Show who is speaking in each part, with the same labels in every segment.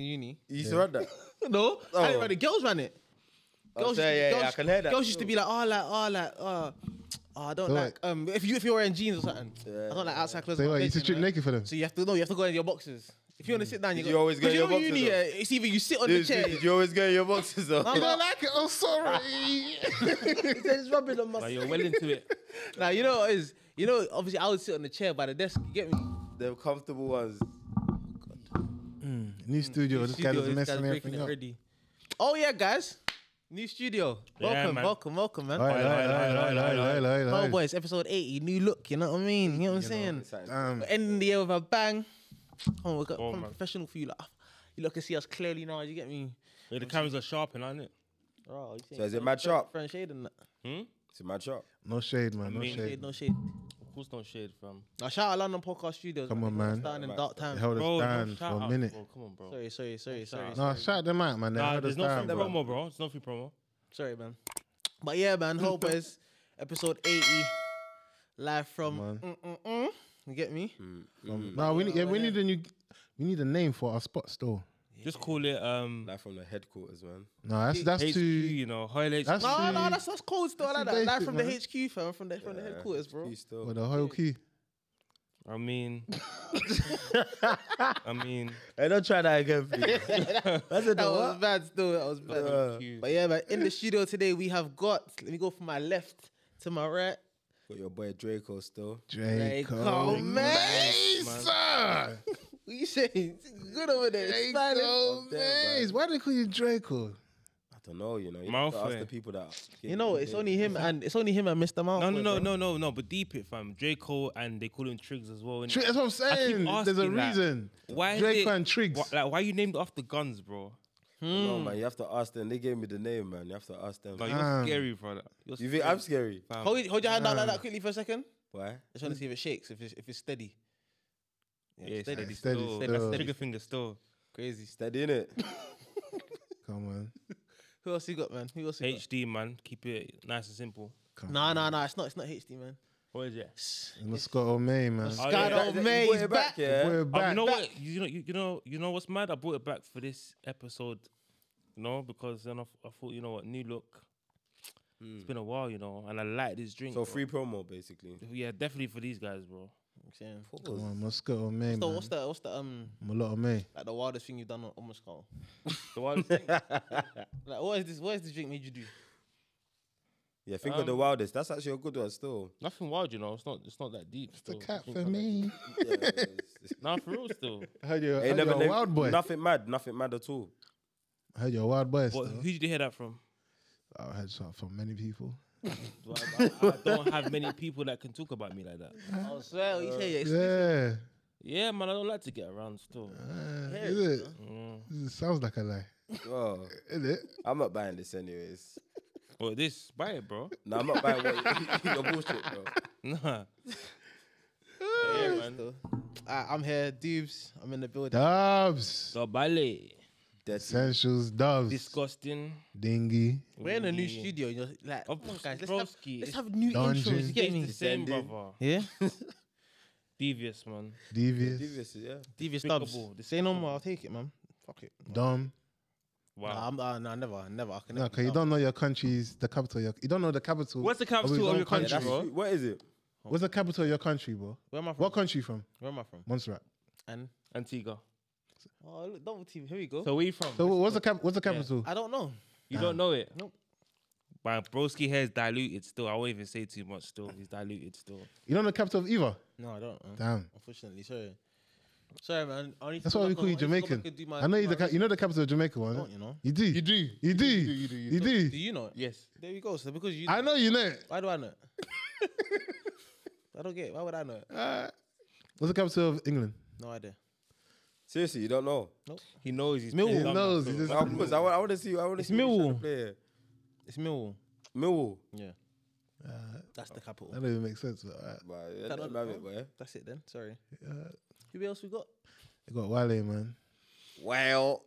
Speaker 1: used to run that.
Speaker 2: No, I didn't run it. Girls ran it.
Speaker 1: Oh, so yeah, yeah, I can hear that.
Speaker 2: Girls used to be like, oh, like, oh, like, oh, oh I don't
Speaker 3: So
Speaker 2: like, um, if you if you're wearing jeans or something, I don't like outside clothes.
Speaker 3: So
Speaker 2: at my
Speaker 3: what, you
Speaker 2: place,
Speaker 3: used to strip
Speaker 2: know?
Speaker 3: naked for them?
Speaker 2: So you have to no, you have to go in your boxes. If you want to sit down, you,
Speaker 1: Did
Speaker 2: go,
Speaker 1: you always go
Speaker 2: 'cause
Speaker 1: in
Speaker 2: you
Speaker 1: your
Speaker 2: know
Speaker 1: boxes,
Speaker 2: uni,
Speaker 1: though?
Speaker 2: yeah, it's either you sit on the
Speaker 1: Dude,
Speaker 2: chair.
Speaker 1: Did you always get your boxes though?
Speaker 2: I'm not
Speaker 3: like it. I'm sorry.
Speaker 2: it's rubbing on my.
Speaker 4: Like you're well into it.
Speaker 2: Now you know what it is you know obviously I would sit on the chair by the desk. You get me?
Speaker 1: They're comfortable ones.
Speaker 3: New studio. This guy
Speaker 2: Studio, this guy's
Speaker 3: is messing
Speaker 2: breaking
Speaker 3: everything
Speaker 2: it
Speaker 3: up.
Speaker 2: already. Oh yeah, guys, new studio.
Speaker 4: Yeah,
Speaker 2: Welcome,
Speaker 4: man.
Speaker 2: welcome, welcome, man.
Speaker 3: Aye, aye, aye, aye, aye, aye, aye,
Speaker 2: Oh
Speaker 3: aye.
Speaker 2: boy, it's episode 80, new look, you know what I mean? You know what I'm saying?
Speaker 3: Damn.
Speaker 2: We're ending the year with a bang. Oh, we got
Speaker 4: Oh,
Speaker 2: I'm
Speaker 4: man.
Speaker 2: professional for you. Like, you look can see us clearly now, you get me?
Speaker 4: Yeah, the cameras are sharp, and aren't it? Hmm?
Speaker 2: Oh, you saying
Speaker 1: So is it
Speaker 2: no
Speaker 1: mad
Speaker 2: French-
Speaker 1: sharp?
Speaker 2: French shade and that.
Speaker 1: It's in my shop.
Speaker 3: No shade, man. No
Speaker 4: mean,
Speaker 2: Shade,
Speaker 3: shade.
Speaker 2: no shade.
Speaker 4: Of course, don't shade, fam.
Speaker 2: Now, shout out London Podcast Studios.
Speaker 3: Come on,
Speaker 2: They got us
Speaker 3: man.
Speaker 2: Down in dark
Speaker 3: They
Speaker 2: time.
Speaker 3: held us down for
Speaker 4: shout
Speaker 3: a
Speaker 4: out,
Speaker 3: minute.
Speaker 4: Bro, come on, bro.
Speaker 2: Sorry, sorry, sorry, sorry.
Speaker 4: out.
Speaker 3: No, shout them out, man. They
Speaker 4: Nah,
Speaker 3: held us
Speaker 4: there's no
Speaker 3: down,
Speaker 4: free
Speaker 3: bro.
Speaker 4: promo, bro. It's no free promo.
Speaker 2: Sorry, man. But yeah, man, hope is episode 80, live from. Mm-mm-mm. You get me? Mm.
Speaker 1: Mm,
Speaker 3: No, Um, we need, yeah, we need a new, we need a name for our spot still.
Speaker 4: Just call it um.
Speaker 1: Live from the headquarters, man.
Speaker 3: No, that's that's
Speaker 4: HQ,
Speaker 3: too.
Speaker 4: you know, Hoyle HQ.
Speaker 3: That's
Speaker 2: No,
Speaker 3: too.
Speaker 2: no, that's that's cold still. I like that. Live
Speaker 3: basic,
Speaker 2: from
Speaker 3: man.
Speaker 2: the HQ, fam, from the from the headquarters, bro.
Speaker 1: Peace still.
Speaker 3: With the whole key.
Speaker 4: I mean, I mean,
Speaker 1: Hey, don't try that again, please. That's a
Speaker 2: That
Speaker 1: what?
Speaker 2: was bad still. That was bad.
Speaker 1: Uh,
Speaker 2: But yeah, man, in the studio today we have got. Let me go from my left to my right.
Speaker 1: Got your boy Draco still.
Speaker 3: Draco
Speaker 2: Draco
Speaker 3: oh,
Speaker 2: Mace,
Speaker 3: Mason.
Speaker 2: What you saying? Good over there. smiling.
Speaker 3: Draco
Speaker 1: Up there,
Speaker 3: Mace. Why do they call you Draco?
Speaker 1: I don't know, you know. You
Speaker 4: Mouth
Speaker 1: have to ask
Speaker 4: way.
Speaker 1: the people that.
Speaker 2: You know, it's only him and it's only him and Mr. Mount.
Speaker 4: no, no, no, no, no, no. But deep it, fam. Draco and they call him Triggs as well. innit?
Speaker 3: Tri- That's what I'm
Speaker 4: I keep
Speaker 3: saying. There's a
Speaker 4: asking that.
Speaker 3: reason.
Speaker 4: Why is
Speaker 3: Draco
Speaker 4: it-
Speaker 3: and Triggs.
Speaker 4: wh- like, why you named after guns, bro?
Speaker 1: No,
Speaker 2: Mm.
Speaker 1: man, you have to ask them. They gave me the name, man. You have to ask them.
Speaker 4: Like, you're
Speaker 3: Damn.
Speaker 4: scary, brother. You're
Speaker 1: you think I'm scary?
Speaker 2: Hold, hold your hand out like that quickly for a second.
Speaker 1: Why?
Speaker 2: I just want to see if it shakes. If it's if it's steady. Yeah, steady.
Speaker 4: yeah, steady, steady,
Speaker 3: steady,
Speaker 4: still.
Speaker 3: steady,
Speaker 4: That's
Speaker 3: steady.
Speaker 4: trigger finger still.
Speaker 2: Crazy.
Speaker 1: Steady in it.
Speaker 3: Come on.
Speaker 2: Who else you got, man? Who else you got?
Speaker 4: HD man, keep it nice and simple.
Speaker 2: Nah, nah, nah. It's not. It's not HD, man.
Speaker 4: What is it?
Speaker 3: And the Scott O'May, man.
Speaker 4: Oh,
Speaker 2: God,
Speaker 4: yeah.
Speaker 2: old May is back.
Speaker 1: yeah.
Speaker 3: We're
Speaker 4: Um,
Speaker 3: back.
Speaker 4: you know what? You know, you, you know, you know what's mad? I brought it back for this episode, you know, because then I, f- I thought, you know what, new look. It's been a while, you know, and I like this drink.
Speaker 1: So
Speaker 4: bro.
Speaker 1: free promo, basically.
Speaker 4: Yeah, definitely for these guys, bro.
Speaker 2: Yeah.
Speaker 3: Come on, my Scott O'May,
Speaker 2: So
Speaker 3: man.
Speaker 2: what's the what's the um
Speaker 3: My lot of May.
Speaker 2: like the wildest thing you've done on, on Moscow?
Speaker 4: The wildest thing.
Speaker 2: Like what is this? What is this drink made you do?
Speaker 1: Yeah, think
Speaker 2: Um,
Speaker 1: of the wildest. That's actually a good one still.
Speaker 4: Nothing wild, you know. It's not. It's not that deep. It's
Speaker 3: The cat for me.
Speaker 1: Yeah, it's-
Speaker 4: Nah, for real, still.
Speaker 3: I heard you're, I
Speaker 1: Ain't
Speaker 3: heard
Speaker 1: never
Speaker 3: Oh, you're a
Speaker 1: name-
Speaker 3: wild boy.
Speaker 1: Nothing mad, nothing mad at all.
Speaker 3: I heard you're a wild boy.
Speaker 4: What,
Speaker 3: still.
Speaker 4: who did you hear that from?
Speaker 3: I heard something from many people.
Speaker 4: Well, I, I- I don't have many people that can talk about me like that.
Speaker 2: Oh, swear, what you say? Yeah,
Speaker 3: Yeah.
Speaker 4: Yeah, man, I don't like to get around still.
Speaker 3: Uh,
Speaker 2: Hair,
Speaker 3: is it?
Speaker 4: Mm.
Speaker 3: It sounds like a lie.
Speaker 1: Oh,
Speaker 3: Is it?
Speaker 1: I'm not buying this anyways.
Speaker 4: But this, buy it, bro.
Speaker 1: No, I'm not buying what your bullshit, bro.
Speaker 4: Nah. yeah, man.
Speaker 2: So, uh, I'm here, Dubes. I'm in the building.
Speaker 3: Doves.
Speaker 4: So ballet.
Speaker 1: Dirty.
Speaker 3: Essentials, doves.
Speaker 4: Disgusting.
Speaker 3: Dingy.
Speaker 2: We're in a new studio. You're like,
Speaker 4: Of
Speaker 2: come on, guys, let's have,
Speaker 4: broski,
Speaker 2: let's
Speaker 4: it's
Speaker 2: have new
Speaker 3: dungeon.
Speaker 2: intros. You get
Speaker 4: It's
Speaker 2: me?
Speaker 4: the same,
Speaker 1: Descending.
Speaker 4: brother.
Speaker 2: Yeah,
Speaker 4: Devious, man.
Speaker 3: Devious.
Speaker 1: Devious, yeah.
Speaker 2: devious dubs.
Speaker 4: Despicable,
Speaker 2: Say no more. I'll take it, man. Fuck it.
Speaker 3: Dumb.
Speaker 2: Nah,
Speaker 4: Wow.
Speaker 2: I'm, uh, nah, never, never. I can
Speaker 3: No,
Speaker 2: never
Speaker 3: because
Speaker 2: be
Speaker 3: you
Speaker 2: dumb.
Speaker 3: don't know your country's the capital. Your, you don't know the capital.
Speaker 4: What's the capital
Speaker 3: his
Speaker 4: of
Speaker 3: own
Speaker 4: your
Speaker 1: yeah
Speaker 4: country,
Speaker 1: that's,
Speaker 4: bro?
Speaker 1: what is it?
Speaker 3: What's the capital of your country, bro?
Speaker 2: Where am I from?
Speaker 3: What country you from?
Speaker 2: Where am I from?
Speaker 3: Montserrat.
Speaker 2: And
Speaker 4: Antigua.
Speaker 2: oh, look, double team. Here we go.
Speaker 4: So where you from?
Speaker 3: So wha- what's the cap? What's the capital?
Speaker 2: I don't know.
Speaker 4: you don't know it?
Speaker 2: Nope.
Speaker 4: My broski hair is diluted still. I won't even say too much still. He's diluted still.
Speaker 3: You don't know the capital of either.
Speaker 2: No, I don't. Know.
Speaker 3: Damn.
Speaker 2: Unfortunately, sorry. Sorry, man. I need to
Speaker 3: That's
Speaker 2: go
Speaker 3: why we
Speaker 2: back
Speaker 3: call
Speaker 2: on- I
Speaker 3: you
Speaker 2: need to go
Speaker 3: Jamaican.
Speaker 2: back and do my-
Speaker 3: I know you.
Speaker 2: my
Speaker 3: The, ca- you know the capital of Jamaica, one.
Speaker 2: don't, you know?
Speaker 3: You do. You do. You do. You do. You do.
Speaker 2: Do you know it?
Speaker 4: Yes.
Speaker 2: There you go. So because you,
Speaker 3: I know you know. it.
Speaker 2: why do I know it? I don't get it. Why would I know it?
Speaker 3: What's the capital of England?
Speaker 2: No idea.
Speaker 1: Seriously, you don't know.
Speaker 4: He knows he's
Speaker 2: Millwall.
Speaker 4: playing
Speaker 2: He
Speaker 4: dumb
Speaker 3: knows,
Speaker 4: still.
Speaker 3: he just-
Speaker 1: I, was, I, want, I want to see. I want to
Speaker 2: It's
Speaker 1: see. which other
Speaker 2: Millwall.
Speaker 1: player.
Speaker 2: It's Millwall.
Speaker 1: Millwall.
Speaker 2: Yeah. That's the capital.
Speaker 3: That don't even make sense. But all right.
Speaker 1: But
Speaker 2: That
Speaker 1: yeah, let them
Speaker 2: don't-
Speaker 1: have it, boy.
Speaker 2: That's it then. Sorry. Who else we got?
Speaker 3: They got Wale, man.
Speaker 1: Well,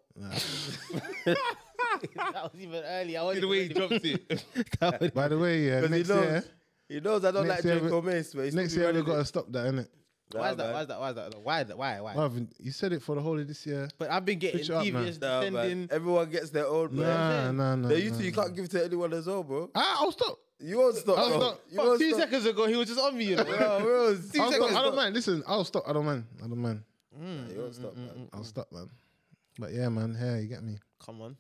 Speaker 2: that was even early. I wasn't
Speaker 4: The way he
Speaker 2: even ready.
Speaker 4: drops it.
Speaker 2: That was-
Speaker 3: By the way, yeah,
Speaker 1: because he
Speaker 3: next
Speaker 1: knows.
Speaker 3: year,
Speaker 1: He knows I don't
Speaker 3: Next
Speaker 1: like
Speaker 3: year we-
Speaker 1: Draco Mace, but he's
Speaker 3: next
Speaker 1: still
Speaker 3: year we
Speaker 1: running
Speaker 3: gotta
Speaker 1: it.
Speaker 3: stop that, innit?
Speaker 2: Why
Speaker 1: Nah,
Speaker 2: is that?
Speaker 1: man.
Speaker 2: Why is that? Why is that? Why? is that- Why? Why?
Speaker 3: Marvin, you said it for the whole of this year.
Speaker 2: But I've been getting
Speaker 3: Switch it up, man.
Speaker 2: devious
Speaker 1: Nah, man.
Speaker 2: defending.
Speaker 1: Everyone gets their own, bro.
Speaker 3: Nah, nah, nah.
Speaker 1: Nah, you
Speaker 3: nah,
Speaker 1: two, you
Speaker 3: nah.
Speaker 1: can't give to anyone as well, bro.
Speaker 3: Ah, I'll stop.
Speaker 1: You won't stop.
Speaker 3: I'll
Speaker 1: bro.
Speaker 3: stop.
Speaker 1: You
Speaker 2: Fuck,
Speaker 1: won't
Speaker 2: two
Speaker 1: stop.
Speaker 2: seconds ago, he was just on me. You know?
Speaker 1: Bro, bro, two
Speaker 3: I'll
Speaker 1: seconds
Speaker 3: stop. I don't
Speaker 1: stop.
Speaker 3: mind. Listen, I'll stop. I don't mind. I don't mind.
Speaker 1: Nah, You won't stop, man.
Speaker 3: I'll stop, man. But yeah, man. Hey, you get me.
Speaker 2: Come on.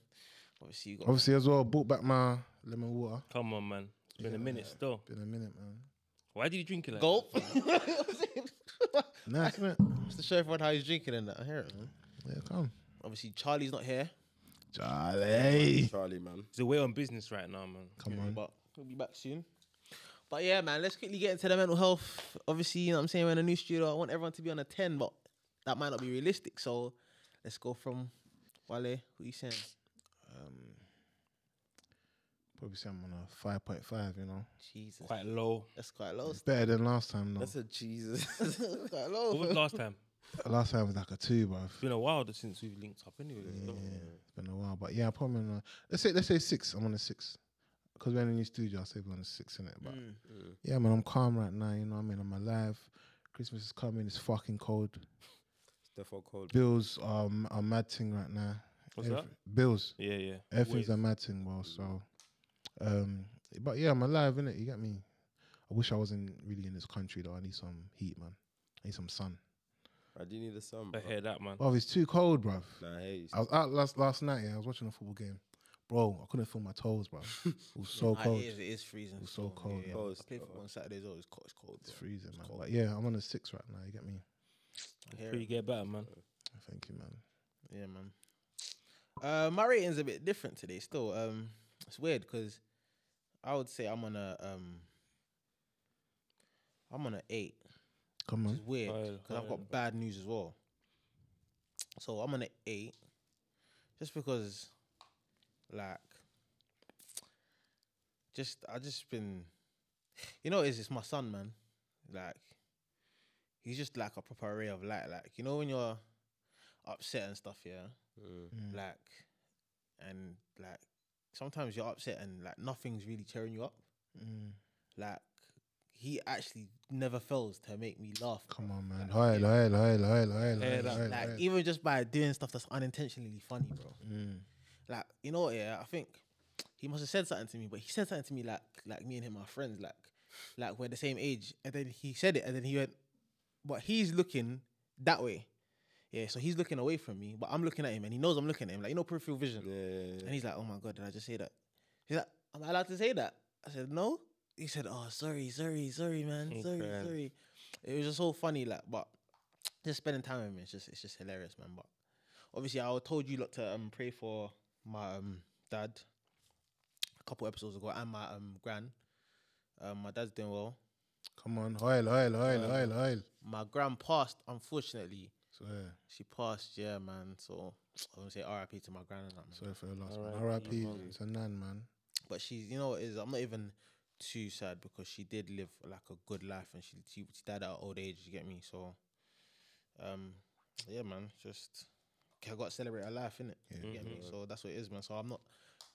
Speaker 2: Obviously, you got.
Speaker 3: Obviously, as well, bought back my lemon water.
Speaker 4: Come on, man. It's been a minute still.
Speaker 3: Been a minute, man.
Speaker 4: Why did you drink it like
Speaker 2: Gulp.
Speaker 3: Nice, isn't it?
Speaker 2: Just to show everyone how he's drinking and that. I hear it, man.
Speaker 3: Yeah, come.
Speaker 2: Obviously, Charlie's not here.
Speaker 3: Charlie.
Speaker 1: Charlie, man.
Speaker 4: He's away on business right now, man.
Speaker 3: Come on.
Speaker 2: But we'll be back soon. Mm-hmm. But yeah, man, let's quickly get into the mental health. Obviously, you know what I'm saying? We're in a new studio. I want everyone to be on a 10, but that might not be realistic. So let's go from Wale. Who you saying?
Speaker 3: Um, probably say I'm on a five point five. You know,
Speaker 2: Jesus.
Speaker 4: Quite low.
Speaker 2: That's quite low.
Speaker 3: it's better than last time though.
Speaker 1: That's a Jesus.
Speaker 2: That's quite
Speaker 4: What was
Speaker 2: low.
Speaker 4: last time?
Speaker 3: last time was like a two, bruv.
Speaker 4: It's been a while since we've linked up, anyway.
Speaker 3: Yeah, it's been a while, but yeah, I probably on a, let's say let's say six. I'm on a six because we're in a new studio. I say we're on a six in it, but
Speaker 2: Mm.
Speaker 3: yeah, man, I'm calm right now. You know, what I mean, I'm alive. Christmas is coming. It's fucking cold.
Speaker 1: Therefore cold.
Speaker 3: Bills are m- are mad thing right now.
Speaker 4: What's that?
Speaker 3: Bills.
Speaker 4: Yeah, yeah.
Speaker 3: Everything's
Speaker 4: Waves.
Speaker 3: a mad thing, bro. So, um, but yeah, I'm alive, innit? You get me? I wish I wasn't really in this country though. I need some heat, man. I need some sun.
Speaker 1: I do need the sun,
Speaker 4: I
Speaker 1: bro.
Speaker 4: hear that, man.
Speaker 3: Bro, it's too cold, bruv.
Speaker 1: Nah, hey. you
Speaker 3: I was out last last night. Yeah, I was watching a football game, bro. I couldn't feel my toes, bro. It was so
Speaker 2: Ah,
Speaker 3: cold.
Speaker 2: it is. It is freezing.
Speaker 3: It was
Speaker 2: still,
Speaker 3: so cold,
Speaker 2: Yeah, yeah.
Speaker 1: Cold
Speaker 2: I played
Speaker 1: still.
Speaker 2: football on Saturdays. Always cold. It's cold.
Speaker 3: It's
Speaker 2: bro.
Speaker 3: freezing, man.
Speaker 2: cold.
Speaker 3: But yeah, I'm on a six right now. You get me?
Speaker 2: I hear
Speaker 4: Pretty
Speaker 2: it.
Speaker 4: get better, man.
Speaker 3: Thank you, man.
Speaker 2: Yeah, man. Uh, my rating's a bit different today. Still, um, it's weird because I would say I'm on a um, I'm on an eight,
Speaker 3: Come
Speaker 2: which is
Speaker 3: on.
Speaker 2: weird
Speaker 4: Fire,
Speaker 2: because I've
Speaker 4: fire.
Speaker 2: got bad news as well. So I'm on an eight, just because, like, just I just been, you know, what it is it's my son, man. Like, he's just like a proper ray of light. Like, you know, when you're upset and stuff, yeah
Speaker 1: Mm.
Speaker 3: Mm.
Speaker 2: like and like sometimes you're upset and like nothing's really cheering you up
Speaker 3: Mm.
Speaker 2: like he actually never fails to make me laugh
Speaker 3: Come
Speaker 2: bruv.
Speaker 3: on, man.
Speaker 2: Like,
Speaker 3: Hoil, hoil, hoil, hoil, hoil,
Speaker 4: Hear
Speaker 3: hoil,
Speaker 4: that.
Speaker 3: hoil,
Speaker 2: like
Speaker 3: hoil.
Speaker 2: even just by doing stuff that's unintentionally funny bro
Speaker 3: Mm.
Speaker 2: like you know what yeah i think he must have said something to me but he said something to me like like me and him are friends like like we're the same age and then he said it and then he went but he's looking that way yeah so he's looking away from me but i'm looking at him and he knows i'm looking at him like you know peripheral vision
Speaker 1: Yeah, yeah, yeah.
Speaker 2: And he's like, "Oh my god, did I just say that?" He's like, "Am I allowed to say that?" I said, "No." He said, "Oh, sorry, sorry, sorry, man,
Speaker 4: Oh,
Speaker 2: sorry,
Speaker 4: crap.
Speaker 2: sorry." It was just so funny, like, but just spending time with him, it's just, it's just hilarious, man. But obviously, I told you lot to um, pray for my um, dad a couple episodes ago, and my um, gran. Um, my dad's doing well.
Speaker 3: Come on. Hoil, hoil, hoil, hoil, hoil.
Speaker 2: My gran passed, unfortunately.
Speaker 3: Swear.
Speaker 2: She passed, yeah, man. So I want to say R.I.P. to my gran and that. Man.
Speaker 3: Sorry for the last one.
Speaker 4: R.I.P.,
Speaker 3: R.I.P.
Speaker 4: man.
Speaker 3: to Nan, man.
Speaker 2: but she's you know what it is I'm not even too sad because she did live like a good life and she she, she died at an old age. You get me? So, um, yeah, man, just I got to celebrate her life, innit?
Speaker 3: Yeah.
Speaker 4: Mm-hmm.
Speaker 2: You get me? So that's what it is, man. So I'm not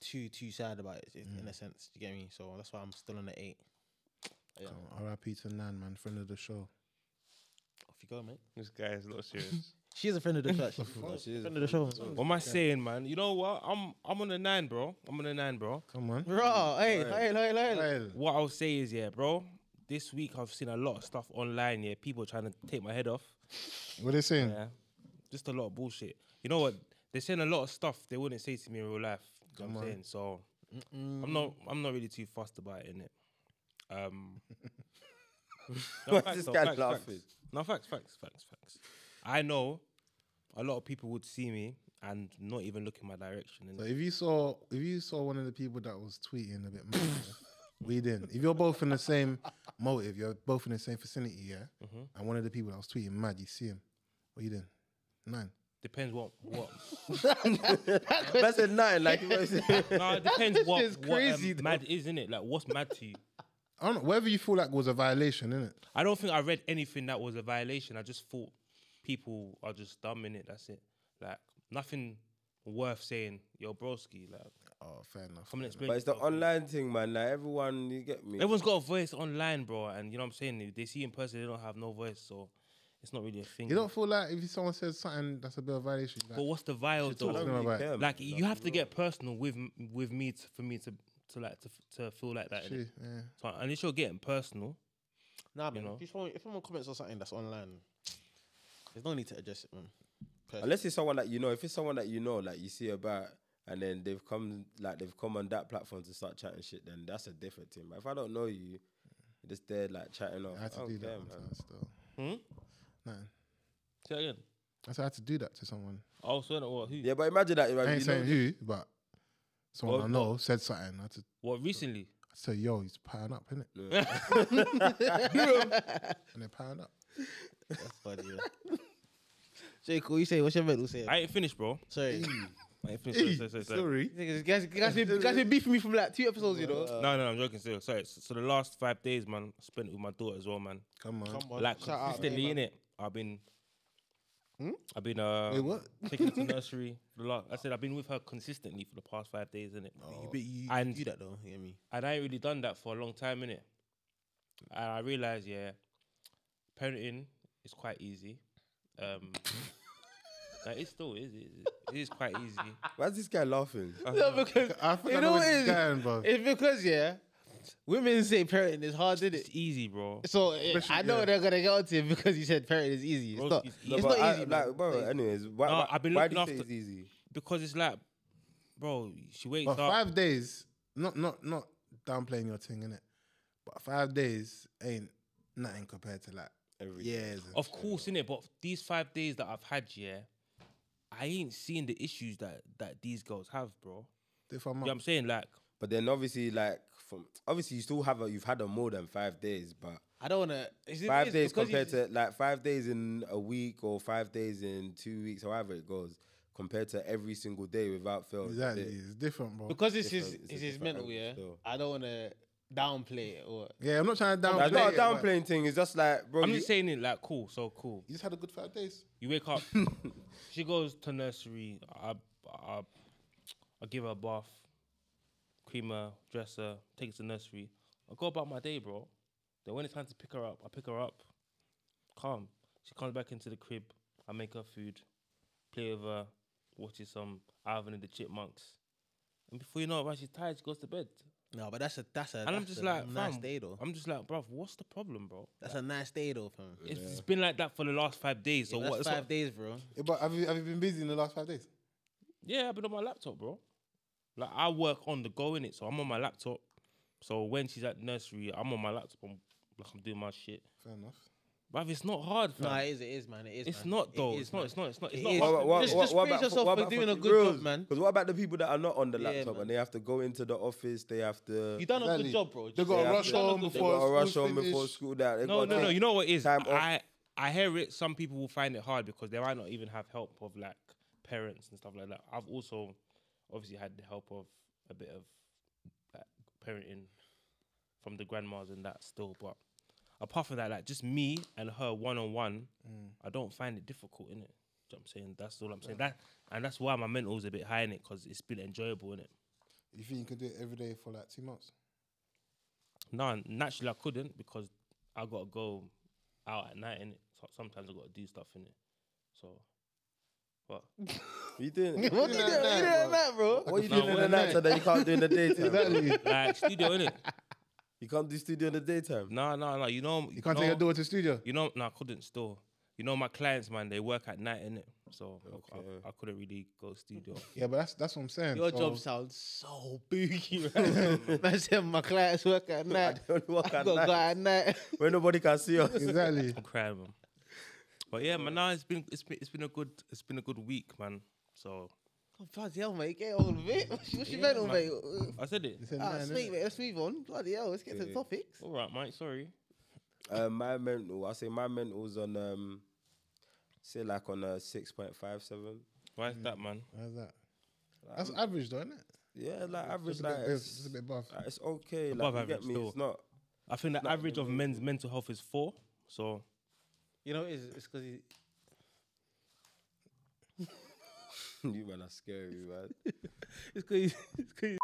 Speaker 2: too too sad about it in, in a sense. You get me? So that's why I'm still on the eight. Yeah,
Speaker 3: Come on. R.I.P. to Nan, man. Friend of the show.
Speaker 2: off you go, mate.
Speaker 4: This guy is not serious.
Speaker 2: She is a friend of the church.
Speaker 1: Nah, she is-
Speaker 2: friend of the show.
Speaker 4: what am I saying, man? You know what? I'm I'm on a nine, bro. I'm on a nine, bro.
Speaker 3: Come on.
Speaker 2: Bro, hey, hey, hey, hey, hey.
Speaker 3: Hoil.
Speaker 4: What I'll say is, yeah, bro. This week I've seen a lot of stuff online. Yeah, people trying to take my head off.
Speaker 3: What they saying?
Speaker 4: Yeah, just a lot of bullshit. You know what? They're saying a lot of stuff they wouldn't say to me in real life. You know what I'm saying so. I'm not. I'm not really too fussed about it. Innit? Um. no,
Speaker 1: Why's
Speaker 4: facts
Speaker 1: this
Speaker 4: though,
Speaker 1: guy
Speaker 4: facts,
Speaker 1: laughing?
Speaker 4: facts. No facts, facts, facts, facts. I know a lot of people would see me and not even look in my direction.
Speaker 3: So
Speaker 4: innit?
Speaker 3: if you saw if you saw one of the people that was tweeting a bit mad, yeah, we didn't. If you're both in the same motive, you're both in the same vicinity, yeah, and one of the people that was tweeting mad, you see him. What you doing? Nine.
Speaker 4: Depends what what.
Speaker 1: That's a nine, like you were saying.
Speaker 4: no, it depends what
Speaker 3: is
Speaker 4: what
Speaker 3: crazy,
Speaker 4: um, mad is, innit? Like what's mad to you?
Speaker 3: I don't know. Whether you feel like was a violation, innit?
Speaker 4: I don't think I read anything that was a violation. I just thought people are just dumb in it. That's it. Like nothing worth saying. Yo, broski. Like
Speaker 3: Oh, fair enough.
Speaker 4: come and explain.
Speaker 1: But it's the
Speaker 4: yourself.
Speaker 1: online thing, man. Like everyone, you get me.
Speaker 4: Everyone's got a voice online, bro, and you know what I'm saying. They see in person, they don't have no voice. So it's not really a thing.
Speaker 3: You don't feel like if someone says something that's a bit of violation, you're
Speaker 4: but
Speaker 3: like,
Speaker 4: what's the vile
Speaker 3: should talk
Speaker 4: though?
Speaker 3: to them about it.
Speaker 1: care,
Speaker 4: Like
Speaker 1: man.
Speaker 4: you have to get personal with m- with me to, for me to to like to, f- to feel like that. innit?
Speaker 3: Shit, yeah.
Speaker 4: So unless you're getting personal,
Speaker 2: Nah,
Speaker 4: You
Speaker 2: man.
Speaker 4: know?
Speaker 2: If, someone, if someone comments on something that's online, there's no need to address it, man.
Speaker 1: Unless it's someone that you know, if it's someone that you know, like you see about, and then they've come, like they've come on that platform to start chatting shit, then that's a different thing. But if I don't know you, you're just there like chatting off.
Speaker 3: I had to
Speaker 1: don't
Speaker 3: do that
Speaker 1: care,
Speaker 3: once
Speaker 1: man.
Speaker 3: once though.
Speaker 4: Hmm?
Speaker 3: Nah.
Speaker 4: say that again.
Speaker 3: I said I had to do that to someone.
Speaker 4: Oh, so that what? Who?
Speaker 1: Yeah, but imagine that.
Speaker 3: I
Speaker 1: Right,
Speaker 3: ain't
Speaker 1: you know,
Speaker 3: saying who, but someone
Speaker 4: Well,
Speaker 3: I know said something. I had to I
Speaker 4: What recently?
Speaker 3: said, yo, he's powering up, innit? And they're powering up.
Speaker 2: That's funny. yeah. Jay, cool. You say what's your mental say?
Speaker 4: I ain't finished, bro.
Speaker 2: Sorry. You
Speaker 4: I ain't finished. Sorry, sorry, sorry, sorry.
Speaker 3: Sorry.
Speaker 2: niggas- guys, guys, been, guys been beefing me from like two episodes, you know.
Speaker 4: No, no, I'm joking. Still, sorry. S- So the last five days, man, I spent it with my daughter as well, man.
Speaker 3: Come on.
Speaker 4: Like
Speaker 2: Oh, Shout out,
Speaker 4: consistently
Speaker 2: man.
Speaker 4: in it. I've been, I've been. Uh,
Speaker 3: Wait, what?
Speaker 4: Taking her to nursery. The lot. I said I've been with her consistently for the past five days, in it.
Speaker 2: You, but you,
Speaker 4: And-
Speaker 2: you do that though. You know what I mean?
Speaker 4: and I ain't really done that for a long time, innit? And I realized, yeah, parenting is quite easy. Um, like it still is. It is, it is quite easy.
Speaker 1: why is this guy laughing?
Speaker 2: No, because
Speaker 3: I think
Speaker 2: you
Speaker 3: I
Speaker 2: know
Speaker 3: know
Speaker 2: what
Speaker 3: where
Speaker 2: it
Speaker 3: you're
Speaker 2: is.
Speaker 3: going, bro.
Speaker 2: It's because yeah, women say parenting is hard, did
Speaker 4: It's
Speaker 2: it?
Speaker 4: easy, bro.
Speaker 2: So eh,
Speaker 3: Especially-
Speaker 2: I know
Speaker 3: yeah.
Speaker 2: they're gonna get onto it because you said parenting is easy. It's
Speaker 4: Bro,
Speaker 2: not.
Speaker 4: it's
Speaker 2: It's,
Speaker 4: easy.
Speaker 1: but
Speaker 2: not
Speaker 1: I-
Speaker 2: easy. man.
Speaker 1: like, bro,
Speaker 2: It's not easy.
Speaker 1: anyways, why,
Speaker 4: No,
Speaker 1: why,
Speaker 4: I've been
Speaker 1: why
Speaker 4: looking
Speaker 1: do you say
Speaker 4: after-
Speaker 1: it's easy?
Speaker 4: Because it's like, bro, she wakes
Speaker 3: But
Speaker 4: up.
Speaker 3: five days, not not not downplaying your thing, innit? But five days ain't nothing compared to like
Speaker 1: Every
Speaker 3: years. and-
Speaker 4: Of course, innit? But these five days that I've had, yeah, I ain't seen the issues that that these girls have, bro.
Speaker 3: If I'm
Speaker 4: You know what I'm saying? Like,
Speaker 1: But then obviously, like from obviously you still have a, you've had a more than five days, but
Speaker 2: I don't wanna. it's- it
Speaker 1: five
Speaker 2: is
Speaker 1: days
Speaker 2: because
Speaker 1: compared
Speaker 2: you-
Speaker 1: to like five days in a week or five days in two weeks, however it goes, compared to every single day without fail.
Speaker 3: exactly,
Speaker 1: It-
Speaker 3: it's different, bro.
Speaker 2: because this is
Speaker 1: different- it's a
Speaker 2: this is
Speaker 1: different
Speaker 2: mental. Yeah,
Speaker 1: angle still.
Speaker 2: I don't wanna downplay it or
Speaker 3: yeah, I'm not trying to downplay.
Speaker 1: That's not a
Speaker 3: it, but
Speaker 1: downplaying thing. It's just like, bro,
Speaker 4: I'm
Speaker 1: you-
Speaker 4: just saying it, like, cool, so cool.
Speaker 3: You just had a good five days.
Speaker 4: You wake up. she goes to nursery. I, I, I give her a bath, cream her, dress her, take her to nursery. I go about my day, bro. Then when it's time to pick her up, I pick her up. Calm. She comes back into the crib. I make her food, play with her, watches some Alvin and the Chipmunks. And before you know it, man, she's tired. She goes to bed.
Speaker 2: no. But that's a that's a.
Speaker 4: And I'm
Speaker 2: that's
Speaker 4: just
Speaker 2: a
Speaker 4: like,
Speaker 2: nice
Speaker 4: fam,
Speaker 2: day though.
Speaker 4: I'm just like, bruv, what's the problem, bro?
Speaker 2: That's a nice day though, fam.
Speaker 4: It's, it's been like that for the last five days. So
Speaker 2: That's
Speaker 4: what? it's
Speaker 2: five
Speaker 4: not-
Speaker 2: days, bro.
Speaker 3: Yeah, but have you have you been busy in the last five days?
Speaker 4: Yeah, I've been on my laptop, bro. Like I work on the go in it, so I'm on my laptop. So when she's at nursery, I'm on my laptop. I'm like I'm doing my shit.
Speaker 3: Fair enough.
Speaker 4: Bruv, it's not hard, fam.
Speaker 2: No, it is. It is, man. It is.
Speaker 4: it's
Speaker 2: man.
Speaker 4: not
Speaker 2: It
Speaker 4: though.
Speaker 2: is,
Speaker 4: it's not.
Speaker 2: man.
Speaker 4: It's not. It's not.
Speaker 2: It
Speaker 4: It's
Speaker 2: is.
Speaker 4: not.
Speaker 2: What-
Speaker 4: hard.
Speaker 2: what- Just- just praise yourself for doing a good job, man.
Speaker 1: Because what about the people that are not on the
Speaker 2: Yeah,
Speaker 1: laptop
Speaker 2: man.
Speaker 1: and they have to go into the office? They have to.
Speaker 2: You done a
Speaker 3: Exactly.
Speaker 2: good job, bro.
Speaker 3: They got
Speaker 1: Yeah,
Speaker 3: to rush
Speaker 1: I've done a
Speaker 2: good
Speaker 3: home
Speaker 1: they
Speaker 2: job.
Speaker 3: before
Speaker 1: gotta
Speaker 3: school
Speaker 1: rush home
Speaker 3: finish.
Speaker 1: before school. That they
Speaker 4: No,
Speaker 1: gotta
Speaker 4: no, no.
Speaker 1: take
Speaker 4: You know what it is?
Speaker 1: time off.
Speaker 4: I I hear it. Some people will find it hard because they might not even have help of like parents and stuff like that. I've also obviously had the help of a bit of like parenting from the grandmas and that still, but apart from that, like just me and her one on one,
Speaker 3: Mm.
Speaker 4: I don't find it difficult in it. You know what I'm saying that's all I'm saying. That and that's why my mental is a bit high in it because it's been enjoyable in it.
Speaker 3: You think you can do it every day for like two months?
Speaker 4: No, naturally I couldn't because I gotta go out at night and so sometimes I gotta do stuff in it. So, what?
Speaker 1: You doing?
Speaker 2: What you
Speaker 3: Yeah,
Speaker 2: doing you
Speaker 3: nah,
Speaker 2: doing
Speaker 3: bro.
Speaker 2: at night, bro?
Speaker 1: What are you
Speaker 4: Nah,
Speaker 1: doing in the
Speaker 3: what-
Speaker 1: night that you can't do in the daytime?
Speaker 3: Exactly.
Speaker 4: like studio in it?
Speaker 1: You can't do studio in the daytime.
Speaker 4: No, no, no. You know,
Speaker 3: You can't take your
Speaker 4: know-
Speaker 3: door to the studio.
Speaker 4: You know, no, I couldn't still. You know, my clients, man, they work at night in it, so I c- I,
Speaker 1: Okay.
Speaker 4: I couldn't really go studio.
Speaker 3: Yeah, but that's that's what I'm saying.
Speaker 2: Your
Speaker 3: So-
Speaker 2: job sounds so boogie, right? I said my clients work at night.
Speaker 1: Don't work
Speaker 2: I
Speaker 1: at
Speaker 2: gotta
Speaker 1: night.
Speaker 2: go at night.
Speaker 1: Where nobody can see us.
Speaker 3: Exactly.
Speaker 4: I'm crying, man. But yeah, man, now it's been it's been it's been a good it's been a good week, man. So
Speaker 2: Oh, Bloody hell, mate. Get on with it. What's what's your
Speaker 4: Yeah,
Speaker 2: mental, mate? Uh,
Speaker 4: man. I said it.
Speaker 3: It's a
Speaker 2: Ah,
Speaker 3: nine,
Speaker 2: sweet,
Speaker 3: innit?
Speaker 2: mate. Let's move on. Bloody hell. Let's get to the
Speaker 1: Yeah.
Speaker 2: topics.
Speaker 4: All right, Mike. Sorry.
Speaker 1: Uh, my mental, I say my mental's on um, say like on a six point five seven.
Speaker 4: Why is that, man?
Speaker 3: How's that? That's average, though, isn't it?
Speaker 1: Yeah, like average,
Speaker 3: Just a
Speaker 1: like
Speaker 3: bit, it's
Speaker 1: it's,
Speaker 3: just a bit above.
Speaker 1: like, it's okay.
Speaker 4: Above
Speaker 1: Like you get
Speaker 4: average
Speaker 1: me,
Speaker 4: still.
Speaker 1: it's not.
Speaker 4: I think the average of men's mental health is four. So
Speaker 2: You know, it's because he.
Speaker 1: you man are scary, man.
Speaker 2: It's because he's. It's 'cause he's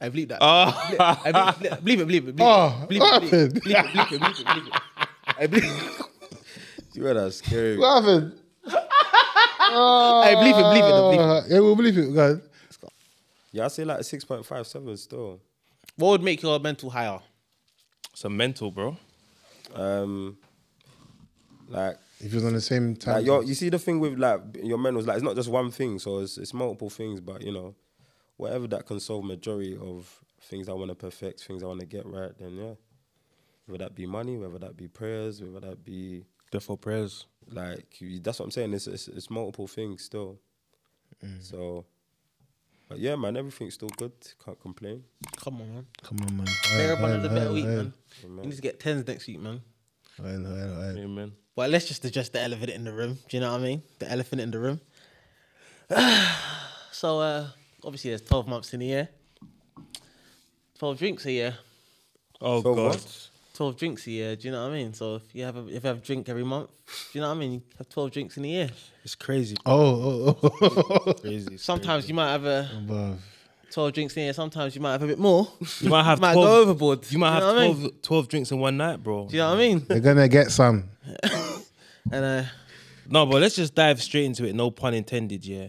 Speaker 2: I believe that.
Speaker 4: Oh.
Speaker 2: I believe, believe it, believe it, believe it.
Speaker 3: Oh,
Speaker 2: believe
Speaker 3: what
Speaker 2: it, believe it,
Speaker 3: happened?
Speaker 2: believe it, believe it, believe it, believe it. I believe.
Speaker 1: You are that scary.
Speaker 3: What happened?
Speaker 2: I believe it, believe it, though, believe it.
Speaker 3: Uh, yeah, we'll believe it, guys.
Speaker 1: Yeah, I say like six point five seven still.
Speaker 2: What would make your mental higher?
Speaker 4: It's a mental, bro.
Speaker 1: Um, like
Speaker 3: If it was on the same time,
Speaker 1: Like your, you see the thing with like b- your men was like it's not just one thing, so it's, it's multiple things. But you know, whatever that can solve majority of things I want to perfect, things I want to get right, then yeah. Whether that be money, whether that be prayers, whether that be
Speaker 4: Therefore, prayers.
Speaker 1: like you, that's what I'm saying. It's it's, it's multiple things still. So, but yeah, man, everything's still good. Can't complain.
Speaker 2: Come on, man.
Speaker 3: come on, man.
Speaker 2: Bear
Speaker 3: Alright,
Speaker 2: up another
Speaker 3: alright,
Speaker 2: better
Speaker 3: alright,
Speaker 2: week,
Speaker 3: alright.
Speaker 2: man. You need to get tens next week, man.
Speaker 3: Alright, alright, alright.
Speaker 4: Amen.
Speaker 2: But let's just address the elephant in the room. Do you know what I mean? The elephant in the room. so uh, obviously there's 12 months in a year. 12 drinks a year.
Speaker 4: Oh
Speaker 1: So
Speaker 4: God.
Speaker 1: what?
Speaker 2: 12 drinks a year, do you know what I mean? So if you have a, if you have a drink every month, do you know what I mean? You have 12 drinks in a year.
Speaker 4: It's crazy.
Speaker 3: Oh, oh, oh.
Speaker 4: Crazy. it's
Speaker 2: Sometimes you might have a
Speaker 3: Bruv.
Speaker 2: 12 drinks in a year, sometimes you might have a bit more.
Speaker 4: crazy. you might have
Speaker 2: might
Speaker 4: 12,
Speaker 2: go overboard.
Speaker 4: You might
Speaker 2: do
Speaker 4: have
Speaker 2: know what I mean?
Speaker 4: 12, 12 drinks in one night, bro.
Speaker 2: Do you know what I mean?
Speaker 3: They're gonna get some.
Speaker 2: And uh,
Speaker 4: No, but let's just dive straight into it. No pun intended. Yeah.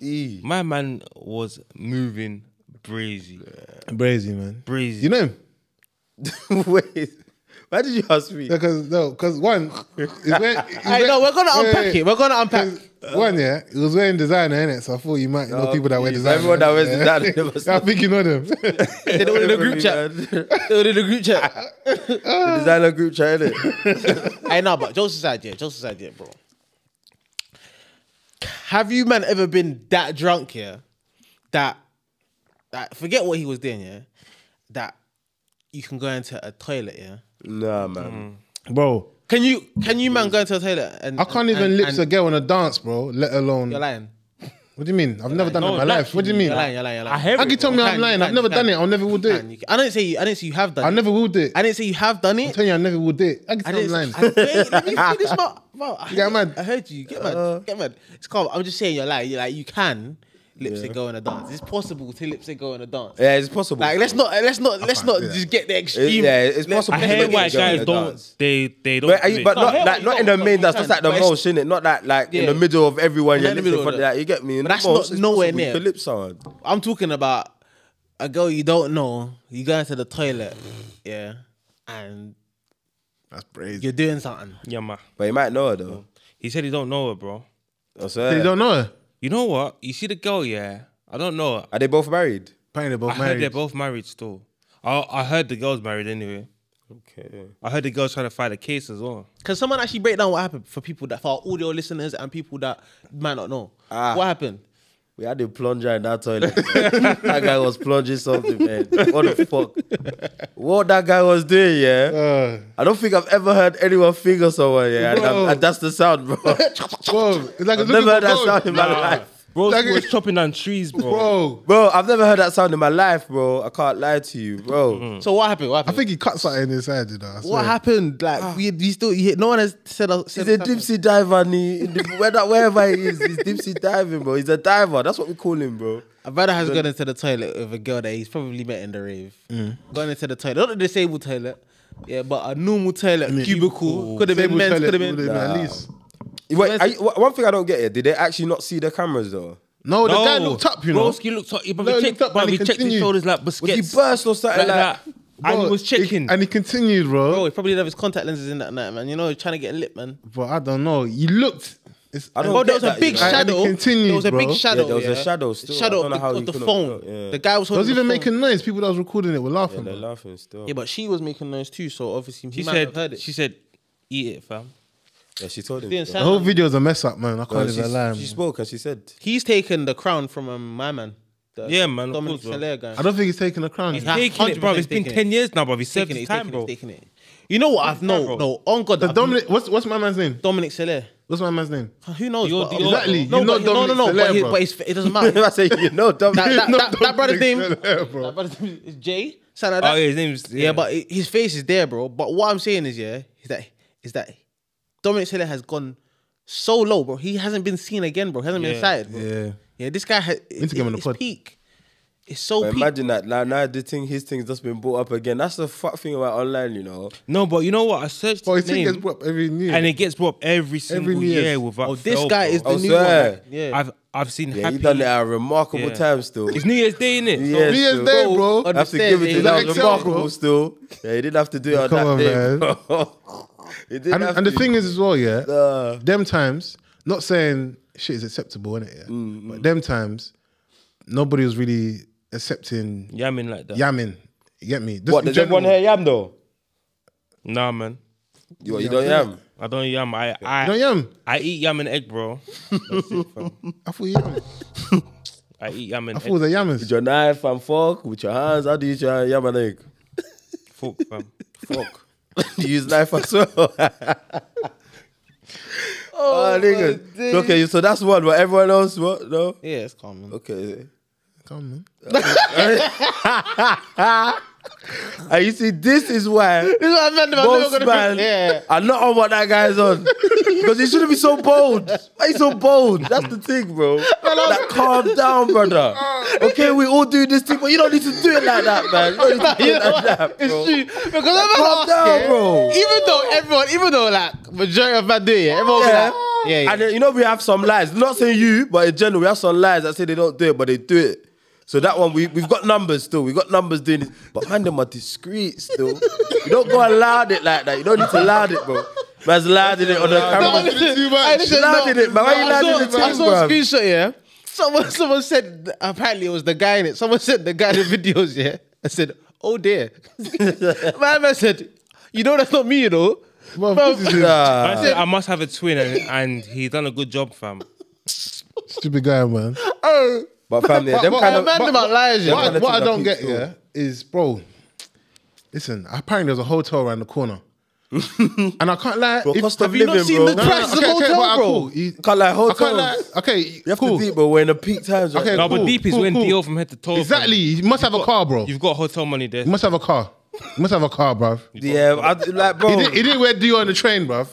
Speaker 1: E.
Speaker 4: My man was moving breezy,
Speaker 3: Brazy, man.
Speaker 4: breezy.
Speaker 3: You know him?
Speaker 1: Wait, why did you ask me?
Speaker 3: Because no, because one is wearing.
Speaker 2: I know we're gonna unpack it. We're gonna unpack.
Speaker 3: One, yeah, it was wearing designer, innit? So I thought you might know people that wear
Speaker 1: please,
Speaker 3: designer.
Speaker 1: Uh, everyone that wears
Speaker 3: Yeah.
Speaker 1: designer never
Speaker 3: I
Speaker 1: stopped.
Speaker 3: think you know them.
Speaker 2: They do it in the group chat. They do it in the group chat. Uh.
Speaker 1: The designer group chat, innit?
Speaker 2: I know, but Joseph's idea, Joseph's idea, bro. Have you man ever been that drunk here that that forget what he was doing, yeah? That you can go into a toilet, yeah?
Speaker 1: nah, man.
Speaker 3: bro,
Speaker 2: Can you can you man go into a toilet and
Speaker 3: I can't
Speaker 2: and-
Speaker 3: even
Speaker 2: and-
Speaker 3: lips
Speaker 2: and-
Speaker 3: a girl on a dance, bro. Let alone.
Speaker 2: You're lying.
Speaker 3: What do you mean? I've never done it in my life. What do you mean?
Speaker 2: You're lying, you're lying, you're lying.
Speaker 4: hear
Speaker 3: How can you tell me
Speaker 2: You
Speaker 3: I'm
Speaker 2: can,
Speaker 3: lying?
Speaker 2: you
Speaker 3: I've
Speaker 2: can,
Speaker 3: never
Speaker 2: you
Speaker 3: done
Speaker 2: can.
Speaker 3: it. I'll never will do it.
Speaker 2: Man, you can- I didn't say you I didn't say you have done
Speaker 3: I
Speaker 2: it.
Speaker 3: never will do it.
Speaker 2: I didn't say you have done
Speaker 3: I'm
Speaker 2: it.
Speaker 3: telling you, I never will do it. How
Speaker 2: I
Speaker 3: can you
Speaker 2: didn't
Speaker 3: tell I'm
Speaker 2: I,
Speaker 3: lying?
Speaker 2: wait, let me finish my bro, I,
Speaker 3: Get mad. Uh-huh.
Speaker 2: I heard you. Get mad. get mad. It's calm. I'm just saying you're like you're like you can lip sync go in a dance. It's possible to lip sync go in a dance.
Speaker 1: Yeah, it's possible.
Speaker 2: Like let's not let's not let's
Speaker 3: can't
Speaker 2: not
Speaker 3: do that.
Speaker 2: just get the
Speaker 1: It-
Speaker 2: extreme.
Speaker 1: yeah, it's possible.
Speaker 4: I
Speaker 1: to
Speaker 4: hear
Speaker 1: make
Speaker 4: why
Speaker 1: it go in
Speaker 4: guys
Speaker 1: the
Speaker 4: don't.
Speaker 1: dance.
Speaker 4: They they don't.
Speaker 1: But, are
Speaker 4: do
Speaker 1: you,
Speaker 4: it.
Speaker 1: but
Speaker 2: No,
Speaker 1: not
Speaker 2: hell,
Speaker 1: like,
Speaker 2: you
Speaker 1: not in
Speaker 2: don't,
Speaker 1: the
Speaker 2: but
Speaker 1: main.
Speaker 2: you
Speaker 1: That's just
Speaker 2: can.
Speaker 1: like the
Speaker 2: But it's-
Speaker 1: most, innit? Not that like in the
Speaker 2: Yeah.
Speaker 1: middle of everyone.
Speaker 2: Not
Speaker 1: You're
Speaker 2: in the
Speaker 1: lip sync
Speaker 2: middle
Speaker 1: for
Speaker 2: of
Speaker 1: that. You get me? In
Speaker 2: But
Speaker 1: the
Speaker 2: that's not
Speaker 1: most, it's
Speaker 2: nowhere
Speaker 1: possible
Speaker 2: near.
Speaker 1: You could lip someone.
Speaker 2: I'm talking about a girl you don't know. You go into the toilet, yeah, and
Speaker 3: That's crazy.
Speaker 2: you're doing something.
Speaker 4: yeah, man.
Speaker 1: But you might know her though.
Speaker 4: He said he don't know her, bro.
Speaker 1: I swear.
Speaker 3: They don't know her.
Speaker 4: You know what? You see the girl, yeah. I don't know her.
Speaker 1: Are they both married?
Speaker 3: Apparently, they're
Speaker 4: I
Speaker 3: both
Speaker 4: heard they're
Speaker 3: married.
Speaker 4: both married still. I I heard the girl's married anyway.
Speaker 1: Okay.
Speaker 4: I heard the girl's trying to fight a case as well.
Speaker 2: Can someone actually break down what happened for people that for our audio listeners and people that might not know?
Speaker 1: Ah.
Speaker 2: What happened?
Speaker 1: We had a plunger in that toilet. that guy was plunging something, man. What the fuck? What that guy was doing, yeah?
Speaker 3: Uh,
Speaker 1: I don't think I've ever heard anyone finger someone, yeah? And, I'm-
Speaker 3: Bro.
Speaker 1: and that's the sound, bro.
Speaker 3: bro, it's like
Speaker 1: I've
Speaker 3: it's
Speaker 1: never heard that
Speaker 3: looking for
Speaker 1: sound in
Speaker 3: gold.
Speaker 1: my life.
Speaker 4: Bro
Speaker 3: Like-
Speaker 4: was chopping down trees, bro.
Speaker 3: Bro,
Speaker 1: Bro, I've never heard that sound in my life, bro. I can't lie to you, bro.
Speaker 2: So what happened? What
Speaker 3: I
Speaker 2: happened?
Speaker 3: think Ah. he cut something inside, you know. I swear.
Speaker 2: what happened? Like we, we still you, no one has said. us- said
Speaker 1: He's a
Speaker 2: us happened.
Speaker 1: deep sea diver, and he, in the, whether, wherever he is, he's deep sea diving, bro. He's a diver. That's what we call him, bro.
Speaker 2: A brother has gone into the toilet with a girl that he's probably met in the rave.
Speaker 3: Mm.
Speaker 2: Gone into the toilet, not a disabled toilet, yeah, but a normal toilet, cubicle. Could have been
Speaker 3: Mm. Disabled
Speaker 2: men's,
Speaker 3: toilet,
Speaker 2: could have been.
Speaker 3: would've At least.
Speaker 1: Wait, are you, wha- one thing I don't get here, did they actually not see the cameras, though?
Speaker 3: No, the guy looked up, you know.
Speaker 4: Broski looked up. He
Speaker 3: No,
Speaker 4: probably
Speaker 3: he
Speaker 4: checked,
Speaker 3: looked up
Speaker 4: but
Speaker 3: and
Speaker 4: he
Speaker 3: he
Speaker 4: checked his
Speaker 3: continued.
Speaker 4: shoulders like
Speaker 1: Was
Speaker 4: biscuits.
Speaker 1: he burst or something
Speaker 4: like
Speaker 1: like,
Speaker 4: that. And he
Speaker 3: Bro,
Speaker 4: was checking.
Speaker 3: and he continued, bro.
Speaker 2: Bro, he probably have his contact lenses in that night, man. You know, he's trying to get lit, man.
Speaker 3: But I don't know. You looked. It's,
Speaker 1: I don't
Speaker 2: Bro, there
Speaker 1: get
Speaker 2: was a
Speaker 1: that,
Speaker 2: big
Speaker 1: you know.
Speaker 3: And it
Speaker 2: shadow.
Speaker 3: continued,
Speaker 2: there was a big
Speaker 3: bro.
Speaker 2: shadow.
Speaker 1: Yeah, there was a
Speaker 2: yeah.
Speaker 1: shadow still. I
Speaker 2: Shadow
Speaker 1: don't
Speaker 2: of
Speaker 1: know
Speaker 2: the,
Speaker 1: how
Speaker 2: of
Speaker 1: he
Speaker 2: the
Speaker 1: couldn't-
Speaker 2: phone.
Speaker 1: yeah.
Speaker 2: The guy was
Speaker 3: I was
Speaker 2: holding
Speaker 3: even
Speaker 2: the phone.
Speaker 3: making noise. People that was recording it were laughing.
Speaker 1: They're
Speaker 3: bro.
Speaker 1: laughing still.
Speaker 2: Yeah, but she was making noise too, so obviously he
Speaker 4: She
Speaker 2: might have heard
Speaker 4: said.
Speaker 2: it.
Speaker 4: She said, "Eat it, fam."
Speaker 1: Yeah, she told him.
Speaker 2: Doing
Speaker 1: so.
Speaker 2: sound-
Speaker 3: the whole video's a mess up, man. I
Speaker 1: No,
Speaker 3: can't
Speaker 1: she,
Speaker 3: even lie. man.
Speaker 1: she spoke and she said,
Speaker 2: He's taken the crown from um, my man. the
Speaker 4: Yeah, man, of
Speaker 2: Dominic
Speaker 4: course, bro.
Speaker 2: Soler guy.
Speaker 3: I don't think he's taking the crown.
Speaker 2: He's
Speaker 3: you know.
Speaker 2: not-
Speaker 4: Taking it, bro.
Speaker 2: 100%
Speaker 4: It's been
Speaker 2: taking it.
Speaker 4: ten years now, bro. He served
Speaker 2: taking it, he's
Speaker 4: his time,
Speaker 2: taking
Speaker 4: bro.
Speaker 2: it, he's taking it. You know what? I've no,
Speaker 4: bro.
Speaker 2: no. On God,
Speaker 3: The
Speaker 2: I've-
Speaker 3: Dominic, what's what's my man's name?
Speaker 2: Dominic Soler.
Speaker 3: What's my man's name?
Speaker 2: Who knows?
Speaker 4: You're-
Speaker 2: but-
Speaker 4: you're- Exactly,
Speaker 2: No, but,
Speaker 3: you know
Speaker 2: no, no,
Speaker 3: Dominic
Speaker 2: no.
Speaker 3: Soler,
Speaker 2: but his,
Speaker 3: bro.
Speaker 2: but his, it doesn't
Speaker 1: I
Speaker 2: matter.
Speaker 1: said, you know, dumb.
Speaker 2: that, that,
Speaker 3: No,
Speaker 2: that, that brother's name,
Speaker 3: Dominic Soler, bro.
Speaker 2: that brother's name is Jay. Something like
Speaker 4: Oh,
Speaker 2: that.
Speaker 4: yeah, his name's
Speaker 2: yeah. but i- his face is there, bro. But what I'm saying is, yeah, is that is that Dominic Soler has gone so low, bro. He hasn't been seen again, bro. He hasn't been
Speaker 4: Yeah.
Speaker 2: sighted, bro. Yeah, this guy has
Speaker 3: to give him the
Speaker 2: his
Speaker 3: pod.
Speaker 2: peak. It's so.
Speaker 1: But
Speaker 2: peak.
Speaker 1: imagine that now, now the thing, his thing's just been brought up again. That's the fuck thing about online, you know.
Speaker 4: No, but you know what? I searched
Speaker 3: But
Speaker 4: his
Speaker 3: his thing gets
Speaker 4: name,
Speaker 3: brought up every new
Speaker 4: and it gets brought up every single
Speaker 3: year.
Speaker 4: year without
Speaker 2: oh, this
Speaker 4: fail,
Speaker 2: guy
Speaker 4: bro.
Speaker 2: is the
Speaker 1: Oh,
Speaker 2: new
Speaker 1: sir.
Speaker 2: one. Like, yeah.
Speaker 4: I've I've seen
Speaker 1: Yeah,
Speaker 4: happy.
Speaker 1: he done it at a remarkable
Speaker 4: Yeah.
Speaker 1: time still.
Speaker 4: It's New Year's Day, innit?
Speaker 1: Yeah,
Speaker 3: New Year's
Speaker 1: still.
Speaker 3: Day,
Speaker 2: Oh,
Speaker 3: bro.
Speaker 2: on
Speaker 1: I have to give it to
Speaker 2: Is
Speaker 1: him.
Speaker 2: that
Speaker 1: That was
Speaker 3: Excel,
Speaker 1: remarkable
Speaker 3: bro?
Speaker 1: still. Yeah, he didn't have to do it on
Speaker 3: Come on,
Speaker 1: that day. bro. he didn't
Speaker 3: And,
Speaker 1: have
Speaker 3: and the
Speaker 1: to.
Speaker 3: thing is as well, yeah.
Speaker 1: Uh,
Speaker 3: them times, not saying shit is acceptable in it, yeah.
Speaker 2: Mm,
Speaker 3: But them times, nobody was really accepting
Speaker 4: Yeah, I mean like that.
Speaker 3: yamming. You get me? Just
Speaker 1: what,
Speaker 3: in
Speaker 1: does everyone
Speaker 3: general.
Speaker 1: here yam though?
Speaker 4: Nah, man.
Speaker 1: You, you don't yam?
Speaker 4: I don't yam. I I,
Speaker 3: No yam.
Speaker 4: I eat yam and egg, bro. That's it, fam.
Speaker 3: I thought yam.
Speaker 4: I eat yam
Speaker 3: I
Speaker 4: and
Speaker 3: thought
Speaker 4: egg.
Speaker 3: the yammers.
Speaker 1: With your knife and fork, with your hands, how do you try yam an egg?
Speaker 4: Fuck, fam.
Speaker 1: Fork. you use knife as well. oh,
Speaker 3: Oh,
Speaker 1: nigga. Okay, you- so that's one, but everyone else, what? No?
Speaker 2: yeah, it's common.
Speaker 1: Okay.
Speaker 3: Come man.
Speaker 1: And you see, this is why
Speaker 2: This is what I meant about
Speaker 1: most
Speaker 2: gonna
Speaker 1: men
Speaker 2: be- Yeah.
Speaker 1: are not on what that guy's on. Because he shouldn't be so bold. Why he's so bold? That's the thing, bro. Like, calm down, brother.
Speaker 2: Oh.
Speaker 1: Okay, we all do this thing, but you don't need to do it like that, man. You don't need to do
Speaker 2: You
Speaker 1: it
Speaker 2: know
Speaker 1: like
Speaker 2: what?
Speaker 1: that,
Speaker 2: It's
Speaker 1: bro.
Speaker 2: true. Because I'm
Speaker 1: Calm down, bro.
Speaker 2: Even though everyone, even though like majority of men do it, yeah, everyone yeah.
Speaker 1: Yeah.
Speaker 2: like, yeah, yeah.
Speaker 1: And then, you know, we have some lies. Not saying you, but in general, we have some lies that say they don't do it, but they do it. So that one, we, we've got numbers still. We've got numbers doing this. But man, them are discreet still. you don't go and loud it like that. You don't need to loud it, bro. Man's louding it on the
Speaker 2: No,
Speaker 1: camera.
Speaker 3: listen, too much.
Speaker 2: I listen,
Speaker 1: She landed it, man. Why you
Speaker 2: I saw-
Speaker 1: landed the
Speaker 2: I
Speaker 1: thing,
Speaker 2: saw a
Speaker 1: bruv?
Speaker 2: screenshot, yeah. Someone, someone said, apparently it was the guy in it. Someone said the guy in the videos, yeah. I said, oh dear. My man said, you know, that's not me, you know.
Speaker 3: Well,
Speaker 2: Bro.
Speaker 3: this is a
Speaker 1: Nah.
Speaker 4: I said I must have a twin, and, and he done a good job, fam.
Speaker 3: stupid guy, man.
Speaker 2: Oh,
Speaker 1: But fam, yeah, them
Speaker 3: but- uh,
Speaker 1: kind
Speaker 2: I'm
Speaker 1: of.
Speaker 2: mad about liars, yeah.
Speaker 1: kind
Speaker 3: What,
Speaker 1: of
Speaker 3: what I
Speaker 1: thing that
Speaker 3: don't get,
Speaker 1: peeps do.
Speaker 3: yeah, is bro. Listen, apparently there's a hotel around the corner, and I can't lie.
Speaker 1: Bro, cost of
Speaker 2: you not
Speaker 1: living,
Speaker 2: seen
Speaker 1: bro.
Speaker 2: the price of
Speaker 3: okay, okay,
Speaker 2: hotel,
Speaker 3: but I-
Speaker 2: bro?
Speaker 3: cool, you-
Speaker 1: Can't like
Speaker 3: I can't lie.
Speaker 1: hotels.
Speaker 3: Okay,
Speaker 1: You have
Speaker 3: cool.
Speaker 1: to deep, but we're in the peak times. Right?
Speaker 3: Okay,
Speaker 1: now.
Speaker 4: No, but
Speaker 3: Cool,
Speaker 4: deep is
Speaker 3: cool,
Speaker 4: when
Speaker 3: cool.
Speaker 4: deal from head to toe. fam.
Speaker 3: Exactly. You must have a car, bro. You
Speaker 4: You've got hotel money there.
Speaker 3: must have a car. You must have a car, bruv.
Speaker 1: Yeah, I, like bro,
Speaker 3: He didn't, he didn't wear Dior on the train, bruv.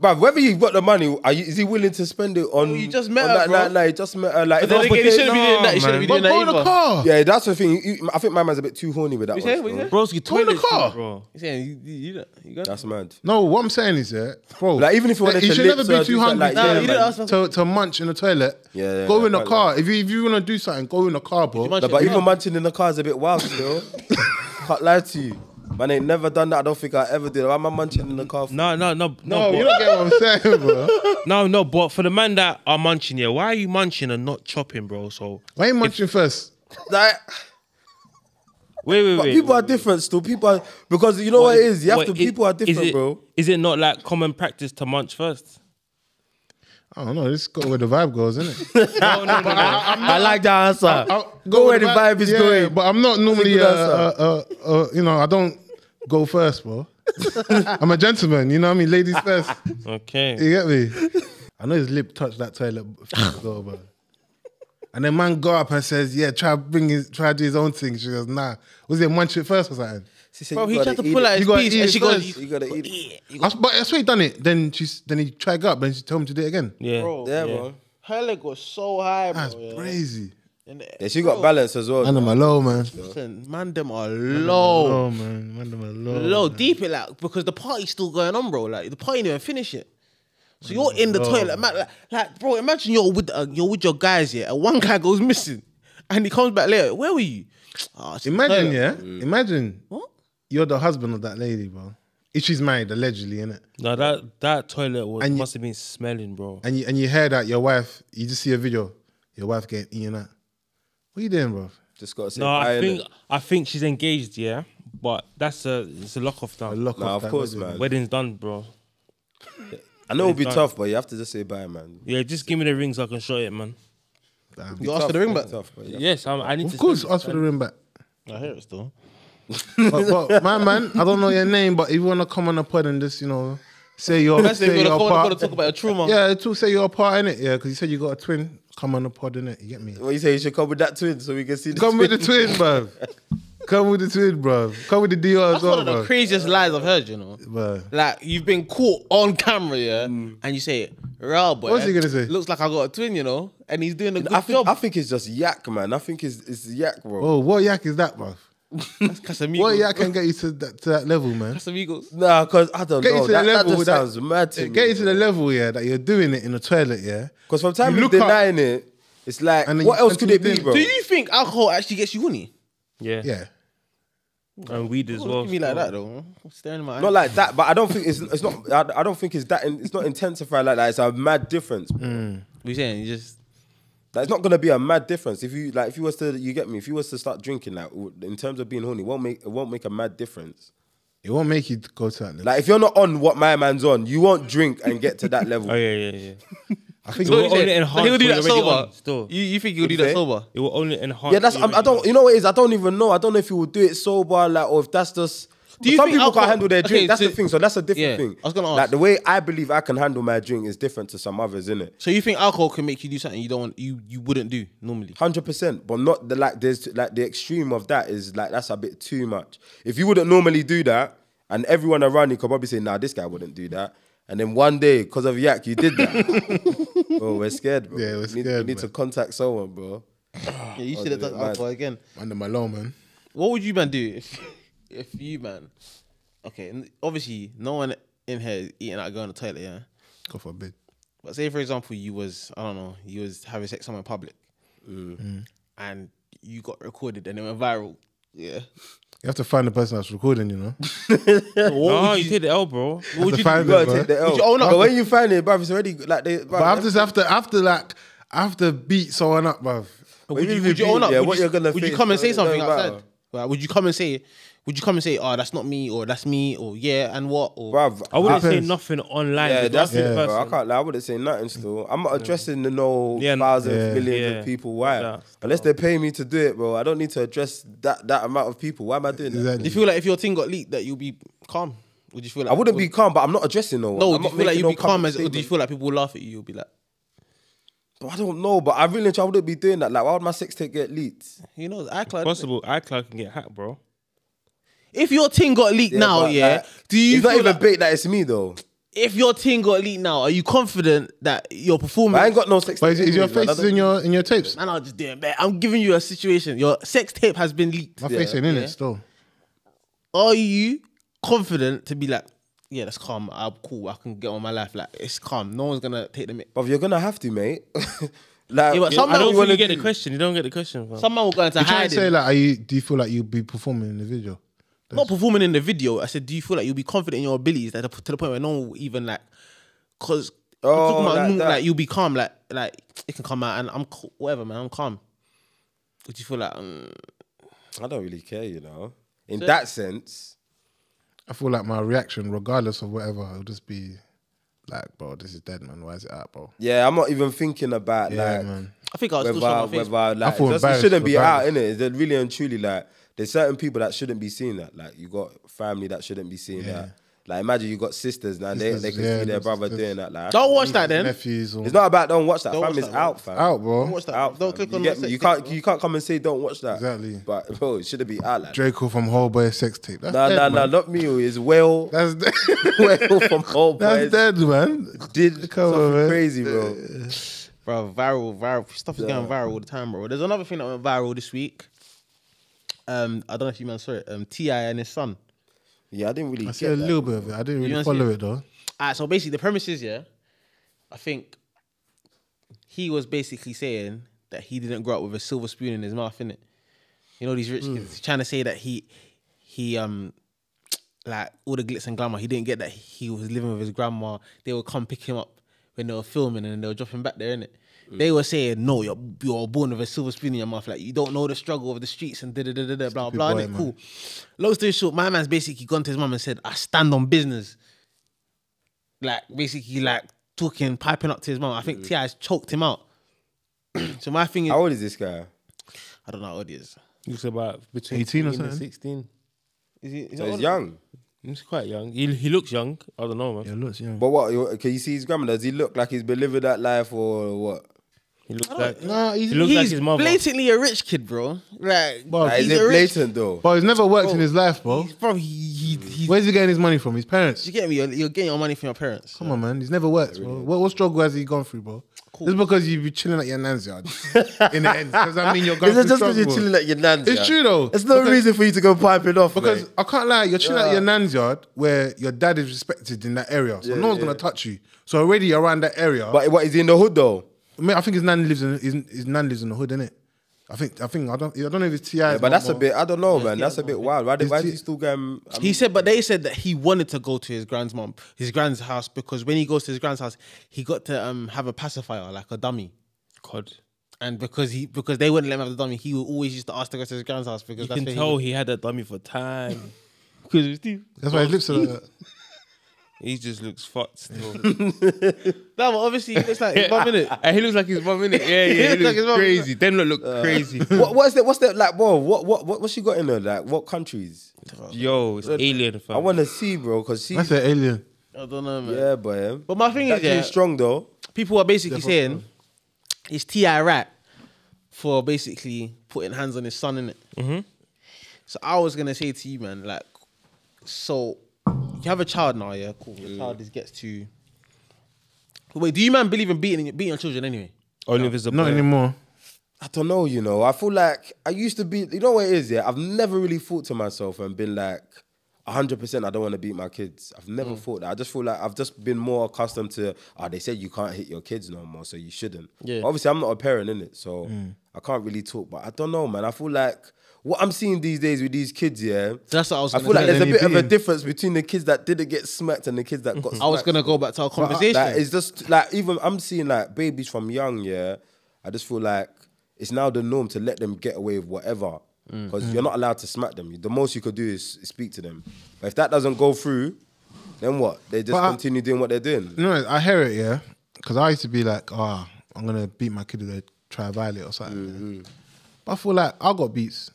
Speaker 1: bruv, whether you've got the money, are you, is he willing to spend it on?
Speaker 2: you just met
Speaker 1: on
Speaker 2: her,
Speaker 1: that
Speaker 2: bro.
Speaker 1: night, like, just met her, like.
Speaker 2: Then
Speaker 1: no,
Speaker 2: again,
Speaker 1: but
Speaker 2: you
Speaker 1: they-
Speaker 2: shouldn't be
Speaker 4: no,
Speaker 2: doing that. You shouldn't
Speaker 4: man.
Speaker 2: be
Speaker 3: But
Speaker 2: doing
Speaker 3: go
Speaker 2: that
Speaker 3: in the
Speaker 2: either.
Speaker 3: car.
Speaker 1: Yeah, that's the thing. You- you- I think my man's a bit too horny with that
Speaker 2: You say,
Speaker 1: one.
Speaker 2: what you
Speaker 1: bro.
Speaker 2: say?
Speaker 4: Broski,
Speaker 3: in the
Speaker 4: toilet
Speaker 3: car.
Speaker 4: bro.
Speaker 2: You saying you, you, you, you got
Speaker 1: That's mad.
Speaker 3: No, what I'm saying is, yeah, bro.
Speaker 1: Like, even if you wanted
Speaker 3: you
Speaker 1: to
Speaker 3: should
Speaker 1: lip
Speaker 3: never be
Speaker 1: service,
Speaker 3: too
Speaker 1: like,
Speaker 3: hungry
Speaker 1: yeah,
Speaker 2: No, you didn't
Speaker 1: man.
Speaker 2: ask.
Speaker 3: to, to munch in the toilet.
Speaker 1: Yeah, yeah,
Speaker 3: go
Speaker 1: yeah,
Speaker 3: in the
Speaker 1: quite
Speaker 3: car. If you if you wanna do something, go in the car, bro.
Speaker 2: munch
Speaker 1: No,
Speaker 2: it.
Speaker 1: but
Speaker 2: Yeah.
Speaker 1: even munching in the car is a bit wild still. Can't lie to you. Man ain't never done that. I don't think I ever did. Why am I munching in the car? For?
Speaker 4: No, no, no,
Speaker 3: No,
Speaker 4: no,
Speaker 3: you don't
Speaker 4: but,
Speaker 3: get what I'm saying, bro.
Speaker 4: no, no. But for the man that are munching, yeah, why are you munching and not chopping, bro? So
Speaker 3: Why you munching first?
Speaker 1: Like,
Speaker 4: wait, wait,
Speaker 1: but
Speaker 4: wait.
Speaker 1: people are different still. People are because you know what, it is. You have
Speaker 4: What
Speaker 1: to.
Speaker 4: is-
Speaker 1: people are
Speaker 4: is
Speaker 1: different,
Speaker 4: it-
Speaker 1: bro.
Speaker 4: Is it not like common practice to munch first?
Speaker 3: I don't know. This is where the vibe goes, isn't it?
Speaker 4: No, no, no. no.
Speaker 1: I like the answer. go where the vibe is
Speaker 3: yeah,
Speaker 1: going.
Speaker 3: But I'm not normally,
Speaker 1: good
Speaker 3: uh, uh, uh, uh, you know, I don't go first, bro. I'm a gentleman. You know what I mean? Ladies first.
Speaker 4: Okay.
Speaker 3: You get me? I know his lip touched that toilet door, bro. And the man got up and says, "Yeah, try bring his, try do his own thing." She goes, "Nah, was it munch it first or something?"
Speaker 1: She said,
Speaker 2: Bro,
Speaker 1: you
Speaker 2: he
Speaker 1: gotta
Speaker 2: tried to
Speaker 1: eat
Speaker 2: pull
Speaker 1: it.
Speaker 2: out his
Speaker 3: You gotta
Speaker 2: piece
Speaker 3: eat
Speaker 2: and
Speaker 3: it
Speaker 2: she goes,
Speaker 3: first.
Speaker 1: You gotta eat it.
Speaker 3: I, but I swear he done it. Then she's then he tried up. Then she told him to do it again.
Speaker 4: Yeah.
Speaker 2: bro,
Speaker 1: Yeah, bro.
Speaker 2: her leg was so high, bro.
Speaker 3: That's
Speaker 1: Oh,
Speaker 3: crazy.
Speaker 2: And,
Speaker 1: Yeah, she got balance as well.
Speaker 3: Man, I'm low, man.
Speaker 2: Listen, man, them are low,
Speaker 3: Oh man, man, I'm low.
Speaker 2: low, deep it like because the party's still going on, bro. Like the party didn't even finish it. So you're in the toilet, man, like, like, bro. Imagine you're with uh, you're with your guys, yeah, and one guy goes missing, and he comes back later. Where were you? Oh, it's the
Speaker 3: Imagine,
Speaker 2: toilet.
Speaker 3: yeah.
Speaker 1: Mm.
Speaker 3: Imagine
Speaker 2: What?
Speaker 3: you're the husband of that lady, bro. If she's married, allegedly, innit?
Speaker 4: No, that that toilet was,
Speaker 3: And you-
Speaker 4: must have been smelling, bro.
Speaker 3: And you and you hear that your wife, you just see a video, your wife getting eaten out. What you doing, bro?
Speaker 1: Just gotta say,
Speaker 4: No, I
Speaker 1: bye,
Speaker 4: think
Speaker 1: innit?
Speaker 4: I think she's engaged, yeah. But that's a it's a lock off
Speaker 3: A
Speaker 4: done.
Speaker 3: lock
Speaker 1: Nah,
Speaker 3: off
Speaker 1: of
Speaker 3: that
Speaker 1: course,
Speaker 3: wedding.
Speaker 1: man.
Speaker 4: Wedding's done, bro.
Speaker 1: I know it'll be tough, but you have to just say bye, man.
Speaker 4: Yeah, just give me the ring so I can show it, man.
Speaker 3: Damn.
Speaker 2: You asked for the ring back.
Speaker 1: Tough, but yeah.
Speaker 4: Yes, I'm, I need to.
Speaker 3: Of course, uh,
Speaker 4: send-
Speaker 3: ask for the ring back.
Speaker 2: I hear it still.
Speaker 3: But, but my man, I don't know your name, but if you wanna come on the pod and just you know say your
Speaker 2: Let's say
Speaker 3: say
Speaker 2: we're
Speaker 3: your
Speaker 2: gonna call- gonna
Speaker 3: part,
Speaker 2: talk about your trauma.
Speaker 3: yeah, to say your part in it, yeah, because you said you got a twin. Come on the pod in it, you get me?
Speaker 1: What you say? You should come with that twin so we can see. The
Speaker 3: Come
Speaker 1: twin.
Speaker 3: with the twin, bruv. Come with the twin, bruv. Come with the DR as
Speaker 2: That's one
Speaker 3: well,
Speaker 2: of the
Speaker 3: bruv.
Speaker 2: craziest lies I've heard. You know.
Speaker 3: Bruv.
Speaker 2: Like you've been caught on camera, yeah, and you say, Raw boy.
Speaker 3: Mm. What's he gonna say?
Speaker 2: Looks like I got a twin, you know, and he's doing a good
Speaker 1: I think,
Speaker 2: job.
Speaker 1: I think it's just yak, man. I think it's it's yak, bro.
Speaker 3: Oh, what yak is that, bruv?
Speaker 2: That's Casamigos.
Speaker 3: What yak can get you to that, to that level, man?
Speaker 2: Casamigos.
Speaker 1: Nah, because I don't
Speaker 3: Get you
Speaker 1: know.
Speaker 3: to the
Speaker 1: That, that
Speaker 3: level
Speaker 1: just
Speaker 3: with that-
Speaker 1: sounds mad to
Speaker 3: It
Speaker 1: me.
Speaker 3: get you to the level, yeah, that you're doing it in the toilet, yeah.
Speaker 1: Because from time
Speaker 3: You
Speaker 1: you
Speaker 3: look up-
Speaker 1: denying it, it's like,
Speaker 3: And then
Speaker 1: what
Speaker 3: you
Speaker 1: else could it be,
Speaker 3: continue
Speaker 1: bro?
Speaker 2: Do you think alcohol actually gets you horny?
Speaker 4: Yeah.
Speaker 3: Yeah.
Speaker 4: And weed as
Speaker 2: Don't
Speaker 4: well.
Speaker 2: Look at me like
Speaker 4: still.
Speaker 2: that though. I'm staring in my eyes.
Speaker 1: Not like that, but I don't think it's it's not. I, I don't think it's that. In, it's not intensified like that. It's a mad difference. bro.
Speaker 3: Mm.
Speaker 2: What you saying? You just
Speaker 1: Like, it's not gonna be a mad difference if you like. If you was to, you get me. If you was to start drinking, like w- in terms of being horny, it won't make it won't make a mad difference.
Speaker 3: It won't make you go to that level.
Speaker 1: Like if you're not on what my man's on, you won't drink and get to that level.
Speaker 4: Oh yeah, yeah, yeah.
Speaker 3: I think
Speaker 4: So-
Speaker 3: it
Speaker 4: Well, only enhanced
Speaker 2: So he'll do
Speaker 4: when
Speaker 2: that
Speaker 4: you're already
Speaker 2: sober.
Speaker 4: on, still.
Speaker 2: You, you think he'll do
Speaker 1: Would
Speaker 2: that
Speaker 1: they?
Speaker 2: sober?
Speaker 4: It will only enhance.
Speaker 1: Yeah, that's.
Speaker 4: you
Speaker 1: I'm, I
Speaker 4: already.
Speaker 1: don't. You know what it is? I don't even know. I don't know if he will do it sober, like, or if that's just.
Speaker 2: Do you
Speaker 1: some
Speaker 2: think
Speaker 1: people
Speaker 2: alcohol-
Speaker 1: can't handle their drink.
Speaker 2: okay,
Speaker 1: that's
Speaker 2: so-
Speaker 1: the thing. So that's a different
Speaker 2: Yeah,
Speaker 1: thing.
Speaker 2: I was gonna ask.
Speaker 1: Like the way I believe I can handle my drink is different to some others, isn't it?
Speaker 2: So you think alcohol can make you do something you don't want, you you wouldn't do normally?
Speaker 1: Hundred percent, but not the like. There's like the extreme of that is like that's a bit too much. If you wouldn't normally do that, and everyone around you could probably say, "Nah, this guy wouldn't do that," and then one day, because of yak, you did that. oh, we're scared, bro.
Speaker 3: Yeah, we're
Speaker 1: We need- we
Speaker 3: scared,
Speaker 1: need
Speaker 3: man.
Speaker 1: to contact someone, bro.
Speaker 2: Yeah, you should
Speaker 1: should
Speaker 2: have
Speaker 1: have done
Speaker 2: done
Speaker 1: it, man.
Speaker 2: alcohol again.
Speaker 3: under my low, man.
Speaker 2: What would you man do if if you man? Okay, n- obviously no one in here is eating out going to the toilet, yeah.
Speaker 3: God forbid.
Speaker 2: But say for example you was I don't know you was having sex somewhere public, and you got recorded and it went viral. Yeah.
Speaker 3: You have to find the person that's recording, you know.
Speaker 4: No, you did L, bro.
Speaker 3: You have to find
Speaker 1: You gotta take
Speaker 3: them, bro.
Speaker 1: the L.
Speaker 2: Would you own up?
Speaker 1: But when you find it, bruv, it's already like they. bruv,
Speaker 3: But I have to have to I have to like I have to beat someone up, bruv.
Speaker 2: But would
Speaker 1: Even
Speaker 2: you,
Speaker 1: if
Speaker 2: would
Speaker 1: you
Speaker 2: you own
Speaker 1: beat-
Speaker 2: up?
Speaker 1: yeah,
Speaker 2: would
Speaker 1: what
Speaker 2: you,
Speaker 1: you're gonna
Speaker 2: would you
Speaker 1: face, uh,
Speaker 2: come and
Speaker 1: it
Speaker 2: say
Speaker 1: don't
Speaker 2: something
Speaker 1: matter.
Speaker 2: outside? Like, would you come and say? Would you come and say, "Oh, that's not me," or "That's me," or "Yeah, and what?" Or
Speaker 1: bruv,
Speaker 4: I wouldn't say
Speaker 3: Happens.
Speaker 4: nothing online.
Speaker 1: Yeah, that's
Speaker 4: the
Speaker 1: it, bro. I
Speaker 4: person.
Speaker 1: can't. Lie. I wouldn't say nothing. Still, I'm not addressing the no
Speaker 4: Yeah, n-
Speaker 1: thousands,
Speaker 3: yeah.
Speaker 1: millions
Speaker 4: Yeah.
Speaker 1: of people. Why?
Speaker 4: Nah,
Speaker 1: Unless they pay me to do it, bro. I don't need to address that that amount of people. Why am I doing that?
Speaker 2: do you
Speaker 3: Exactly.
Speaker 2: feel like if your thing got leaked, that you'll be calm? Would you feel like
Speaker 1: I wouldn't be
Speaker 2: would-
Speaker 1: calm, but I'm not addressing no one.
Speaker 2: No,
Speaker 1: I'm
Speaker 2: do you
Speaker 1: not
Speaker 2: feel like
Speaker 1: making
Speaker 2: you'll
Speaker 1: no
Speaker 2: be calm
Speaker 1: public
Speaker 2: as, or do you
Speaker 1: statement.
Speaker 2: feel like people will laugh at you? You'll be like,
Speaker 1: But I don't know, but I really I wouldn't be doing that. Like, why would my sex tape get leaked?
Speaker 2: you know, iCloud.
Speaker 4: Possible iCloud can get hacked, bro.
Speaker 2: If your thing got leaked
Speaker 1: Yeah,
Speaker 2: now,
Speaker 1: but,
Speaker 2: yeah,
Speaker 1: like,
Speaker 2: do you
Speaker 1: it's not
Speaker 2: feel
Speaker 1: even
Speaker 2: like,
Speaker 1: bait that it's me though.
Speaker 2: if your thing got leaked now, are you confident that your performance?
Speaker 1: I ain't got no sex. tape
Speaker 3: But is, is your
Speaker 1: anyways, man. I
Speaker 3: face
Speaker 1: don't-
Speaker 3: in your in your tapes?
Speaker 2: Man, I'll just do it. man. I'm giving you a situation. Your sex tape has been leaked.
Speaker 3: My face ain't in
Speaker 2: yeah.
Speaker 3: it still.
Speaker 2: are you confident to be like, yeah, that's calm. I'm cool. I can get on my life. Like it's calm. No one's gonna take the mic.
Speaker 1: Bruv, you're gonna have to, mate. like,
Speaker 2: Yeah, but some
Speaker 4: I
Speaker 2: man
Speaker 4: don't
Speaker 2: will
Speaker 4: think
Speaker 2: wanna
Speaker 4: you get the question. You don't get the question, bro.
Speaker 2: Some man will go into
Speaker 3: You trying to say
Speaker 2: hiding.
Speaker 3: like, are you? Do you feel like you'll be performing in the video?
Speaker 2: Not performing in the video. I said, do you feel like you'll be confident in your abilities like, to the point where no one will even like, cause I'm
Speaker 1: Oh,
Speaker 2: talking about
Speaker 1: like
Speaker 2: normal,
Speaker 1: that.
Speaker 2: like you'll be calm. Like like it can come out and I'm cool, whatever, man. I'm calm. Would you feel like? Um,
Speaker 1: I don't really care, you know. In that sense,
Speaker 3: I feel like my reaction, regardless of whatever, it'll just be like, bro, this is dead, man. Why is it out, bro?
Speaker 1: yeah, I'm not even thinking about
Speaker 3: Yeah,
Speaker 1: like
Speaker 3: man.
Speaker 2: I think I was still show
Speaker 1: whether
Speaker 2: my face.
Speaker 1: whether like
Speaker 3: feel
Speaker 1: it doesn't- it shouldn't be out
Speaker 3: embarrassed
Speaker 1: in it. They're really and truly like there's certain people that shouldn't be seeing that. Like you got family that shouldn't be seeing that. Like imagine you got sisters now they they
Speaker 3: Sisters,
Speaker 1: can
Speaker 3: yeah,
Speaker 1: see their
Speaker 3: that's-
Speaker 1: brother
Speaker 3: that's-
Speaker 2: Don't
Speaker 1: doing that. Like
Speaker 2: watch that then.
Speaker 3: Nephews or
Speaker 1: it's not about don't watch that.
Speaker 2: Don't
Speaker 1: fam
Speaker 2: watch
Speaker 1: is
Speaker 2: that, bro.
Speaker 1: out, fam.
Speaker 3: out, bro.
Speaker 2: Don't watch that.
Speaker 1: Out,
Speaker 2: Don't
Speaker 1: fam.
Speaker 2: click
Speaker 1: you
Speaker 2: on
Speaker 1: get
Speaker 2: my
Speaker 1: me?
Speaker 2: sex
Speaker 1: You
Speaker 2: tape,
Speaker 1: can't
Speaker 2: bro.
Speaker 1: you can't come and say don't watch that.
Speaker 3: Exactly.
Speaker 1: But bro, it shouldn't be out like. that.
Speaker 3: Draco from Whole Boy sex tape. That's
Speaker 1: Nah,
Speaker 3: dead,
Speaker 1: nah,
Speaker 3: man.
Speaker 1: nah, not me. oh, It's Will,
Speaker 3: That's dead.
Speaker 1: Will from Whole
Speaker 3: That's
Speaker 1: Boys.
Speaker 3: dead, man.
Speaker 1: Did
Speaker 3: Come on,
Speaker 1: something
Speaker 3: man.
Speaker 1: crazy, bro.
Speaker 2: Bro, viral, viral stuff is going viral all the time, bro. There's another thing that went viral this week. Um, I don't know if you man saw it. Um, Ti and his son.
Speaker 1: Yeah, I didn't really.
Speaker 3: I see
Speaker 1: get
Speaker 3: a
Speaker 1: that.
Speaker 3: little bit of it. I didn't really
Speaker 2: wanna see
Speaker 3: follow it though.
Speaker 2: Ah, so basically the premise is yeah, I think he was basically saying that he didn't grow up with a silver spoon in his mouth, innit? You know these
Speaker 3: Hmm.
Speaker 2: rich kids trying to say that he he um like all the glitz and glamour he didn't get that he was living with his grandma. They would come pick him up when they were filming and they were dropping back there, innit?
Speaker 3: Hmm.
Speaker 2: They were saying no, you're you're born with a silver spoon in your mouth, like you don't know the struggle of the streets and da da da da da blah blah.
Speaker 3: boy,
Speaker 2: innit?
Speaker 3: man.
Speaker 2: Cool. Long story short, my man's basically gone to his mum and said, "I stand on business." like basically like talking, piping up to his mum. I
Speaker 1: Mm.
Speaker 2: think Ti's choked him out. so my thing is,
Speaker 1: How old is this guy?
Speaker 2: I don't know how old he is.
Speaker 4: Looks about between
Speaker 3: 18 or
Speaker 4: 15 and
Speaker 3: something.
Speaker 4: Sixteen.
Speaker 2: Is he? Is
Speaker 1: So
Speaker 2: he
Speaker 1: he's
Speaker 2: old?
Speaker 1: young.
Speaker 4: He's quite young. He, he looks young. I don't know, man.
Speaker 3: Yeah, looks young.
Speaker 1: But what? you- Can you see his grandma? Does he look like he's been living that life or what?
Speaker 4: He looks like
Speaker 3: No, he's,
Speaker 4: he looks like
Speaker 2: He's
Speaker 4: his mother.
Speaker 2: blatantly a rich kid, bro. Like,
Speaker 3: Bro,
Speaker 2: he's
Speaker 1: is it
Speaker 2: a rich-
Speaker 1: blatant though?
Speaker 3: Oh, but he's never worked in his life, bro.
Speaker 2: Bro, he, he, he,
Speaker 3: Where's he getting his money from? His parents.
Speaker 2: you get me? You're, you're getting your money from your parents.
Speaker 3: Come on, man. He's never worked, bro. What, what struggle has he gone through, bro? Just because you be chilling at your nan's yard in the end. Does that mean you're going
Speaker 1: Is it
Speaker 3: through
Speaker 1: just because
Speaker 3: struggle?
Speaker 1: you're chilling at your nan's?
Speaker 3: It's
Speaker 1: yeah?
Speaker 3: true, though.
Speaker 1: There's no
Speaker 3: Because-
Speaker 1: reason for you to go piping off
Speaker 3: Because
Speaker 1: mate.
Speaker 3: I can't lie, you're chilling at your nan's yard where your dad is respected in that area, so no one's gonna touch you. So already you're around that area.
Speaker 1: But what is he in the hood though?
Speaker 3: I mean, I think his nan lives in his, his nan lives in the hood, innit? I think I think I don't I don't know if it's Ti.
Speaker 1: Yeah, but that's a bit. I don't know, man. That's a bit wild. Why, did- why is
Speaker 3: Is
Speaker 1: he
Speaker 3: he-
Speaker 1: still going? um, I
Speaker 2: He
Speaker 1: mean,
Speaker 2: said, but they said that he wanted to go to his grand's mom, his grand's house, because when he goes to his grand's house, he got to um have a pacifier, like a dummy.
Speaker 4: Mm. God.
Speaker 2: And because he because they wouldn't let him have the dummy, he would always used to ask to go to his grand's house because
Speaker 4: You
Speaker 2: that's
Speaker 4: can
Speaker 2: where
Speaker 4: tell he had that dummy for time.
Speaker 2: he was, Steve.
Speaker 3: That's why his lips are like that.
Speaker 4: he just looks fucked still.
Speaker 2: No, but obviously he looks like his mum, innit?
Speaker 4: And he looks like his mum, innit? Yeah, yeah. He
Speaker 2: looks like
Speaker 4: looks
Speaker 2: his mum.
Speaker 4: crazy. Them look, look crazy.
Speaker 1: what, what's that? What's that? Like, whoa, what, what, what, what's she got in her? Like, what countries?
Speaker 4: Yo, it's alien. Fam.
Speaker 1: I want to see, bro, because she.
Speaker 3: That's an alien.
Speaker 2: I don't know, man.
Speaker 1: Yeah, but um,
Speaker 2: But my thing
Speaker 1: that
Speaker 2: is, yeah,
Speaker 1: dude's strong though.
Speaker 2: people are basically saying it's Ti Rat for basically putting hands on his son in it. So I was gonna say to you, man, like, so you have a child now, yeah, cool. Your child is gets to. Wait, do you man believe in beating beating your children anyway?
Speaker 4: Only if it's a
Speaker 3: Not
Speaker 4: boy.
Speaker 3: anymore.
Speaker 1: I don't know, you know. I feel like I used to be. You know what it is, yeah. I've never really thought to myself and been like, hundred percent. I don't want to beat my kids. I've never
Speaker 2: Mm.
Speaker 1: thought that. I just feel like I've just been more accustomed to. Oh, they said you can't hit your kids no more, so you shouldn't.
Speaker 2: Yeah. Mm.
Speaker 1: Obviously, I'm not a parent in it, so I can't really talk. But I don't know, man. I feel like what I'm seeing these days with these kids, yeah.
Speaker 2: So that's what I was.
Speaker 1: I
Speaker 2: Gonna
Speaker 1: feel like
Speaker 2: say.
Speaker 1: there's a
Speaker 3: Any
Speaker 1: bit of a
Speaker 3: beating.
Speaker 1: difference between the kids that didn't get smacked and the kids that got.
Speaker 2: I was
Speaker 1: smacked.
Speaker 2: gonna go back to our
Speaker 1: uh,
Speaker 2: conversation.
Speaker 1: Like, it's just like even I'm seeing like babies from young, yeah. I just feel like it's now the norm to let them get away with whatever.
Speaker 2: Mm.
Speaker 1: Because you're not allowed to smack them. The most you could do is speak to them. But if that doesn't go through, then what? They just
Speaker 3: But I-
Speaker 1: continue doing what they're doing.
Speaker 3: No, I hear it, yeah. Because I used to be like, ah, I'm gonna beat my kid with a try violet or something. But I feel like I got beats.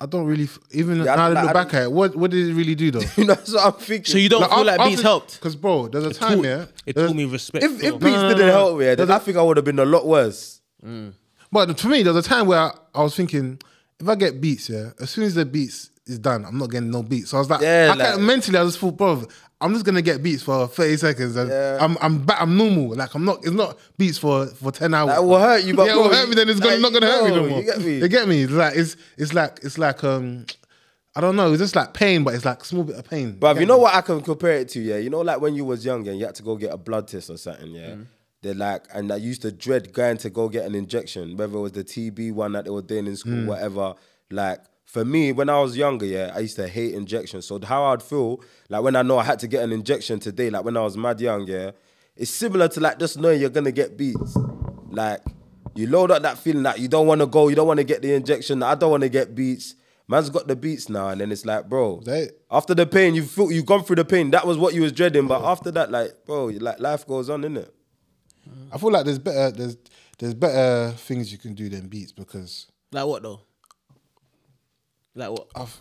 Speaker 3: I don't really f- even
Speaker 1: I-
Speaker 3: now I
Speaker 1: like, I
Speaker 3: look back at it. What what did it really do though?
Speaker 1: You know, that's what I'm thinking.
Speaker 2: so you don't feel like beats helped.
Speaker 3: Because bro, there's a time yeah.
Speaker 4: It
Speaker 3: there's-
Speaker 4: taught me respect.
Speaker 1: if,
Speaker 4: still.
Speaker 1: if Beats didn't help me, yeah, then I think I would have been a lot worse.
Speaker 3: But for me, there was a time where I, I was thinking, if I get beats, yeah, as soon as the beats is done, I'm not getting no beats. So I was like,
Speaker 1: Yeah,
Speaker 3: I can't,
Speaker 1: like-
Speaker 3: mentally, I just thought, bro, I'm just gonna get beats for 30 seconds, and I'm I'm back, I'm normal. Like I'm not, it's not beats for for 10 hours.
Speaker 1: That will hurt you, but
Speaker 3: yeah, it
Speaker 1: bro,
Speaker 3: will hurt me. Then it's gonna,
Speaker 1: like,
Speaker 3: not gonna hurt me
Speaker 1: bro,
Speaker 3: no more.
Speaker 1: You get me?
Speaker 3: You get me? It's like it's it's like it's like um, I don't know. It's just like pain, but it's like small bit of pain.
Speaker 1: But
Speaker 3: Get
Speaker 1: you know
Speaker 3: me?
Speaker 1: what I can compare it to, yeah. You know, like when you was young and you had to go get a blood test or something, yeah. They're like, and I used to dread going to go get an injection, whether it was the TB one that they were doing in school, whatever. Like for me, when I was younger, yeah, I used to hate injections. So how I'd feel like when I know I had to get an injection today, like when I was mad young, yeah, it's similar to like just knowing you're gonna get beats, like. You load up that feeling like you don't want to go, you don't want to get the injection. I don't want to get beats. Man's got the beats now, and then it's like, bro,
Speaker 3: That-
Speaker 1: after the pain, you feel you've gone through the pain. That was what you was dreading, but after that, like, bro, you- like life goes on, innit?
Speaker 3: I feel like there's better there's there's better things you can do than beats because
Speaker 2: Like what though? Like what?
Speaker 3: I've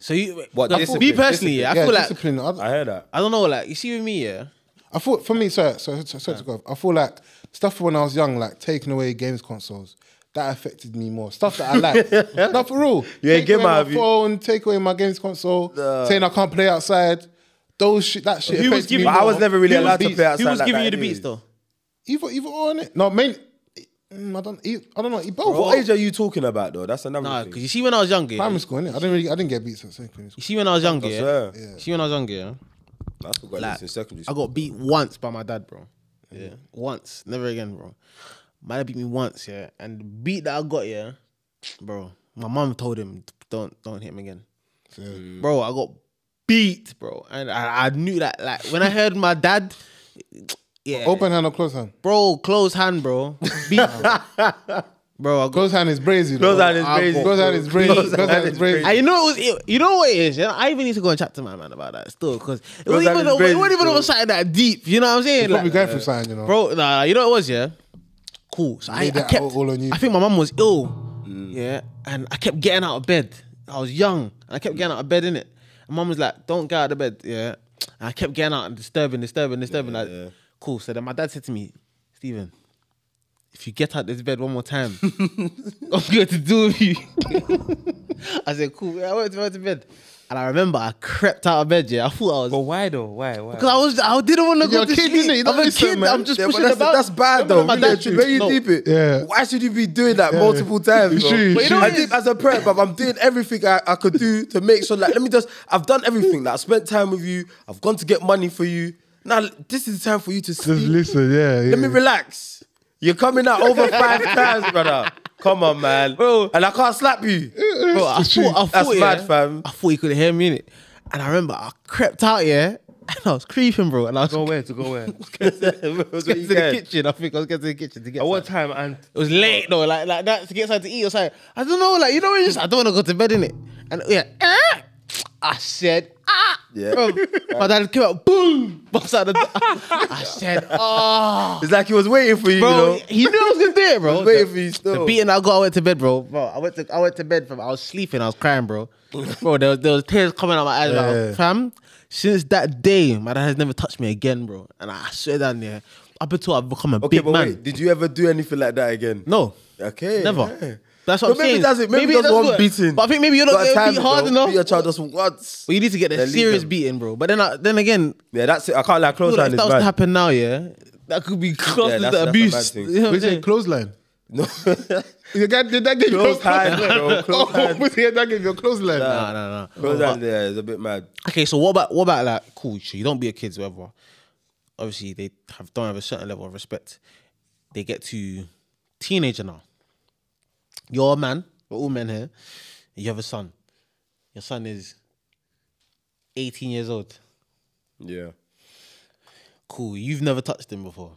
Speaker 2: So you,
Speaker 1: What,
Speaker 2: Like, me
Speaker 1: discipline,
Speaker 2: personally, yeah, I
Speaker 3: yeah,
Speaker 2: feel like
Speaker 3: discipline. I-
Speaker 1: I heard that.
Speaker 2: I don't know, like you see with me, yeah.
Speaker 3: I thought for me, sorry, sorry, sorry, sorry to go. off. I feel like stuff when I was young, like taking away games consoles, that affected me more. Stuff that I like, not for real.
Speaker 1: You ain't
Speaker 3: Take
Speaker 1: get
Speaker 3: away
Speaker 1: mad,
Speaker 3: my
Speaker 1: have you?
Speaker 3: phone, take away my games console, saying I can't play outside. Those shit, that shit.
Speaker 4: Who was
Speaker 3: affected me
Speaker 4: giving-
Speaker 1: But I was
Speaker 3: more.
Speaker 1: never really
Speaker 3: Who was
Speaker 1: allowed to
Speaker 3: beats?
Speaker 1: play outside.
Speaker 2: Who was
Speaker 1: like
Speaker 2: giving
Speaker 1: that
Speaker 2: you the
Speaker 1: anyway.
Speaker 2: beats though?
Speaker 3: Either, either on it. No, main. mm, I don't. e- I don't know. e- Both.
Speaker 1: What age are you talking about though? That's another
Speaker 2: Nah, because
Speaker 1: thing.
Speaker 2: you see when I was younger, yeah,
Speaker 3: Primary school, innit? I didn't really. I didn't get beats at secondary school.
Speaker 2: You see, when I was younger, yeah?
Speaker 1: Yeah.
Speaker 2: You see, when I was younger, yeah?
Speaker 1: I still got this in secondary
Speaker 2: I
Speaker 1: school.
Speaker 2: got beat once by my dad, bro. Yeah, once, never again, bro. My dad beat me once, yeah, and the beat that I got, yeah, bro. My mum told him, "Don't, don't hit him again." Bro, I got beat, bro, and I, I knew that. Like when I heard my dad, yeah,
Speaker 3: Open hand or close hand?
Speaker 2: bro, close hand, bro, beat, bro. Bro, I got
Speaker 3: Close hand is brazy.
Speaker 1: Close
Speaker 3: though.
Speaker 1: hand is
Speaker 3: I've
Speaker 1: brazy.
Speaker 3: got- Close hand is brazy. Close hand is brazy.
Speaker 2: I you know it was it, you know what it is. You know, I even need to go and chat to my man about that still because it
Speaker 1: Bro,
Speaker 2: wasn't
Speaker 1: that
Speaker 2: even
Speaker 1: is
Speaker 2: over, it wasn't
Speaker 1: crazy,
Speaker 2: even
Speaker 1: bro.
Speaker 2: over something that deep. You know what I'm saying?
Speaker 3: Probably
Speaker 2: Like,
Speaker 3: going through something, you know.
Speaker 2: bro, nah, nah, you know what it was yeah. Cool. So I, I
Speaker 3: Laid it
Speaker 2: kept.
Speaker 3: out all on you.
Speaker 2: I think my mum was ill. Yeah, and I kept getting out of bed. I was young and I kept getting out of bed in it. And mum was like, "Don't get out of bed." Yeah, and I kept getting out and disturbing, disturbing, disturbing. like, cool. So then my dad said to me, "Stephen, if you get out this bed one more time, I'm going to deal with you. I said, cool. I went to, went to bed. And I remember I crept out of bed, yeah. I thought I was
Speaker 4: But why though? Why? Why?
Speaker 2: because I was I didn't want to go
Speaker 3: You're a
Speaker 2: to
Speaker 3: kid,
Speaker 2: sleep.
Speaker 3: innit? You don't
Speaker 2: I'm a
Speaker 3: listen,
Speaker 2: kid.
Speaker 3: man.
Speaker 2: I'm just
Speaker 1: Yeah, but
Speaker 2: pushing
Speaker 1: that's,
Speaker 2: about.
Speaker 1: that's bad
Speaker 2: Remember my
Speaker 1: though. Really,
Speaker 2: dad
Speaker 1: when you
Speaker 2: No.
Speaker 1: deep it,
Speaker 3: Yeah.
Speaker 1: why should you be doing that multiple times?
Speaker 3: It's
Speaker 1: bro?
Speaker 3: true,
Speaker 1: But you know
Speaker 3: it's
Speaker 1: what it is? as a prep, bruv, I'm doing everything I, I could do to make sure. Like, let me just. I've done everything. Like, I spent time with you. I've gone to get money for you. Now this is the time for you to
Speaker 3: Just
Speaker 1: sleep.
Speaker 3: listen, yeah. yeah.
Speaker 1: Let me relax. You're coming out over five times, brother. Come on, man.
Speaker 2: Bro.
Speaker 1: And I can't slap you.
Speaker 2: Bro, I
Speaker 3: It's the
Speaker 2: thought, I
Speaker 3: truth.
Speaker 2: thought,
Speaker 1: That's
Speaker 2: yeah,
Speaker 1: mad, fam.
Speaker 2: I thought he could hear me, innit? And I remember I crept out, yeah, and I was creeping, bro. And I was
Speaker 4: go where to go where?
Speaker 1: It was
Speaker 2: get
Speaker 1: really
Speaker 2: to the
Speaker 1: good.
Speaker 2: kitchen. I think I was getting to the kitchen to get.
Speaker 4: At what
Speaker 2: something.
Speaker 4: time? And
Speaker 2: It was late though, like like that to get something to eat or something. I don't know, like you know, when you just I don't want to go to bed in it. And yeah, eh? I said ah.
Speaker 1: Yeah.
Speaker 2: Bro, my dad came out, boom, bust out the door. I said, oh,
Speaker 1: It's like he was waiting for you,
Speaker 2: bro,
Speaker 1: you know.
Speaker 2: he knew I was gonna do it, bro.
Speaker 1: Waiting for you
Speaker 2: The
Speaker 1: still.
Speaker 2: beating I got, I went to bed, bro. Bro, I went to I went to bed from I was sleeping, I was crying, bro. Bro, there was, there was tears coming out my eyes. bro. I was,
Speaker 3: Yeah.
Speaker 2: Fam, since that day, my dad has never touched me again, bro. And I swear down there, up until I've become a
Speaker 1: Okay,
Speaker 2: big
Speaker 1: but
Speaker 2: man.
Speaker 1: wait, did you ever do anything like that again?
Speaker 2: No,
Speaker 1: Okay.
Speaker 2: never.
Speaker 1: yeah.
Speaker 2: That's what
Speaker 1: So
Speaker 2: I'm
Speaker 1: maybe
Speaker 2: saying.
Speaker 1: that's it. Maybe
Speaker 2: it
Speaker 1: just
Speaker 2: does
Speaker 1: one
Speaker 2: work.
Speaker 1: beating.
Speaker 2: But I think maybe you're not
Speaker 1: Got
Speaker 2: going
Speaker 1: time,
Speaker 2: to beat hard
Speaker 1: though.
Speaker 2: enough.
Speaker 1: Beat your child just once.
Speaker 2: But you need to get a
Speaker 1: Then leave
Speaker 2: serious
Speaker 1: them.
Speaker 2: beating, bro. But then, I, then again,
Speaker 1: Yeah, that's it. I can't like
Speaker 2: if
Speaker 1: close
Speaker 2: that
Speaker 1: line is
Speaker 2: was to
Speaker 1: bad.
Speaker 2: happen now, yeah, that could be classed
Speaker 1: Yeah,
Speaker 2: as
Speaker 1: that's- that's a bad
Speaker 2: abuse.
Speaker 1: thing.
Speaker 2: You know what
Speaker 3: What
Speaker 2: I'm
Speaker 3: is it?
Speaker 2: saying?
Speaker 3: Clothesline.
Speaker 1: No.
Speaker 3: The guy did that give
Speaker 1: close hand, bro.
Speaker 3: Oh,
Speaker 1: Close hand.
Speaker 3: was it that gave you a clothesline?
Speaker 2: No, no, no.
Speaker 1: Close hand. Yeah, it's a bit mad.
Speaker 2: Okay, so what about what about like cool? So you don't be a kids, whatever. Obviously, they have don't have a certain level of respect. They get to teenager now. You're a man. We're all men here. You have a son. Your son is 18 years old.
Speaker 1: Yeah.
Speaker 2: Cool. You've never touched him before.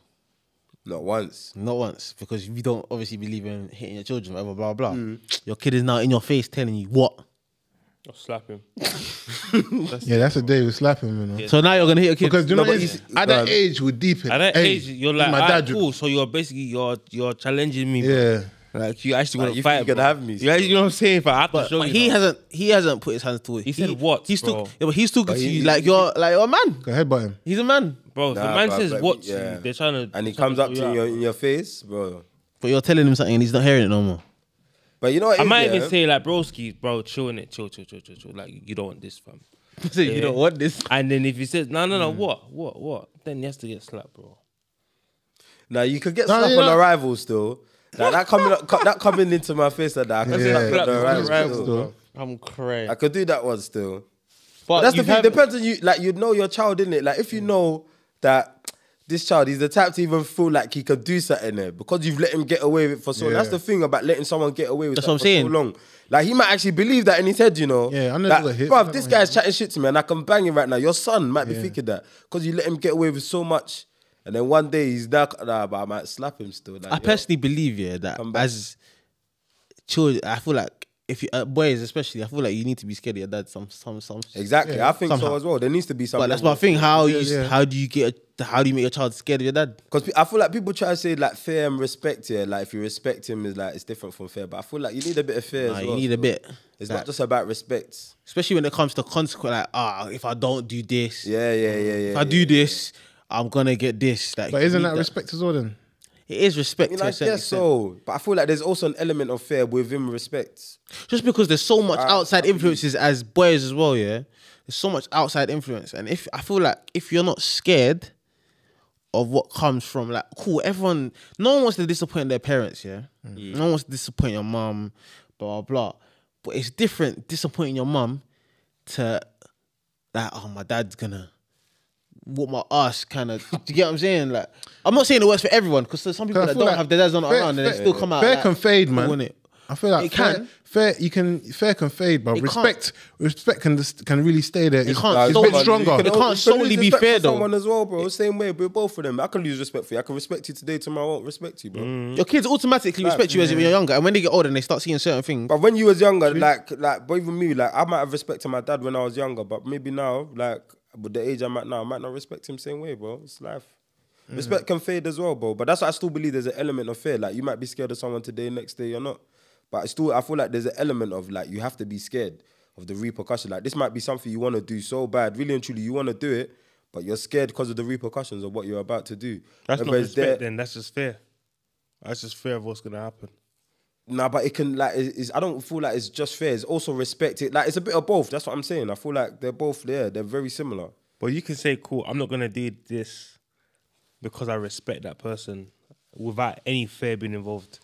Speaker 1: Not once.
Speaker 2: Not once, because you don't obviously believe in hitting your children, whatever, blah, blah. Your kid is now in your face telling you what?
Speaker 4: I'll slap him.
Speaker 3: Yeah, that's the day we slap him, you know.
Speaker 2: So now you're going to hit your kid.
Speaker 3: Because do you
Speaker 1: No,
Speaker 3: know,
Speaker 1: but
Speaker 3: it's-
Speaker 1: it's-
Speaker 3: at that
Speaker 1: um,
Speaker 3: age, we deep it.
Speaker 4: At that
Speaker 3: Hey,
Speaker 4: age, you're
Speaker 3: this
Speaker 4: like,
Speaker 3: is my
Speaker 4: "Alright,
Speaker 3: dad.
Speaker 4: cool. So you're basically you're you're challenging me. bro.
Speaker 3: Yeah,
Speaker 4: Like you actually want
Speaker 1: Like,
Speaker 4: to
Speaker 1: you
Speaker 4: fight?
Speaker 1: think you can
Speaker 4: bro.
Speaker 1: have me,
Speaker 4: Yeah,
Speaker 1: still.
Speaker 4: you know what I'm saying. If I have to
Speaker 2: But,
Speaker 4: show
Speaker 2: but
Speaker 4: you,
Speaker 2: he
Speaker 4: now.
Speaker 2: hasn't he hasn't put his hands to it. He,
Speaker 4: said what,
Speaker 2: He's too
Speaker 4: bro?
Speaker 2: yeah, but he's too good to
Speaker 1: he-
Speaker 2: you. Like you're like you're a man.
Speaker 3: go headbutt him.
Speaker 2: He's a man.
Speaker 4: bro. If
Speaker 1: Nah,
Speaker 4: the man
Speaker 1: bro,
Speaker 4: says
Speaker 1: but-
Speaker 4: what? to
Speaker 1: yeah.
Speaker 4: you, They're trying to.
Speaker 1: And he
Speaker 4: they're
Speaker 1: comes
Speaker 4: trying
Speaker 1: up
Speaker 4: to
Speaker 1: to you
Speaker 4: throw you out.
Speaker 1: in your face, bro.
Speaker 2: But you're telling him something and he's not hearing it no more.
Speaker 1: But you know what?
Speaker 4: I
Speaker 1: it is,
Speaker 4: might
Speaker 1: yeah?
Speaker 4: even say like, broski, bro, chill in it, chill, chill, chill, chill, chill. Like you don't want this, fam.
Speaker 2: So you don't want this.
Speaker 4: And then if he says, no, no, no, what, what, what? Then he has to get slapped, bro.
Speaker 1: Now you could get
Speaker 3: No,
Speaker 1: slapped
Speaker 3: you
Speaker 1: on
Speaker 3: know-
Speaker 1: arrival still. Like that coming up, co- that coming into my face like that. I could
Speaker 3: Yeah.
Speaker 1: slap you on
Speaker 4: Slap you on
Speaker 1: arrival.
Speaker 4: arrival,
Speaker 1: still.
Speaker 3: bro.
Speaker 2: I'm crying.
Speaker 1: I could do that one still.
Speaker 2: But Mm.
Speaker 1: That's the
Speaker 2: you've
Speaker 1: thing.
Speaker 2: had-
Speaker 1: Depends on you. Like you know your child, in it. Like if you know that this child, he's the type to even feel like he could do something there because you've let him get away with it for so. long. That's
Speaker 3: Yeah.
Speaker 1: the thing about letting someone get away with
Speaker 2: That's
Speaker 1: something
Speaker 2: what I'm
Speaker 1: for
Speaker 2: saying.
Speaker 1: so long. Like he might actually believe that in his head, you know.
Speaker 3: Yeah, I know
Speaker 1: Like,
Speaker 3: the hit.
Speaker 1: bruv, this guy's chatting shit to me, and I can bang him right now. Your son might be thinking that because you let him get away with so much, and then one day he's that. Nah, but I might slap him still. Like,
Speaker 2: I
Speaker 1: yo.
Speaker 2: personally believe, yeah, that
Speaker 1: Come back.
Speaker 2: as children, I feel like if you uh, boys especially, I feel like you need to be scared of your dad some some some
Speaker 1: Exactly, I think so
Speaker 2: somehow.
Speaker 1: as well. There needs to be something.
Speaker 2: But that's my thing. How you
Speaker 3: yeah.
Speaker 2: how do you get a, how do you make your child scared of your dad?
Speaker 1: Because I feel like people try to say like fear and respect here. Like if you respect him, is like it's different from fear. But I feel like you need a bit of fear
Speaker 2: Nah,
Speaker 1: as
Speaker 2: you
Speaker 1: well.
Speaker 2: need a
Speaker 1: so
Speaker 2: bit,
Speaker 1: It's
Speaker 2: like,
Speaker 1: not just about respect.
Speaker 2: especially when it comes to consequence. Like ah, if I don't do this,
Speaker 1: Yeah, yeah, yeah, yeah.
Speaker 2: Mm. if I do this, I'm gonna get this. Like,
Speaker 3: But
Speaker 2: you
Speaker 3: isn't
Speaker 2: need
Speaker 3: that respect as well then?
Speaker 2: It is respect.
Speaker 1: I mean,
Speaker 2: to a
Speaker 1: I
Speaker 2: certain
Speaker 1: guess
Speaker 2: extent.
Speaker 1: so. But I feel like there's also an element of fear within respect.
Speaker 2: Just because there's so much outside influences as boys as well, yeah. There's so much outside influence, and if I feel like if you're not scared of what comes from, like, cool, everyone, no one wants to disappoint their parents, yeah.
Speaker 3: Mm.
Speaker 2: No one wants to disappoint your mum, blah blah blah. But it's different disappointing your mum to like, oh, my dad's gonna whoop my ass, kind of. do you get what I'm saying? Like, I'm not saying it works for everyone because there's some people
Speaker 3: I
Speaker 2: that
Speaker 3: feel
Speaker 2: don't
Speaker 3: like
Speaker 2: have their dads on
Speaker 3: fair-
Speaker 2: around and they
Speaker 3: fair-
Speaker 2: still come out.
Speaker 3: fair
Speaker 2: like,
Speaker 3: can fade,
Speaker 2: cool,
Speaker 3: man.
Speaker 2: innit?
Speaker 3: I feel like
Speaker 2: It
Speaker 3: fair,
Speaker 2: can.
Speaker 3: fair you can fair can fade, but
Speaker 2: It can't.
Speaker 3: respect respect can just, can really stay there. It's,
Speaker 2: can't.
Speaker 3: it's
Speaker 2: So
Speaker 3: a bit
Speaker 2: much.
Speaker 3: stronger.
Speaker 2: It can't
Speaker 1: You can
Speaker 2: solely
Speaker 1: lose
Speaker 2: be
Speaker 1: respect
Speaker 2: fair,
Speaker 1: for
Speaker 2: though.
Speaker 1: Someone as well, bro. Same way with both of them. I can lose respect for you. I can respect you today, tomorrow I won't respect you, bro.
Speaker 2: Mm-hmm. Your kids automatically respect you as you're younger, and when they get older and they start seeing certain things,
Speaker 1: But when you was younger, like like, but even me, like I might have respected my dad when I was younger, but maybe now, like with the age I'm at now, I might not respect him same way, bro. It's life.
Speaker 4: Mm.
Speaker 1: Respect can fade as well, bro. But that's why I still believe there's an element of fear. Like you might be scared of someone today, next day you're not. But I still, I feel like there's an element of like you have to be scared of the repercussion. Like this might be something you want to do so bad, really and truly, you want to do it, but you're scared because of the repercussions of what you're about to do.
Speaker 4: That's not
Speaker 1: Whether it's there-
Speaker 4: respect. Then that's just fair. That's just fear of what's gonna happen.
Speaker 1: Nah, but it can like is I don't feel like it's just fair. It's also respect it. Like it's a bit of both. That's what I'm saying. I feel like they're both there. They're very similar.
Speaker 4: But you can say, "Cool, I'm not gonna do this because I respect that person," without any fear being involved.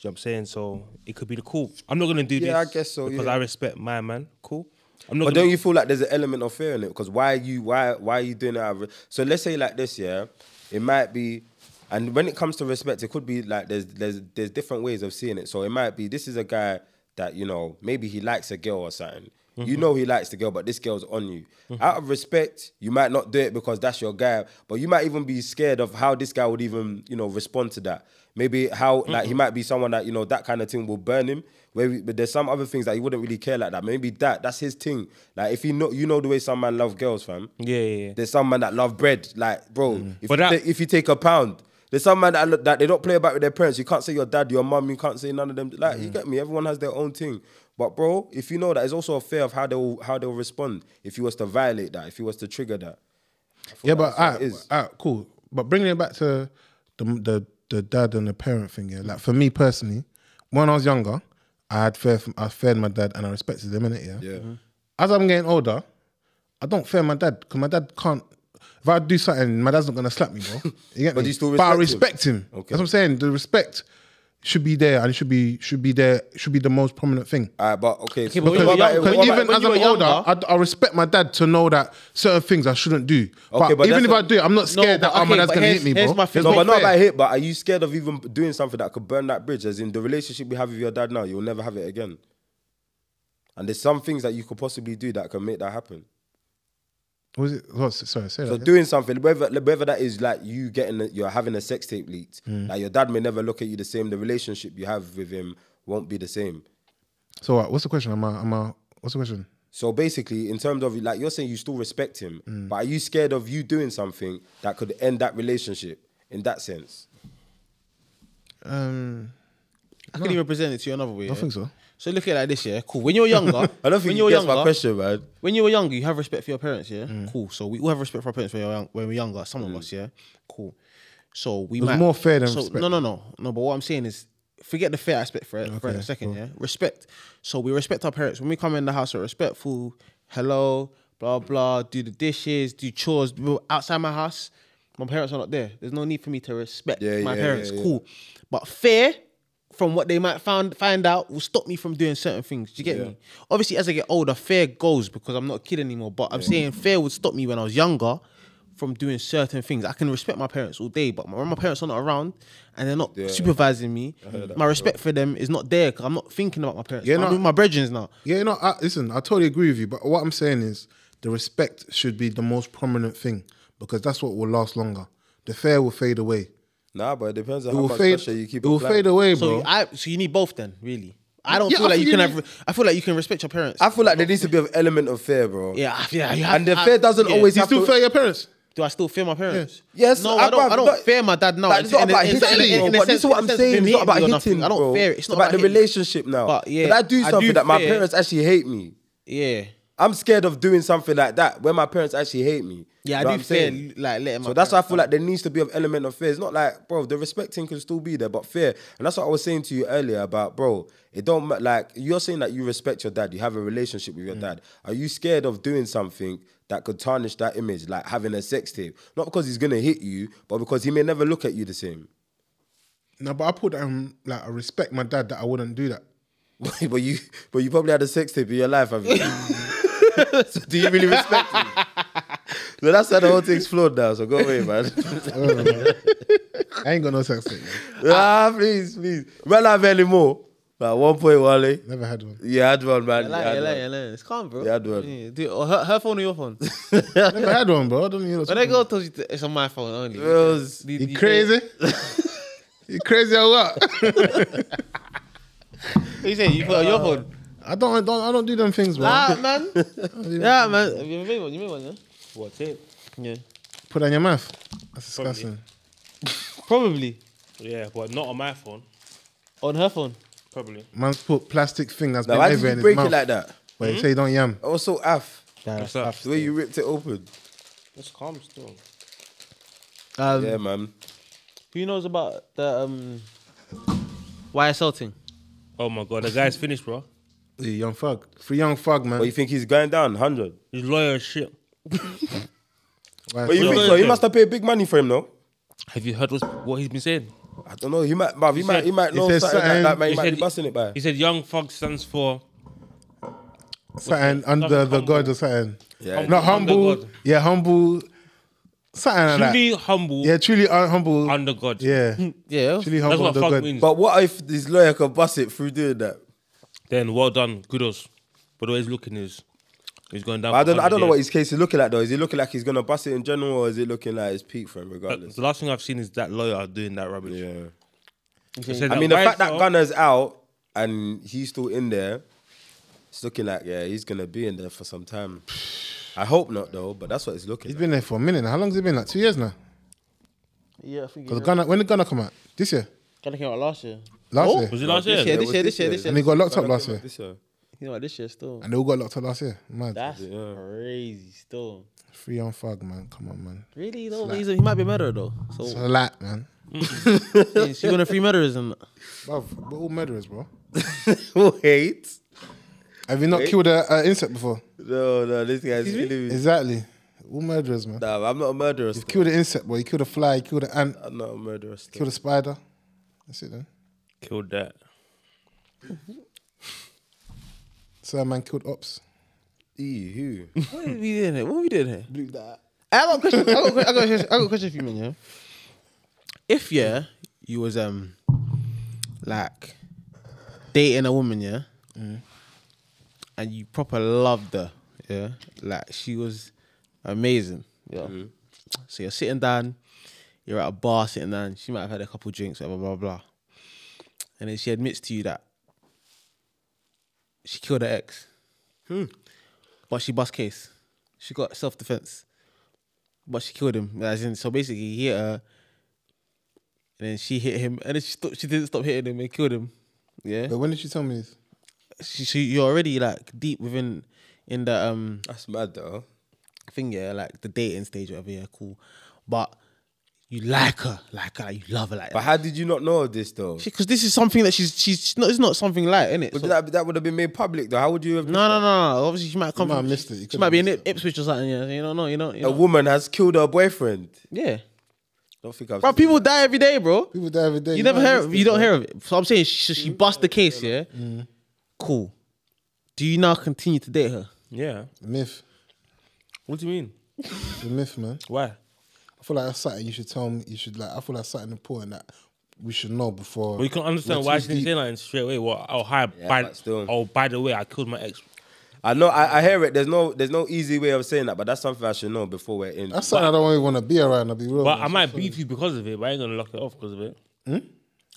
Speaker 4: Do you know what I'm saying? So it could be the cool. I'm not gonna do this.
Speaker 1: Yeah, I guess so,
Speaker 4: Because
Speaker 1: yeah.
Speaker 4: I respect my man. Cool. I'm not.
Speaker 1: But
Speaker 4: gonna,
Speaker 1: don't you feel like there's an element of fear in it? Because why are you why why are you doing that? So let's say like this, yeah. It might be, and when it comes to respect, it could be like there's there's there's different ways of seeing it. So it might be this is a guy that you know maybe he likes a girl or something.
Speaker 4: Mm-hmm.
Speaker 1: You know he likes the girl, but this girl's on you. Out of respect, you might not do it because that's your guy, but you might even be scared of how this guy would even you know respond to that. Maybe how like he
Speaker 4: Mm-hmm.
Speaker 1: might be someone that you know that kind of thing will burn him. Where we- but there's some other things that he wouldn't really care like that. Maybe that that's his thing. Like if you know you know the way some man love girls, fam.
Speaker 4: Yeah, yeah, yeah.
Speaker 1: There's some man that love bread, like bro. If,
Speaker 4: But
Speaker 1: you
Speaker 4: that-
Speaker 1: ta- if you take a pound, there's some man that, lo- that they don't play about with their parents. You can't say your dad, your mum. You can't say none of them. Like you get me. Everyone has their own thing. But bro, if you know that, it's also a fear of how they'll how they'll respond if you was to violate that, if you was to trigger that.
Speaker 3: Yeah, but
Speaker 1: that's what
Speaker 3: alright,
Speaker 1: it is.
Speaker 3: alright, cool. But bringing it back to the, the the dad and the parent thing, yeah. Like for me personally, when I was younger, I had fear. From, I feared my dad, and I respected him in it. Yeah.
Speaker 1: Yeah.
Speaker 3: As I'm getting older, I don't fear my dad because my dad can't. If I do something, my dad's not gonna slap me, bro. You get
Speaker 1: But
Speaker 3: me?
Speaker 1: you still
Speaker 3: but I
Speaker 1: respect
Speaker 3: respect him.
Speaker 1: Okay.
Speaker 3: That's what I'm saying. The respect should be there, and it should be should be there. Should be the most prominent thing.
Speaker 1: Alright, but okay. so
Speaker 2: but
Speaker 1: what
Speaker 2: when
Speaker 3: Because
Speaker 1: about
Speaker 2: you're
Speaker 1: it-
Speaker 2: young-
Speaker 1: what
Speaker 2: when
Speaker 1: about-
Speaker 3: even
Speaker 2: when
Speaker 3: as
Speaker 2: you were
Speaker 3: I'm older, I,
Speaker 2: younger-
Speaker 3: I respect my dad to know that certain things I shouldn't do.
Speaker 1: Okay,
Speaker 3: but,
Speaker 1: but
Speaker 3: even if
Speaker 1: that's
Speaker 3: I
Speaker 1: a-
Speaker 3: do it, I'm not scared
Speaker 2: but
Speaker 3: that oh, my
Speaker 2: okay,
Speaker 3: dad's
Speaker 2: but
Speaker 3: gonna
Speaker 2: here's-
Speaker 3: hit me,
Speaker 2: here's
Speaker 3: bro.
Speaker 2: my
Speaker 3: It's
Speaker 2: thing.
Speaker 1: No, but not
Speaker 3: fair.
Speaker 1: about hit. But are you scared of even doing something that could burn that bridge? As in the relationship you have with your dad now, you'll never have it again. And there's some things that you could possibly do that can make that happen.
Speaker 3: What was it? What, sorry, say
Speaker 1: So
Speaker 3: that.
Speaker 1: doing something, whether whether that is like you getting, a, you're having a sex tape leaked, like your dad may never look at you the same. The relationship you have with him won't be the same.
Speaker 3: So what, what's the question? I'm a, I'm a, what's the question?
Speaker 1: So basically, in terms of like you're saying, you still respect him, but are you scared of you doing something that could end that relationship in that sense?
Speaker 3: Um,
Speaker 2: I can even present it to you another way.
Speaker 3: I think so.
Speaker 2: So look at it like this, yeah. Cool. When you're younger,
Speaker 1: I don't think
Speaker 2: when
Speaker 1: you
Speaker 2: you're
Speaker 1: guessed
Speaker 2: younger,
Speaker 1: my question, man.
Speaker 2: when you were younger, you have respect for your parents, yeah.
Speaker 1: Mm.
Speaker 2: Cool. So we all have respect for our parents when we were young, when we were younger. Some of us, yeah. Cool. So we
Speaker 3: was
Speaker 2: might
Speaker 3: more fair than
Speaker 2: so,
Speaker 3: respect.
Speaker 2: No, no, no, no. But what I'm saying is, forget the fair aspect for it for a second, yeah. Respect. So we respect our parents when we come in the house. We're respectful. Hello, blah blah. Do the dishes, do chores. do- Outside my house, my parents are not there. There's no need for me to respect
Speaker 1: Yeah,
Speaker 2: my
Speaker 1: yeah,
Speaker 2: parents.
Speaker 1: yeah, yeah.
Speaker 2: Cool. But fear from what they might find find out will stop me from doing certain things. Do you get me? Obviously, as I get older, fear goes because I'm not a kid anymore. But I'm saying fear would stop me when I was younger from doing certain things. I can respect my parents all day, but when my parents are not around and they're not supervising me, my respect for them is not there because I'm not thinking about my parents.
Speaker 3: Yeah,
Speaker 2: I'm
Speaker 3: no.
Speaker 2: with my brethrens now.
Speaker 3: Yeah, no. I, listen, I totally agree with you. But what I'm saying is, the respect should be the most prominent thing because that's what will last longer. The fair will fade away.
Speaker 1: Nah, but it depends on
Speaker 3: It
Speaker 1: how
Speaker 3: will
Speaker 1: much
Speaker 3: fade.
Speaker 1: pressure you keep.
Speaker 3: it will
Speaker 1: applying.
Speaker 3: fade away,
Speaker 2: So
Speaker 3: bro.
Speaker 2: I so you need both then, really. I don't
Speaker 3: Yeah,
Speaker 2: feel
Speaker 3: I
Speaker 2: like you
Speaker 3: think
Speaker 2: can
Speaker 3: you
Speaker 2: have. I feel like you can respect your parents.
Speaker 1: I feel like there needs to be an element of fear, bro.
Speaker 2: yeah, I- yeah, you have,
Speaker 1: And the
Speaker 2: I-
Speaker 1: fear doesn't
Speaker 2: yeah.
Speaker 1: always
Speaker 3: Do you
Speaker 1: have
Speaker 3: still
Speaker 1: to-
Speaker 3: fear your parents?
Speaker 2: Do I still fear my parents?
Speaker 1: Yes,
Speaker 2: No,
Speaker 1: I-
Speaker 2: I don't.
Speaker 1: bruv,
Speaker 2: I don't
Speaker 1: but-
Speaker 2: fear my dad now.
Speaker 1: Like, it's not
Speaker 2: In a- in
Speaker 1: about
Speaker 2: a sense-
Speaker 1: hitting,
Speaker 2: in a
Speaker 1: bro, but
Speaker 2: sense-
Speaker 1: this is what
Speaker 2: in a
Speaker 1: I'm
Speaker 2: sense,
Speaker 1: saying. It's
Speaker 2: being
Speaker 1: not about
Speaker 2: hated or
Speaker 1: hitting.
Speaker 2: nothing. I don't
Speaker 1: bro.
Speaker 2: fear it. It's
Speaker 1: It's
Speaker 2: not
Speaker 1: about the
Speaker 2: hitting.
Speaker 1: relationship now.
Speaker 2: But, yeah,
Speaker 1: Could I do
Speaker 2: I do
Speaker 1: something that my
Speaker 2: fear-
Speaker 1: parents actually hate me?
Speaker 2: Yeah,
Speaker 1: I'm scared of doing something like that where my parents actually hate me.
Speaker 2: yeah,
Speaker 1: You know
Speaker 2: I
Speaker 1: what
Speaker 2: do
Speaker 1: I'm
Speaker 2: fear
Speaker 1: saying?
Speaker 2: like letting my.
Speaker 1: So that's why I
Speaker 2: parents
Speaker 1: feel like there needs to be an element of fear. It's not like, bro, the respecting can still be there, but fear. And that's what I was saying to you earlier about, bro, it don't ma- like you're saying that you respect your dad, you have a relationship with your dad. Are you scared of doing something that could tarnish that image, like having a sex tape? Not because he's gonna hit you, but because he may never look at you the same.
Speaker 3: No, but I put that um, like I respect my dad that I wouldn't do that.
Speaker 1: but you, but you probably had a sex tape in your life, have you? so do you really respect him? so that's how the whole thing's flawed now. So go away, man.
Speaker 3: I ain't got no sex tape. man.
Speaker 1: ah, please, please. Run out of more. At one point, Wally.
Speaker 3: Never had one.
Speaker 1: You had one, man.
Speaker 2: I
Speaker 1: You
Speaker 2: like,
Speaker 1: had
Speaker 2: I like,
Speaker 1: one.
Speaker 2: I like. It's calm, bro.
Speaker 1: You had one.
Speaker 2: Yeah, do, or Oh, her, her phone or your phone?
Speaker 3: Never had one, bro. I don't know.
Speaker 2: when I go to it's on my phone only.
Speaker 1: Girls,
Speaker 2: You-
Speaker 3: You
Speaker 2: you-
Speaker 3: crazy? you crazy or what?
Speaker 2: You say you put on your phone.
Speaker 3: I don't, I don't, I don't do them things, bro.
Speaker 2: Ah, man. yeah, man. Have You made one. You made one, yeah.
Speaker 4: What's it?
Speaker 2: Yeah.
Speaker 3: Put it in your mouth. That's disgusting.
Speaker 2: Probably
Speaker 4: Yeah, but not on my phone.
Speaker 2: on her phone.
Speaker 4: Probably.
Speaker 3: Man's put plastic thing that's
Speaker 1: Now,
Speaker 3: been
Speaker 1: why did
Speaker 3: over
Speaker 1: you
Speaker 3: in his
Speaker 1: break it
Speaker 3: mouth.
Speaker 1: like that?
Speaker 3: but he say don't yam.
Speaker 1: I was so aff.
Speaker 4: What's up?
Speaker 1: The way you ripped it open.
Speaker 4: It's calm still.
Speaker 2: Um,
Speaker 1: Yeah, man.
Speaker 2: Who knows about the um Why assaulting?
Speaker 4: Oh my god, the guy's finished, bro.
Speaker 3: Hey, young Thug. Free Young Thug, man.
Speaker 1: But you think he's going down hundred?
Speaker 4: He's lawyer as shit.
Speaker 3: Why-
Speaker 1: But you think so? He must have paid big money for him, though.
Speaker 4: Have you heard what's, what he's been saying?
Speaker 1: I don't know. He might, bruv, he,
Speaker 4: He
Speaker 1: might,
Speaker 4: said-
Speaker 1: he might
Speaker 3: he
Speaker 1: know
Speaker 3: said
Speaker 1: something like that.
Speaker 3: something-
Speaker 1: Man, he,
Speaker 4: he
Speaker 1: might be
Speaker 4: said-
Speaker 1: busting it by.
Speaker 4: He said Young Thug stands for
Speaker 3: something under the God or something.
Speaker 1: Yeah.
Speaker 3: No,
Speaker 4: Under
Speaker 3: humble.
Speaker 4: God.
Speaker 3: Yeah, humble. Something like that.
Speaker 4: truly humble
Speaker 3: Yeah, truly un- humble.
Speaker 4: under God.
Speaker 3: yeah.
Speaker 2: Yeah.
Speaker 3: Truly
Speaker 4: That's
Speaker 3: humble
Speaker 4: what
Speaker 3: under
Speaker 4: thug
Speaker 3: God.
Speaker 4: means.
Speaker 1: But what if this lawyer can bust it through doing that?
Speaker 4: then well done, kudos. But the way he's looking is he's going down.
Speaker 1: I
Speaker 4: for
Speaker 1: don't. I
Speaker 4: 100
Speaker 1: don't know what
Speaker 4: years.
Speaker 1: his case is looking like though. Is he looking like he's gonna bust it in general, or is it looking like it's peak for him regardless?
Speaker 4: The last thing I've seen is that lawyer doing that rubbish.
Speaker 1: Yeah.
Speaker 4: He said
Speaker 1: I mean, the
Speaker 4: why
Speaker 1: fact that
Speaker 4: so-
Speaker 1: Gunner's out and he's still in there, it's looking like yeah, he's gonna be in there for some time. I hope not though, but that's what it's looking.
Speaker 3: He's
Speaker 1: like.
Speaker 3: been there for a minute. How long's it been? Like two years now.
Speaker 2: Yeah, I think
Speaker 3: Because Ghana, when did Ghana come out? This year,
Speaker 2: Gunna came out last year.
Speaker 3: last
Speaker 2: Oh.
Speaker 3: year,
Speaker 4: was it last
Speaker 2: This
Speaker 4: year?
Speaker 2: year, this year, this year, this
Speaker 3: and
Speaker 2: year.
Speaker 3: he got locked up
Speaker 1: Gunner
Speaker 3: last
Speaker 1: came
Speaker 3: year,
Speaker 1: out This year.
Speaker 2: You know, this year still.
Speaker 3: and they all got locked up last year. Mad.
Speaker 2: That's
Speaker 1: Yeah.
Speaker 2: crazy still.
Speaker 3: Free on fog, man. Come on, man.
Speaker 2: Really? No, he's a, he might be a murderer though.
Speaker 3: It's
Speaker 2: So
Speaker 3: a lot, man.
Speaker 2: is he gonna free murderers and
Speaker 3: Bruv, we're all murderers, bro.
Speaker 1: Wait.
Speaker 3: Have you not killed an insect before?
Speaker 1: No, no, this guy's killing me.
Speaker 3: Exactly. All murderers, man.
Speaker 1: Nah, I'm not a murderer.
Speaker 3: You've
Speaker 1: still.
Speaker 3: killed an insect, boy. You killed a fly. You killed an ant.
Speaker 1: I'm not a murderer. still.
Speaker 3: Killed a spider. That's it, then.
Speaker 4: Killed that.
Speaker 3: So that man killed ops.
Speaker 1: Ew.
Speaker 2: what are we doing here? What are we doing here? I got a question. I got, a que- I got, a question- I got a question for you, man. Yeah. If yeah, you was um like dating a woman, yeah, and you proper loved her, yeah, like she was amazing, yeah. So you're sitting down, you're at a bar sitting down. She might have had a couple drinks, blah blah blah, blah. and then she admits to you that she killed her ex, but she bust case. She got self defense but she killed him. As in, so basically, he hit her, and then she hit him, and then she stopped, she didn't stop hitting him and killed him. Yeah,
Speaker 3: But when did you tell me this?
Speaker 2: she, she, you're already like deep within in the um
Speaker 1: That's mad though.
Speaker 2: thing, yeah, like the dating stage, whatever. Yeah, cool, but you like her, like her, you love her, like
Speaker 1: But how did you not know of this though?
Speaker 2: because this is something that she's she's, she's not, it's not something light, innit?
Speaker 1: But
Speaker 2: So-
Speaker 1: that that would have been made public though. How would you have?
Speaker 2: no, no, no, no. Obviously, she might come.
Speaker 3: might
Speaker 2: from,
Speaker 3: have missed it. You
Speaker 2: She
Speaker 3: could
Speaker 2: might
Speaker 3: have
Speaker 2: be in
Speaker 3: missed
Speaker 2: Ipswich or something. Yeah, you don't know. You don't. You
Speaker 1: A
Speaker 2: don't.
Speaker 1: woman has killed her boyfriend.
Speaker 2: yeah,
Speaker 1: Don't think I've.
Speaker 2: bro.
Speaker 1: seen
Speaker 2: People die every day, bro.
Speaker 3: People die every day.
Speaker 2: You never
Speaker 3: might
Speaker 2: hear
Speaker 3: miss
Speaker 2: of,
Speaker 3: this,
Speaker 2: you don't
Speaker 3: bro.
Speaker 2: hear of it. So I'm saying she, she bust the case, yeah.
Speaker 3: Mm.
Speaker 2: Cool. Do you now continue to date her?
Speaker 4: Yeah.
Speaker 3: The myth.
Speaker 4: What do you mean?
Speaker 3: The myth, man.
Speaker 4: Why?
Speaker 3: I feel like that's something you should tell me. You should like. I feel like something important that we should know before.
Speaker 4: Well, you can understand
Speaker 3: We're
Speaker 4: why
Speaker 3: too
Speaker 4: she didn't
Speaker 3: deep.
Speaker 4: say nothing straight away. Well, oh hi,
Speaker 1: Yeah,
Speaker 4: by,
Speaker 1: but still.
Speaker 4: oh by the way, I killed my ex.
Speaker 1: I know. I, I hear it. There's no. There's no easy way of saying that. But that's something I should know before we're in.
Speaker 3: That's something I don't even want to be around. I'll be real.
Speaker 4: But
Speaker 3: man.
Speaker 4: I might beef you because of it. But I ain't gonna lock it off because of it.
Speaker 1: Hmm?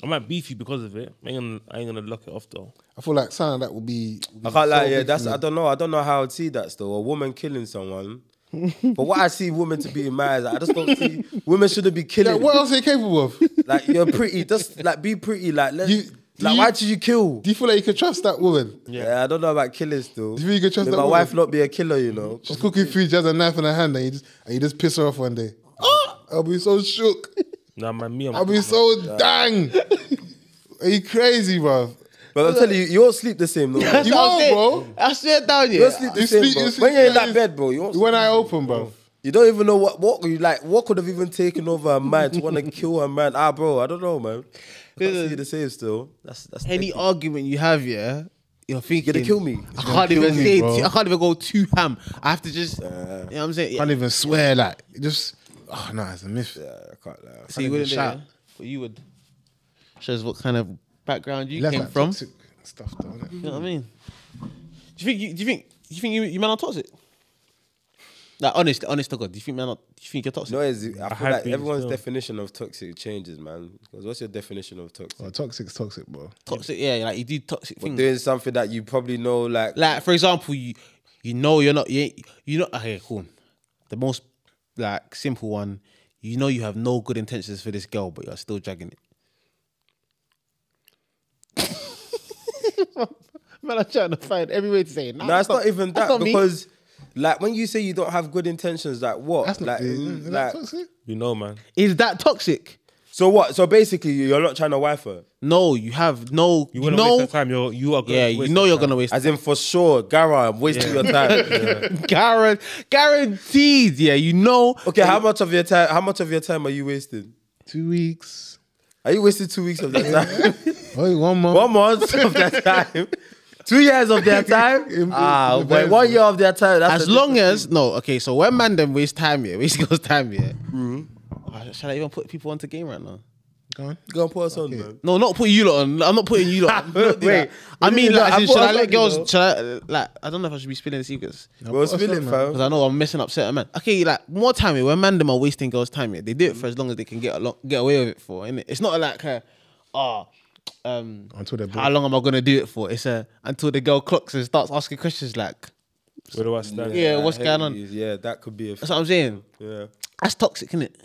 Speaker 4: I might beef you because of it. I ain't gonna, I ain't gonna lock it off though.
Speaker 3: I feel like something that would be. would
Speaker 1: I can't
Speaker 3: be so
Speaker 1: lie. Yeah,
Speaker 3: big
Speaker 1: that's.
Speaker 3: for
Speaker 1: I
Speaker 3: me.
Speaker 1: don't know. I don't know how I'd see that still. A woman killing someone. but what I see women to be in my eyes, I just don't see women shouldn't be
Speaker 3: Yeah,
Speaker 1: killing.
Speaker 3: what else are you capable of? Do
Speaker 1: Like you're pretty. Just like be pretty. Like let's.
Speaker 3: You- do
Speaker 1: like
Speaker 3: you-
Speaker 1: why did you kill?
Speaker 3: you feel like you can trust that woman?
Speaker 1: Yeah. I don't know about killing still.
Speaker 3: Do you think you can trust
Speaker 1: May
Speaker 3: that
Speaker 1: my
Speaker 3: woman?
Speaker 1: wife not be a killer, you know.
Speaker 3: She's cooking food, she has a knife in her hand, and you just and you just piss her off one day.
Speaker 1: Ah!
Speaker 3: I'll be so shook.
Speaker 4: Nah, man, me, I'm,
Speaker 3: I'll be so dang. Are you crazy, bro?
Speaker 1: But I'm telling you, you won't sleep the same though.
Speaker 3: You won't, bro.
Speaker 2: I swear down,
Speaker 1: You
Speaker 2: yeah.
Speaker 1: don't sleep
Speaker 3: You
Speaker 1: the same,
Speaker 3: sleep-
Speaker 1: bro.
Speaker 3: you sleep
Speaker 1: When you're in
Speaker 3: crazy.
Speaker 1: that bed, bro, you,
Speaker 3: When
Speaker 1: don't,
Speaker 3: I open, bro.
Speaker 1: you don't even know what what you like. What could have even taken over a man to want to kill a man? Ah, bro, I don't know, man. I can't see the same still. That's that's.
Speaker 2: Any
Speaker 1: techie.
Speaker 2: argument you have, yeah, you're thinking.
Speaker 1: gonna kill me.
Speaker 2: I can't
Speaker 3: kill
Speaker 2: even
Speaker 3: me,
Speaker 2: say.
Speaker 3: bro.
Speaker 2: I can't even go too ham. I have to just. you know what I'm saying?
Speaker 3: I
Speaker 2: Yeah.
Speaker 3: can't even swear like it just. Oh no, it's a myth.
Speaker 1: Yeah, I can't lie.
Speaker 2: So you
Speaker 3: even
Speaker 2: wouldn't do it,
Speaker 3: shout.
Speaker 2: yeah? But you would. Shows what kind of background you
Speaker 3: That's
Speaker 2: came
Speaker 3: like
Speaker 2: from.
Speaker 3: toxic stuff, though. Isn't it?
Speaker 2: You know what I mean? Do you think? You, do you think? Do you think you, you man are toxic? Like honest, honest to God, do you think man? Are, do you think you're toxic?
Speaker 1: No, it's, I feel
Speaker 4: have
Speaker 1: like
Speaker 4: been
Speaker 1: everyone's
Speaker 4: still.
Speaker 1: definition of toxic changes, man. Because what's your definition of toxic?
Speaker 3: Well, toxic's toxic, bro.
Speaker 2: toxic, yeah, like you do toxic things.
Speaker 1: Doing something that you probably know, like,
Speaker 2: like for example, you you know you're not you ain't- you know okay cool. The most like simple one, you know you have no good intentions for this girl, but you're still dragging it. Man, I'm trying to find every way to say it. Nah,
Speaker 1: no, it's not even
Speaker 2: that's
Speaker 1: that
Speaker 2: not me.
Speaker 1: because. Like when you say you don't have good intentions, like what?
Speaker 3: That's not
Speaker 1: like,
Speaker 3: is
Speaker 1: mm, like
Speaker 3: that toxic.
Speaker 4: you know, man.
Speaker 2: Is that toxic?
Speaker 1: So what? So basically, you're not trying to wife her,
Speaker 2: No, you have no.
Speaker 4: You
Speaker 2: You
Speaker 4: wouldn't waste
Speaker 2: know,
Speaker 4: that time. You're you are gonna
Speaker 2: yeah,
Speaker 4: waste
Speaker 2: you know
Speaker 4: that
Speaker 2: you're
Speaker 4: time.
Speaker 2: gonna waste.
Speaker 1: as in for sure, Gara, I'm wasting your time.
Speaker 2: Guaran- guaranteed. Yeah, you know.
Speaker 1: Okay, how much of your time? How much of your time are you wasting?
Speaker 3: Two weeks.
Speaker 1: Are you wasting two weeks of that time?
Speaker 3: Oh, one month.
Speaker 1: one month of their time? Two years of their time? ah, but one year of their time. That's
Speaker 2: As
Speaker 1: a
Speaker 2: long as no, okay. So when man them waste time here, waste girls time here.
Speaker 1: Mm-hmm.
Speaker 2: Oh, shall I even put people onto game right now?
Speaker 3: Go on.
Speaker 1: Go and put us on, man.
Speaker 2: No, not put you lot on. I'm not putting you lot. On. Don't do
Speaker 1: Wait,
Speaker 2: that. I
Speaker 1: what do you
Speaker 2: mean,
Speaker 1: mean,
Speaker 2: like,
Speaker 1: like,
Speaker 2: as in,
Speaker 1: I
Speaker 2: should
Speaker 1: put
Speaker 2: I
Speaker 1: us
Speaker 2: let
Speaker 1: on,
Speaker 2: girls?
Speaker 1: you know?
Speaker 2: Should I uh, like? I don't know if I should be spilling secrets
Speaker 3: Now
Speaker 1: We're
Speaker 3: put us
Speaker 1: spilling,
Speaker 3: on, man.
Speaker 1: fam.
Speaker 2: because I know I'm messing up certain man. Okay, like more time here. When man them are wasting girls' time here, they do it for as long as they can get along, get away with it for. And it's not like, uh, oh, um,
Speaker 3: Until they're
Speaker 2: how long am I gonna do it for? It's uh, until the girl clocks and starts asking questions like,
Speaker 4: Where do I stand?
Speaker 2: yeah,
Speaker 1: I
Speaker 2: what's
Speaker 1: hate
Speaker 2: going on?
Speaker 1: these. Yeah, that could be a. F-
Speaker 2: That's what I'm saying.
Speaker 1: yeah,
Speaker 2: That's toxic, isn't it?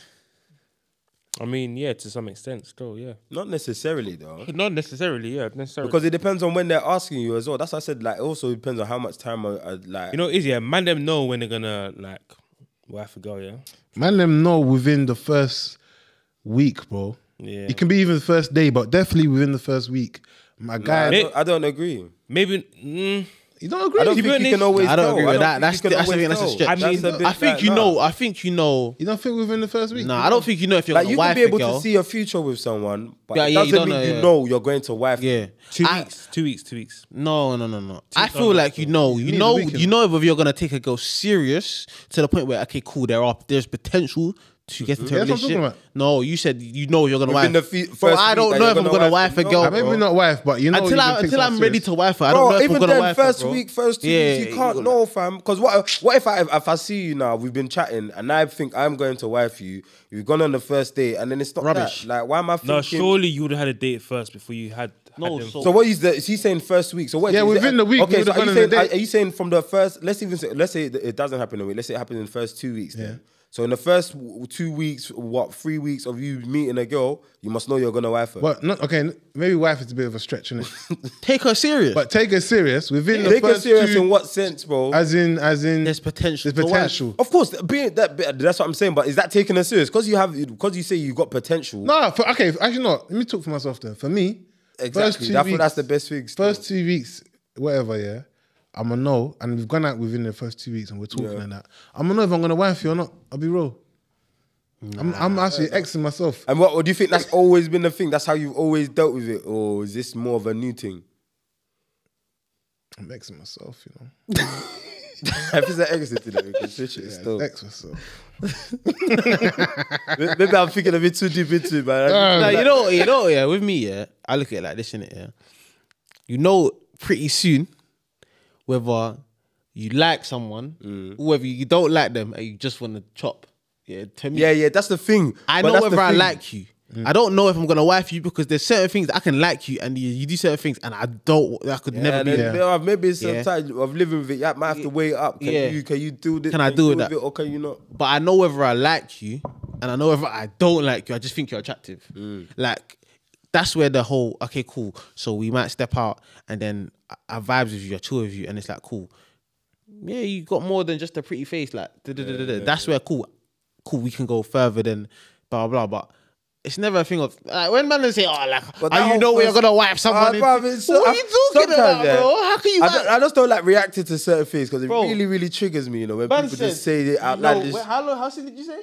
Speaker 4: I mean, yeah, to some extent, still, yeah.
Speaker 1: not necessarily though.
Speaker 4: Not necessarily, yeah, necessarily.
Speaker 1: Because it depends on when they're asking you as well. That's why I said like. It also depends on how much time I, I like.
Speaker 4: you know, it's yeah, man, them know when they're gonna like wife a girl, yeah.
Speaker 3: Man, let them know within the first week, bro.
Speaker 4: Yeah.
Speaker 3: It can be even the first day, but definitely within the first week. My guy,
Speaker 1: I, don't, I don't agree.
Speaker 4: Maybe. Mm,
Speaker 3: you don't agree.
Speaker 1: I don't
Speaker 4: To be
Speaker 1: think you
Speaker 4: honest,
Speaker 1: can always.
Speaker 2: I don't
Speaker 1: tell.
Speaker 2: agree with that.
Speaker 1: think
Speaker 2: That's
Speaker 1: you can
Speaker 2: the- that's the
Speaker 1: always
Speaker 2: thing, that's a
Speaker 1: tell.
Speaker 2: stretch. I
Speaker 1: That's
Speaker 4: mean,
Speaker 1: a bit
Speaker 2: I think
Speaker 1: like,
Speaker 2: you
Speaker 1: nah.
Speaker 2: know. I think you know.
Speaker 3: you don't think within the first week?
Speaker 2: Nah, I don't think you know if you're
Speaker 1: Like
Speaker 2: gonna
Speaker 1: you
Speaker 2: wife
Speaker 1: can be able
Speaker 2: a girl.
Speaker 1: to see a future with someone, but
Speaker 2: Yeah,
Speaker 1: it
Speaker 2: yeah, you don't
Speaker 1: doesn't mean
Speaker 2: know,
Speaker 1: you
Speaker 2: yeah.
Speaker 1: know you're going to wife.
Speaker 2: yeah.
Speaker 4: two
Speaker 2: I-
Speaker 4: weeks. Two weeks. Two weeks.
Speaker 2: No, no, no, no. I
Speaker 4: don't
Speaker 2: feel
Speaker 4: know
Speaker 2: like you know,
Speaker 3: You
Speaker 2: you
Speaker 3: need
Speaker 2: know,
Speaker 3: the weekend.
Speaker 2: you know if you're gonna take a girl serious to the point where okay, cool, there are there's potential to get into a
Speaker 3: That's what I'm talking
Speaker 2: relationship.
Speaker 3: about.
Speaker 2: No, you said you know you're gonna
Speaker 1: Within
Speaker 2: wife.
Speaker 1: the fe-
Speaker 2: Bro,
Speaker 1: first
Speaker 2: I
Speaker 1: week
Speaker 2: don't
Speaker 1: that
Speaker 2: know
Speaker 1: you're
Speaker 2: if I'm
Speaker 1: gonna
Speaker 2: gonna
Speaker 1: wife
Speaker 2: wife a
Speaker 1: them.
Speaker 2: girl.
Speaker 1: No,
Speaker 3: I maybe
Speaker 2: bro.
Speaker 3: not wife, but you know
Speaker 2: until
Speaker 3: you
Speaker 2: I
Speaker 3: can take
Speaker 2: until
Speaker 3: someone
Speaker 2: I'm ready
Speaker 3: serious.
Speaker 2: to wife her, I don't know if
Speaker 1: Bro,
Speaker 2: I'm
Speaker 1: even
Speaker 2: gonna
Speaker 1: then,
Speaker 2: wife her,
Speaker 1: first
Speaker 2: bro.
Speaker 1: week, first two
Speaker 2: Yeah,
Speaker 1: weeks, you
Speaker 2: you
Speaker 1: can't
Speaker 2: gotta-
Speaker 1: know, fam. Because what, what if I if I see you now, we've been chatting, and I think I'm going to wife you, you've gone on the first date, and then it's not
Speaker 2: Rubbish.
Speaker 1: That. Like, why am I thinking?
Speaker 4: No, surely you would have had a date first before you had. had
Speaker 2: No,
Speaker 4: them.
Speaker 2: so-
Speaker 1: So what is the? Is he saying first week? So what?
Speaker 3: Yeah,
Speaker 1: is it-
Speaker 3: within the week, we
Speaker 1: Okay,
Speaker 3: would've
Speaker 1: so are
Speaker 3: gone
Speaker 1: you,
Speaker 3: on a
Speaker 1: saying, are,
Speaker 3: date.
Speaker 1: are you saying from the first? Let's even say, let's say that it doesn't happen in a week. Let's say it happened in the first two weeks. Then. So in the first w- two weeks, what three weeks of you meeting a girl, you must know you're gonna wife her.
Speaker 3: But not okay. Maybe wife is a bit of a stretch, innit?
Speaker 2: Take her serious.
Speaker 3: but take her serious within the
Speaker 1: Take it
Speaker 3: first
Speaker 1: serious
Speaker 3: two,
Speaker 1: in what sense, bro?
Speaker 3: as in as in
Speaker 2: there's potential.
Speaker 3: there's
Speaker 2: to wife.
Speaker 3: potential.
Speaker 1: Of course, being that that's what I'm saying. But is that taking it serious? Because you have because you say you got potential.
Speaker 3: No, for, okay. Actually, not. Let me talk for myself then. For me,
Speaker 1: exactly.
Speaker 3: first two
Speaker 1: That's
Speaker 3: weeks,
Speaker 1: what that's the best thing. still.
Speaker 3: first two weeks, whatever. Yeah, I'm a no, and we've gone out within the first two weeks, and we're talking and that. I'm gonna know if I'm gonna wife you or not. I'll be real. I'm, I'm actually exing myself.
Speaker 1: And what do you think? That's always been the thing. That's how you've always dealt with it, or is this more of a new thing?
Speaker 3: I'm exing myself. You know,
Speaker 1: if it's an exit today, we can switch it
Speaker 3: yeah,
Speaker 1: still.
Speaker 3: ex myself.
Speaker 1: Maybe I'm thinking a bit too deep into it, man.
Speaker 2: Nah, you know, you know, yeah. With me, yeah, I look at it like this, innit? Yeah, you know, pretty soon, whether you like someone,
Speaker 1: Mm.
Speaker 2: or whether you don't like them, and you just want to chop. Yeah, to me,
Speaker 1: yeah, yeah, that's the thing.
Speaker 2: I
Speaker 1: But
Speaker 2: know
Speaker 1: that's the
Speaker 2: whether I
Speaker 1: thing. Mm.
Speaker 2: like you. I don't know if I'm gonna wife you because there's certain things I can like you, and you, you do certain things, and I don't. I could
Speaker 1: Yeah,
Speaker 2: never be.
Speaker 1: then,
Speaker 3: Yeah.
Speaker 1: you know, maybe it's
Speaker 2: Yeah.
Speaker 1: some time of living with it. You might have to weigh it up. Can
Speaker 2: Yeah.
Speaker 1: you can you do this?
Speaker 2: Can I
Speaker 1: you
Speaker 2: deal with
Speaker 1: with
Speaker 2: that?
Speaker 1: it or can you not?
Speaker 2: but I know whether I like you and I know whether I don't like you. I just think you're attractive.
Speaker 1: Mm.
Speaker 2: Like that's where the whole okay, cool. So we might step out and then I- I vibes with you, I chill with you, and it's like cool. Yeah, you got more than just a pretty face. Like da, da, da, da, da. that's where cool, cool. We can go further than blah blah. blah. But it's never a thing of like when men say, "Oh, like,
Speaker 1: But that
Speaker 2: oh, you
Speaker 1: whole
Speaker 2: know we are
Speaker 1: first-
Speaker 2: gonna wipe
Speaker 1: Ah,
Speaker 2: someone." in-
Speaker 1: bruv, it's so-
Speaker 2: what are
Speaker 1: I-
Speaker 2: you talking about,
Speaker 1: sometimes, yeah.
Speaker 2: bro? How can you?
Speaker 1: I,
Speaker 2: wipe-
Speaker 1: don't- I just don't like reacting to certain things because it
Speaker 2: Bro.
Speaker 1: really, really triggers me. You know, when
Speaker 2: Man
Speaker 1: people
Speaker 2: said,
Speaker 1: just say it out
Speaker 2: you know,
Speaker 1: loud. just-
Speaker 2: wait, how long? How soon did you say?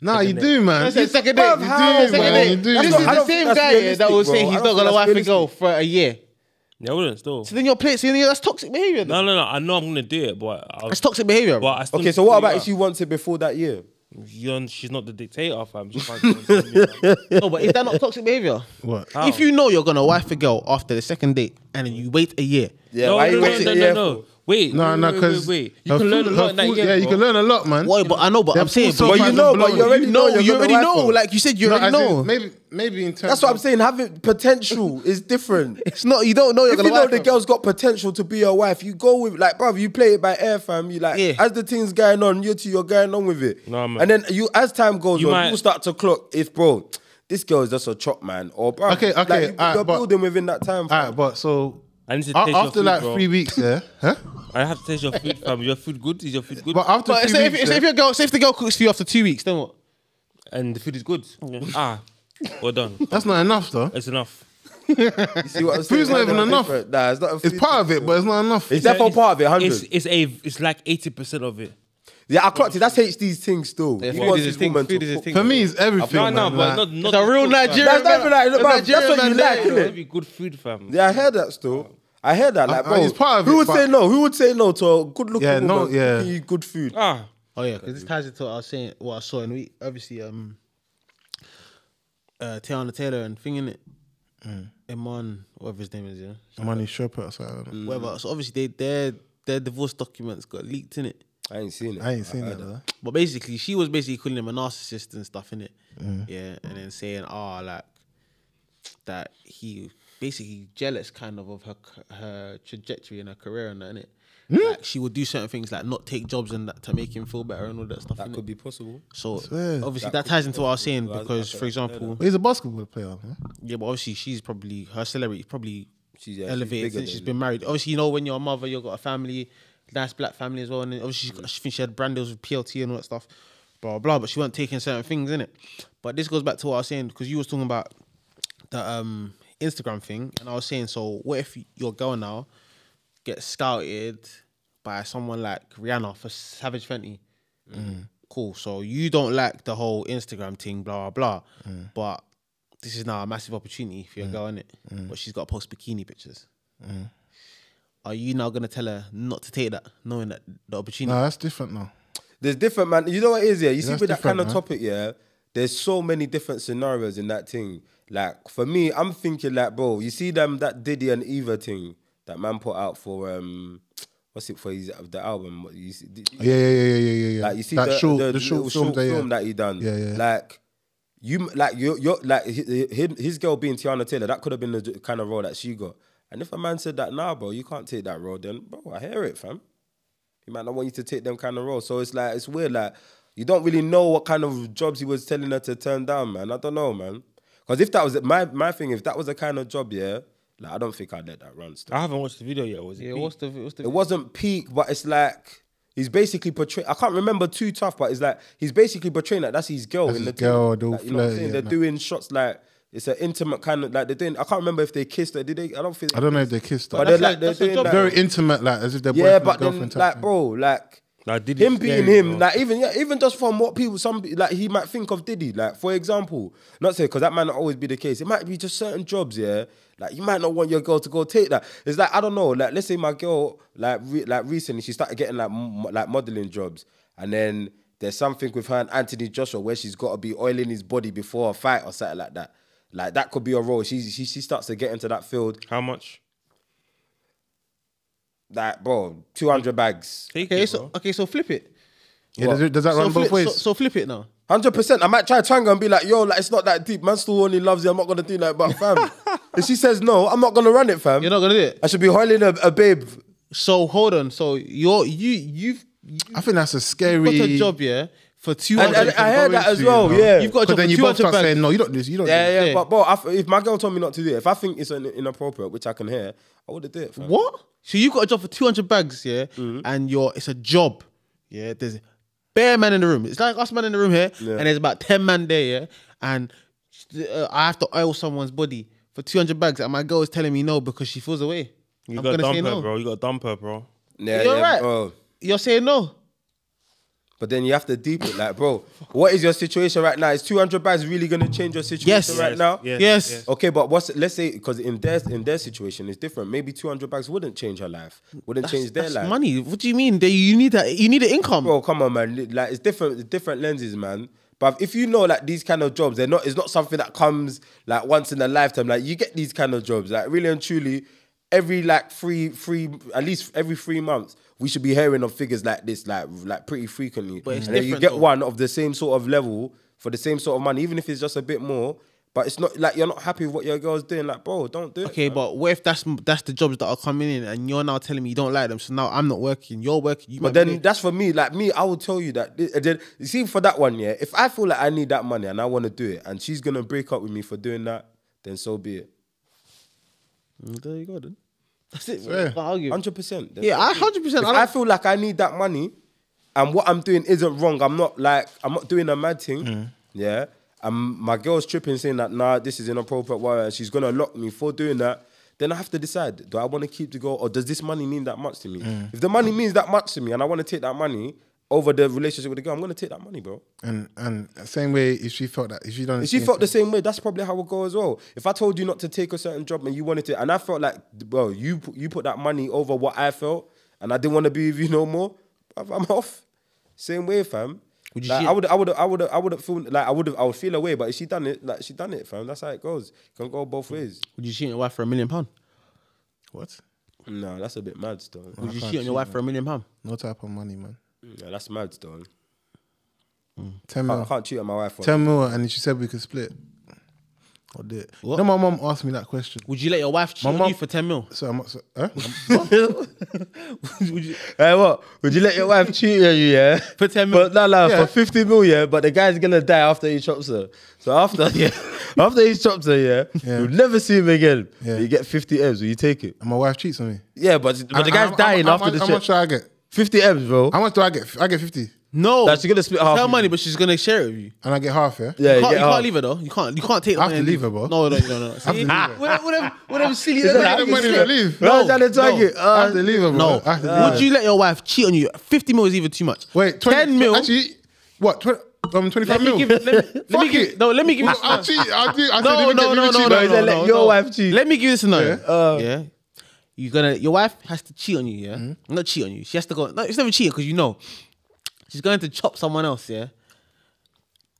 Speaker 3: Nah, you do, man.
Speaker 2: I said second date.
Speaker 1: bruv,
Speaker 2: You
Speaker 1: how?
Speaker 2: do,
Speaker 1: Second
Speaker 2: man.
Speaker 1: date.
Speaker 2: You do.
Speaker 1: That's
Speaker 2: This
Speaker 1: not-
Speaker 2: is
Speaker 1: I
Speaker 2: the
Speaker 1: don't
Speaker 2: same
Speaker 1: think
Speaker 2: guy
Speaker 1: that's
Speaker 2: yeah, that will
Speaker 1: realistic,
Speaker 2: say
Speaker 1: bro.
Speaker 2: he's
Speaker 1: I don't
Speaker 2: not gonna
Speaker 1: think
Speaker 2: wife
Speaker 1: that's
Speaker 2: a girl for a year.
Speaker 4: yeah, I wouldn't still.
Speaker 2: So then you're playing. So then you're- that's toxic behavior.
Speaker 4: No, no, no. I know I'm gonna do it, but I,
Speaker 2: That's toxic behavior.
Speaker 4: but I still
Speaker 1: Okay, so what about
Speaker 4: Yeah.
Speaker 1: if you want it before that year?
Speaker 4: You're, she's not the dictator, fam. She can't control me, fam.
Speaker 2: no, but is that not toxic behavior?
Speaker 3: What?
Speaker 2: If you know you're gonna wife a girl after the second date and then you wait a year,
Speaker 1: Yeah,
Speaker 4: no,
Speaker 1: why
Speaker 4: no,
Speaker 1: you
Speaker 4: no,
Speaker 1: waiting
Speaker 4: no,
Speaker 1: a
Speaker 4: no,
Speaker 1: year
Speaker 4: no.
Speaker 1: for?
Speaker 4: Wait,
Speaker 3: Nah,
Speaker 4: wait,
Speaker 3: nah,
Speaker 4: wait,
Speaker 3: because
Speaker 4: wait, wait. You can learn a lot in that year.
Speaker 3: Yeah, you can
Speaker 4: bro.
Speaker 3: learn a lot, man.
Speaker 2: what? But I know. But
Speaker 3: Their
Speaker 2: I'm saying,
Speaker 3: food
Speaker 2: but
Speaker 1: But you
Speaker 3: sometimes
Speaker 1: know,
Speaker 3: is
Speaker 1: but you
Speaker 3: blowing.
Speaker 1: already
Speaker 2: you know,
Speaker 1: you're
Speaker 2: you
Speaker 1: gonna
Speaker 2: already
Speaker 1: wife
Speaker 2: know.
Speaker 1: her.
Speaker 2: Like you said, you
Speaker 3: No,
Speaker 2: already
Speaker 3: as in,
Speaker 2: know.
Speaker 3: Maybe, maybe in terms.
Speaker 1: That's what I'm
Speaker 3: of-
Speaker 1: saying. Having potential is different.
Speaker 2: It's not. You don't know you're
Speaker 1: If
Speaker 2: gonna
Speaker 1: you know
Speaker 2: wife
Speaker 1: the
Speaker 2: her.
Speaker 1: girl's got potential to be your wife, you go with like, bruv, you play it by air, fam. You like
Speaker 2: Yeah.
Speaker 1: as the thing's going on, you two, you're going on with it.
Speaker 4: Nah, man.
Speaker 1: And then you, as time goes
Speaker 4: You
Speaker 1: on,
Speaker 4: might-
Speaker 1: you start to clock if, bro, this girl is just a chop man, or bro,
Speaker 3: Okay, okay,
Speaker 1: like, you,
Speaker 3: alright,
Speaker 1: are
Speaker 3: but-
Speaker 1: building within that time. fam.
Speaker 3: All right, but so
Speaker 4: I need to
Speaker 3: a-
Speaker 4: taste your
Speaker 3: after
Speaker 4: food,
Speaker 3: like
Speaker 4: bro.
Speaker 3: three weeks, yeah, huh?
Speaker 4: I have to taste your food, fam. Your food good? Is your food good?
Speaker 3: But after
Speaker 2: But
Speaker 3: three
Speaker 2: so if,
Speaker 3: weeks,
Speaker 2: so if
Speaker 3: yeah,
Speaker 2: your girl, so if the girl cooks for you after two weeks, then what?
Speaker 4: and the food is good. Ah, Well done.
Speaker 3: That's not enough, though.
Speaker 4: It's enough.
Speaker 1: You see what I'm saying?
Speaker 3: Food's
Speaker 1: Like,
Speaker 3: not even
Speaker 1: they're
Speaker 3: enough.
Speaker 1: different. Nah, it's not. a
Speaker 3: It's
Speaker 1: food-
Speaker 3: part of it, but it's not enough.
Speaker 1: It's definitely
Speaker 4: it's-
Speaker 1: part of it. Hundred.
Speaker 4: It's it's a it's like eighty percent of it.
Speaker 1: Yeah, I clocked it. That's HD's thing still.
Speaker 2: Yeah,
Speaker 1: He
Speaker 2: food
Speaker 1: wants
Speaker 2: is
Speaker 1: his
Speaker 2: his thing,
Speaker 1: woman
Speaker 2: food
Speaker 1: to
Speaker 2: is his
Speaker 1: cook.
Speaker 2: thing.
Speaker 3: For me, it's everything.
Speaker 4: No, no,
Speaker 3: man.
Speaker 4: but
Speaker 3: Like,
Speaker 4: not
Speaker 2: It's
Speaker 4: not
Speaker 2: a real
Speaker 4: good, fam.
Speaker 2: Nigerian.
Speaker 1: That's definitely like,
Speaker 2: It's
Speaker 1: bruv, that's
Speaker 2: Nigerian
Speaker 1: what you
Speaker 2: man,
Speaker 1: like,
Speaker 2: you know.
Speaker 4: It'll
Speaker 1: innit?
Speaker 4: be good food, fam.
Speaker 1: Yeah, I heard that still. I heard that. Like,
Speaker 3: I- I-
Speaker 1: bro,
Speaker 3: it's part of
Speaker 1: who
Speaker 3: it,
Speaker 1: would
Speaker 3: Ah, but-
Speaker 1: say no? Who would say no to a good looking
Speaker 3: Yeah, no,
Speaker 1: woman
Speaker 3: yeah.
Speaker 1: cooking you good food?
Speaker 4: Ah,
Speaker 2: Oh yeah, because this ties into what I was saying, what I saw, and we obviously um, uh, Tiana Taylor and thing in it, Iman, whatever his name is, yeah,
Speaker 3: Money shopper or something.
Speaker 2: whatever. So obviously they their their divorce documents got leaked in it,
Speaker 1: I ain't seen it.
Speaker 3: I ain't seen that though.
Speaker 2: but basically she was basically calling him a narcissist and stuff in it, yeah, and then saying ah like that he basically jealous kind of of her c- her trajectory and her career and that in it. Like she would do certain things like not take jobs and that to make him feel better and all that stuff.
Speaker 1: That
Speaker 2: innit?
Speaker 1: could be possible.
Speaker 2: So
Speaker 3: Swear.
Speaker 2: obviously that, ties into what I was saying because, for example,
Speaker 3: But he's a basketball player. Huh?
Speaker 2: yeah, but obviously she's probably her celebrity is probably
Speaker 1: She's yeah,
Speaker 2: elevated
Speaker 1: She's bigger
Speaker 2: since she's
Speaker 1: than-
Speaker 2: been married. Obviously, you know when you're a mother, you've got a family, nice black family as well, and then obviously she's got, she thinks she had brand deals with PLT and all that stuff, blah blah. blah, But she weren't taking certain things in it. But this goes back to what I was saying because you was talking about the um Instagram thing, and I was saying, so what if your girl now gets scouted by someone like Rihanna for Savage Fenty?
Speaker 3: Mm.
Speaker 2: cool. So you don't like the whole Instagram thing, blah blah blah.
Speaker 3: Mm.
Speaker 2: But this is now a massive opportunity for your girl, innit?
Speaker 3: Mm.
Speaker 2: But she's got to post bikini pictures. Are you now gonna tell her not to take that, knowing that the opportunity?
Speaker 1: Mm.
Speaker 3: No, that's different now.
Speaker 1: There's different man. You know what it is, yeah. You see
Speaker 3: That's
Speaker 1: with that kind of
Speaker 3: different, man.
Speaker 1: topic, yeah. There's so many different scenarios in that thing. Like for me, I'm thinking like, bro, you see them that Diddy and Eva thing that man put out for um, what's it for his the album? What You see, did-
Speaker 3: Yeah, yeah, yeah, yeah, yeah, yeah.
Speaker 1: Like you see
Speaker 3: that
Speaker 1: the,
Speaker 3: short,
Speaker 1: the,
Speaker 3: the,
Speaker 1: little
Speaker 3: short film,
Speaker 1: short
Speaker 3: that, yeah.
Speaker 1: film that he done.
Speaker 3: Yeah, yeah.
Speaker 1: Like you, like you, you, like his, his girl being Tiana Taylor. That could have been the kind of role that she got. And if a man said that, nah, bro, you can't take that role, then bro, I hear it, fam. He might not want you to take them kind of roles. So it's like it's weird. Like you don't really know what kind of jobs he was telling her to turn down, man. I don't know, man. Because if that was my my thing, if that was the kind of job, yeah, like I don't think I'd let that run. Still.
Speaker 4: I haven't watched the video yet. Was it?
Speaker 2: Yeah, what's the what's the
Speaker 1: It wasn't peak, but it's like he's basically portraying. I can't remember too tough, but it's like he's basically portraying that that's his girl
Speaker 3: That's
Speaker 1: in
Speaker 3: his
Speaker 1: the
Speaker 3: girl,
Speaker 1: thing.
Speaker 3: they're
Speaker 1: Like, you know what I'm
Speaker 3: flirty
Speaker 1: saying?
Speaker 3: and
Speaker 1: They're
Speaker 3: that.
Speaker 1: doing shots like it's an intimate kind of like they're doing. I can't remember if they kissed. Or did they? I don't think. They,
Speaker 3: I don't know if they kissed.
Speaker 1: but
Speaker 3: But
Speaker 1: they're
Speaker 3: that's
Speaker 2: like-
Speaker 1: like they're
Speaker 2: that's a
Speaker 1: doing
Speaker 2: job
Speaker 1: like,
Speaker 3: very intimate, like as if they're
Speaker 1: yeah,
Speaker 3: boyfriend
Speaker 1: but then
Speaker 3: girlfriend type.
Speaker 1: like
Speaker 3: thing.
Speaker 1: bro, like
Speaker 4: Like, Diddy's
Speaker 1: him beating
Speaker 4: scary,
Speaker 1: him,
Speaker 4: bro.
Speaker 1: like even yeah, even just from what people some like he might think of Diddy, like for example, not say because that might not always be the case. It might be just certain jobs, yeah. Like you might not want your girl to go take that. It's like I don't know, like let's say my girl, like re- like recently she started getting like m- like modeling jobs, and then there's something with her and Anthony Joshua where she's got to be oiling his body before a fight or something like that. Like that could be a role. She she she starts to get into that field.
Speaker 4: How much?
Speaker 1: Like bro, two hundred bags,
Speaker 4: Take
Speaker 2: okay?
Speaker 4: it,
Speaker 2: So
Speaker 4: bro.
Speaker 2: okay, so flip it.
Speaker 3: yeah, does, it- does that
Speaker 2: So
Speaker 3: run
Speaker 2: flip,
Speaker 3: both
Speaker 2: so,
Speaker 3: ways?
Speaker 2: so flip it now.
Speaker 1: Hundred percent. I might try Tango and be like, yo, like it's not that deep. Man still only loves you. I'm not gonna do that, but fam. if she says no, I'm not gonna run it, fam.
Speaker 2: You're not gonna do it.
Speaker 1: I should be hoiling a, a babe.
Speaker 2: So hold on. So you're you you've you've
Speaker 3: I think that's a scary.
Speaker 2: got a job yeah for two
Speaker 1: And, and
Speaker 2: hundred.
Speaker 1: I heard that as
Speaker 3: you
Speaker 1: well.
Speaker 3: know.
Speaker 1: Yeah.
Speaker 2: You've got a job
Speaker 3: Because then
Speaker 2: for
Speaker 3: you
Speaker 2: two
Speaker 3: both
Speaker 2: hundred
Speaker 3: start
Speaker 2: bags.
Speaker 3: saying no, you don't do this. You don't.
Speaker 1: yeah,
Speaker 3: do
Speaker 1: yeah,
Speaker 2: Yeah.
Speaker 1: But bro, I f- if my girl told me not to do it, if I think it's an inappropriate, which I can hear, I would have did it. Fam.
Speaker 2: What? So you got a job for 200 bags, yeah? And you're it's a job. Yeah, there's bare man in the room. It's like us man in the room here, and there's about 10 man there, yeah? And uh, I have to oil someone's body for 200 bags, and my girl is telling me no because she feels away.
Speaker 4: You
Speaker 2: I'm
Speaker 4: got to
Speaker 2: gonna
Speaker 4: dump
Speaker 2: say
Speaker 4: her,
Speaker 2: no.
Speaker 4: bro. You got to dump her, bro.
Speaker 1: Yeah,
Speaker 2: You're
Speaker 1: yeah,
Speaker 2: right.
Speaker 1: bro.
Speaker 2: You're saying no.
Speaker 1: But then you have to deep it, like, bro. What is your situation right now? Is 200 bags really gonna change your situation
Speaker 2: Yes.
Speaker 1: right now?
Speaker 4: Yes.
Speaker 2: yes.
Speaker 1: Okay, but what's let's say because in their in their situation it's different. Maybe 200 bags wouldn't change her life, wouldn't change their
Speaker 2: That's
Speaker 1: life.
Speaker 2: money. What do you mean? They, you need that. You need an income.
Speaker 1: bro, come on, man. Li- Like it's different, it's different lenses, man. But if you know like these kind of jobs, they're not. It's not something that comes like once in a lifetime. Like you get these kind of jobs, like really and truly, every like three, three, at least every three months, we should be hearing of figures like this, like like pretty frequently. But
Speaker 2: it's
Speaker 1: and then you
Speaker 2: different,
Speaker 1: get
Speaker 2: though.
Speaker 1: one of the same sort of level for the same sort of money, even if it's just a bit more. But it's not like you're not happy with what your girl's doing. Like, bro, don't do it.
Speaker 2: Okay, but what if that's that's the jobs that are coming in, and you're now telling me you don't like them? So now I'm not working. You're working. You
Speaker 1: But then that's for me. Like me, I will tell you that. thi- Then you see for that one, yeah. If I feel like I need that money and I want to do it, and she's gonna break up with me for doing that, then so be it.
Speaker 2: there you go. Then that's it.
Speaker 3: Swear.
Speaker 2: Can't argue.
Speaker 1: Hundred percent.
Speaker 2: Yeah, I hundred percent.
Speaker 1: If I feel like I need that
Speaker 2: Mm.
Speaker 1: money, and what I'm doing isn't wrong. I'm not like I'm not doing a mad thing. Yeah. and my girl's tripping saying that nah, this is inappropriate. Why? And she's gonna lock me for doing that. Then I have to decide: Do I want to keep the girl, or does this money mean that much to me?
Speaker 2: Mm.
Speaker 1: If the money means that much to me, and I want to take that money over the relationship with the girl, I'm gonna take that money, bro.
Speaker 3: And and same way, if she felt that, if she don't,
Speaker 1: If she felt the same way, that's probably how it go as well. If I told you not to take a certain job and you wanted to, and I felt like, bro, you pu- you put that money over what I felt, and I didn't want to be with you no more, bruv, I'm off. Same way, fam.
Speaker 4: Would you
Speaker 1: like,
Speaker 4: see
Speaker 1: I
Speaker 4: it-
Speaker 1: would, I would, I would, I would feel like I would, I would feel away. But if she done it, like she done it, fam. That's how it goes. Can go both ways.
Speaker 2: Would you cheat on your wife for a million pound?
Speaker 3: what?
Speaker 1: No, that's a bit mad, Stone.
Speaker 2: Would you
Speaker 3: can't
Speaker 2: cheat on your
Speaker 3: cheat,
Speaker 2: wife for a million pound?
Speaker 3: No type of money, man.
Speaker 1: Yeah, that's mad, Stone.
Speaker 3: Ten
Speaker 1: I
Speaker 3: mil,
Speaker 1: can't cheat on my wife. For
Speaker 3: ten mil, and she said we could split. I'll do it. You
Speaker 2: What?
Speaker 3: know, my mom asked me that question.
Speaker 2: Would you let your wife cheat
Speaker 3: My
Speaker 2: on
Speaker 3: mum-
Speaker 2: you for ten mil?
Speaker 3: So I'm, so, huh?
Speaker 2: Would you-
Speaker 5: Hey, what? Would you let your wife cheat on you, yeah?
Speaker 2: for ten mil?
Speaker 5: But no, no,
Speaker 3: Yeah.
Speaker 5: for 50 mil, yeah, but the guy's gonna die after he chops her. So after, yeah, after he chops her, yeah,
Speaker 3: Yeah.
Speaker 5: you'll never see him again.
Speaker 3: Yeah.
Speaker 5: You get 50 M's, will you take it?
Speaker 3: and my wife cheats on me.
Speaker 5: Yeah, but, but the
Speaker 3: And
Speaker 5: guy's
Speaker 3: how-
Speaker 5: dying
Speaker 3: how,
Speaker 5: after
Speaker 3: how,
Speaker 5: the
Speaker 3: How
Speaker 5: chop.
Speaker 3: much do I get?
Speaker 5: 50 M's, bro.
Speaker 3: How much do I get? I get fifty,
Speaker 2: no,
Speaker 5: That's gonna split half.
Speaker 2: her money, but she's gonna share it with you.
Speaker 3: and I get half. Yeah.
Speaker 5: Yeah,
Speaker 2: You can't,
Speaker 5: get
Speaker 2: you can't
Speaker 5: half.
Speaker 2: leave her though. You can't. You can't take. the
Speaker 3: I have
Speaker 2: money
Speaker 3: to
Speaker 2: and leave.
Speaker 3: leave her, bro.
Speaker 2: No, no, no, no.
Speaker 3: have to
Speaker 2: See,
Speaker 3: leave her.
Speaker 2: what, what, them- what them silly.
Speaker 5: Is that
Speaker 2: little
Speaker 5: how you
Speaker 3: Money
Speaker 5: see
Speaker 3: to
Speaker 5: it?
Speaker 3: leave.
Speaker 5: No,
Speaker 2: No,
Speaker 5: trying to target.
Speaker 2: no.
Speaker 3: I
Speaker 5: Uh,
Speaker 3: have to leave her.
Speaker 2: No.
Speaker 3: Bro. I have to leave
Speaker 2: Would
Speaker 3: her.
Speaker 2: you let your wife cheat on you? Fifty mil is even too much.
Speaker 3: Wait, 20,
Speaker 2: ten mil.
Speaker 3: Actually, what? 20, um,
Speaker 2: let
Speaker 3: twenty-five mil.
Speaker 2: me give. Let me, let me
Speaker 3: Fuck
Speaker 2: give.
Speaker 3: it.
Speaker 2: No, let me give.
Speaker 3: Well, I'll cheat. I'll do. I said,
Speaker 2: no,
Speaker 3: let
Speaker 2: no,
Speaker 3: me get,
Speaker 2: no,
Speaker 3: let me
Speaker 2: no,
Speaker 3: cheat.
Speaker 2: no,
Speaker 5: He
Speaker 2: no,
Speaker 5: said, "Let
Speaker 2: no,
Speaker 5: your
Speaker 2: no.
Speaker 5: wife cheat."
Speaker 2: Let me give you this scenario. Yeah.
Speaker 5: Uh.
Speaker 2: You're gonna your wife has to cheat on you, yeah?
Speaker 3: Mm-hmm.
Speaker 2: Not cheat on you. She has to go no, it's never cheating because you know. She's going to chop someone else, yeah.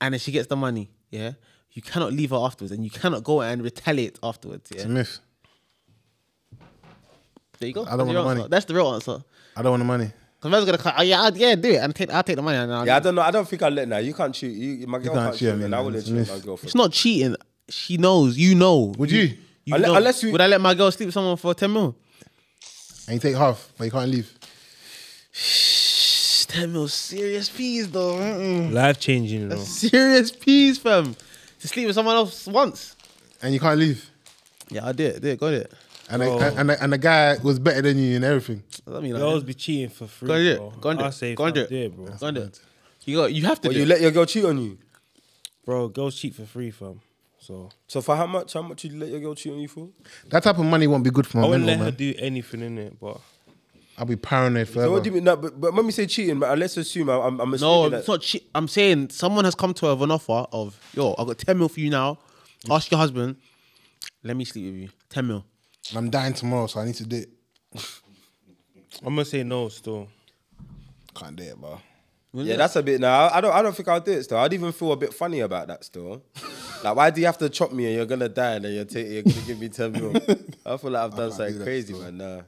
Speaker 2: And then she gets the money, yeah. You cannot leave her afterwards and you cannot go and retaliate afterwards, yeah.
Speaker 3: It's a myth.
Speaker 2: There you go.
Speaker 3: I
Speaker 2: That's
Speaker 3: don't want
Speaker 2: your
Speaker 3: the
Speaker 2: answer.
Speaker 3: money.
Speaker 2: That's the real answer.
Speaker 3: I don't want the money.
Speaker 2: Because man's gonna cut, oh, yeah, I'd- yeah, do it and take I'll take the money and I'll
Speaker 1: yeah, I don't know. I don't think I'll let now. You can't cheat. You, my girl can't, cheat, man. I wouldn't
Speaker 3: It's
Speaker 1: cheat
Speaker 3: myth.
Speaker 1: my girl for
Speaker 2: it's not cheating. She knows, you know.
Speaker 3: Would you?
Speaker 2: you
Speaker 1: Unle-
Speaker 2: know.
Speaker 1: unless you-
Speaker 2: Would I let my girl sleep with someone for 10 mil?
Speaker 3: And you take half, but you can't leave.
Speaker 2: 10 mil serious fees though. Mm-mm.
Speaker 4: Life changing, you know.
Speaker 2: Serious peas, fam. To sleep with someone else once.
Speaker 3: And you can't leave.
Speaker 2: Yeah, I did. Did got it.
Speaker 3: And,
Speaker 2: Oh.
Speaker 3: the- and, and, the- and the guy was better than you and everything.
Speaker 2: That mean
Speaker 4: Girls
Speaker 2: like,
Speaker 4: be cheating for free,
Speaker 2: Go and do it.
Speaker 4: bro.
Speaker 2: Go and do
Speaker 4: I
Speaker 2: it.
Speaker 4: say,
Speaker 2: Go and do
Speaker 4: fuck
Speaker 2: it.
Speaker 4: there, bro.
Speaker 2: go on it. You got. You have to.
Speaker 1: But
Speaker 2: do
Speaker 1: you
Speaker 2: it.
Speaker 1: let your girl cheat on you.
Speaker 4: Bro, girls cheat for free, fam. So
Speaker 1: So for how much? How much you let your girl cheat on you for?
Speaker 3: That type of money won't be good for
Speaker 4: I
Speaker 3: my
Speaker 4: wouldn't
Speaker 3: mental,
Speaker 4: let her
Speaker 3: man.
Speaker 4: do anything in it, but
Speaker 3: I'll be paranoid forever.
Speaker 1: So what do you mean? No, but, but when we say cheating, but let's assume I- I'm, I'm assuming
Speaker 2: no,
Speaker 1: that
Speaker 2: it's not. Che- I'm saying someone has come to her with an offer of, yo, I got ten mil for you now. Ask your husband. Let me sleep with you. Ten mil.
Speaker 3: And I'm dying tomorrow, so I need to do it.
Speaker 4: I'm gonna say no still.
Speaker 3: Can't do it, bro.
Speaker 1: Yeah, that's a bit. Now I don't. I don't think I'll do it. Still, I'd even feel a bit funny about that. Still, like why do you have to chop me and you're gonna die and then you're, ta- you're gonna give me ten mil? I feel like I've done something
Speaker 3: do that
Speaker 1: crazy, man. Nah,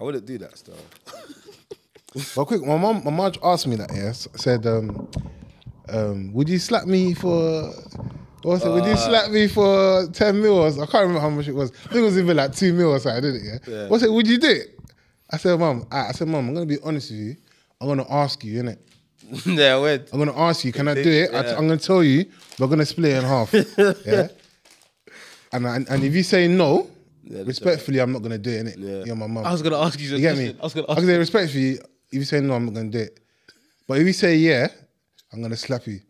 Speaker 1: I wouldn't do that. Still,
Speaker 3: But quick, my mom, my mom asked me that. Yes, said, um, um, would you slap me for? What's it? Would you slap me for ten mil? Or, so- I can't remember how much it was. I think it was even like two mil or something, didn't it? Yeah. What's it? Would you do it? I said, mom. I, I said, mom. I'm gonna be honest with you. I'm gonna ask you, innit?
Speaker 1: yeah, wait.
Speaker 3: I'm gonna ask you. Can I do it? I t- I'm gonna tell you. We're gonna split it in half. yeah. And, and and if you say no,
Speaker 1: that's
Speaker 3: respectfully, I'm not gonna do it. Innit?
Speaker 1: Yeah.
Speaker 3: You're my mom.
Speaker 2: I was gonna ask you.
Speaker 3: You get me?
Speaker 2: I was gonna
Speaker 3: I
Speaker 2: ask.
Speaker 3: can say respect for you. If you say no, I'm not gonna do it. But if you say yeah, I'm gonna slap you.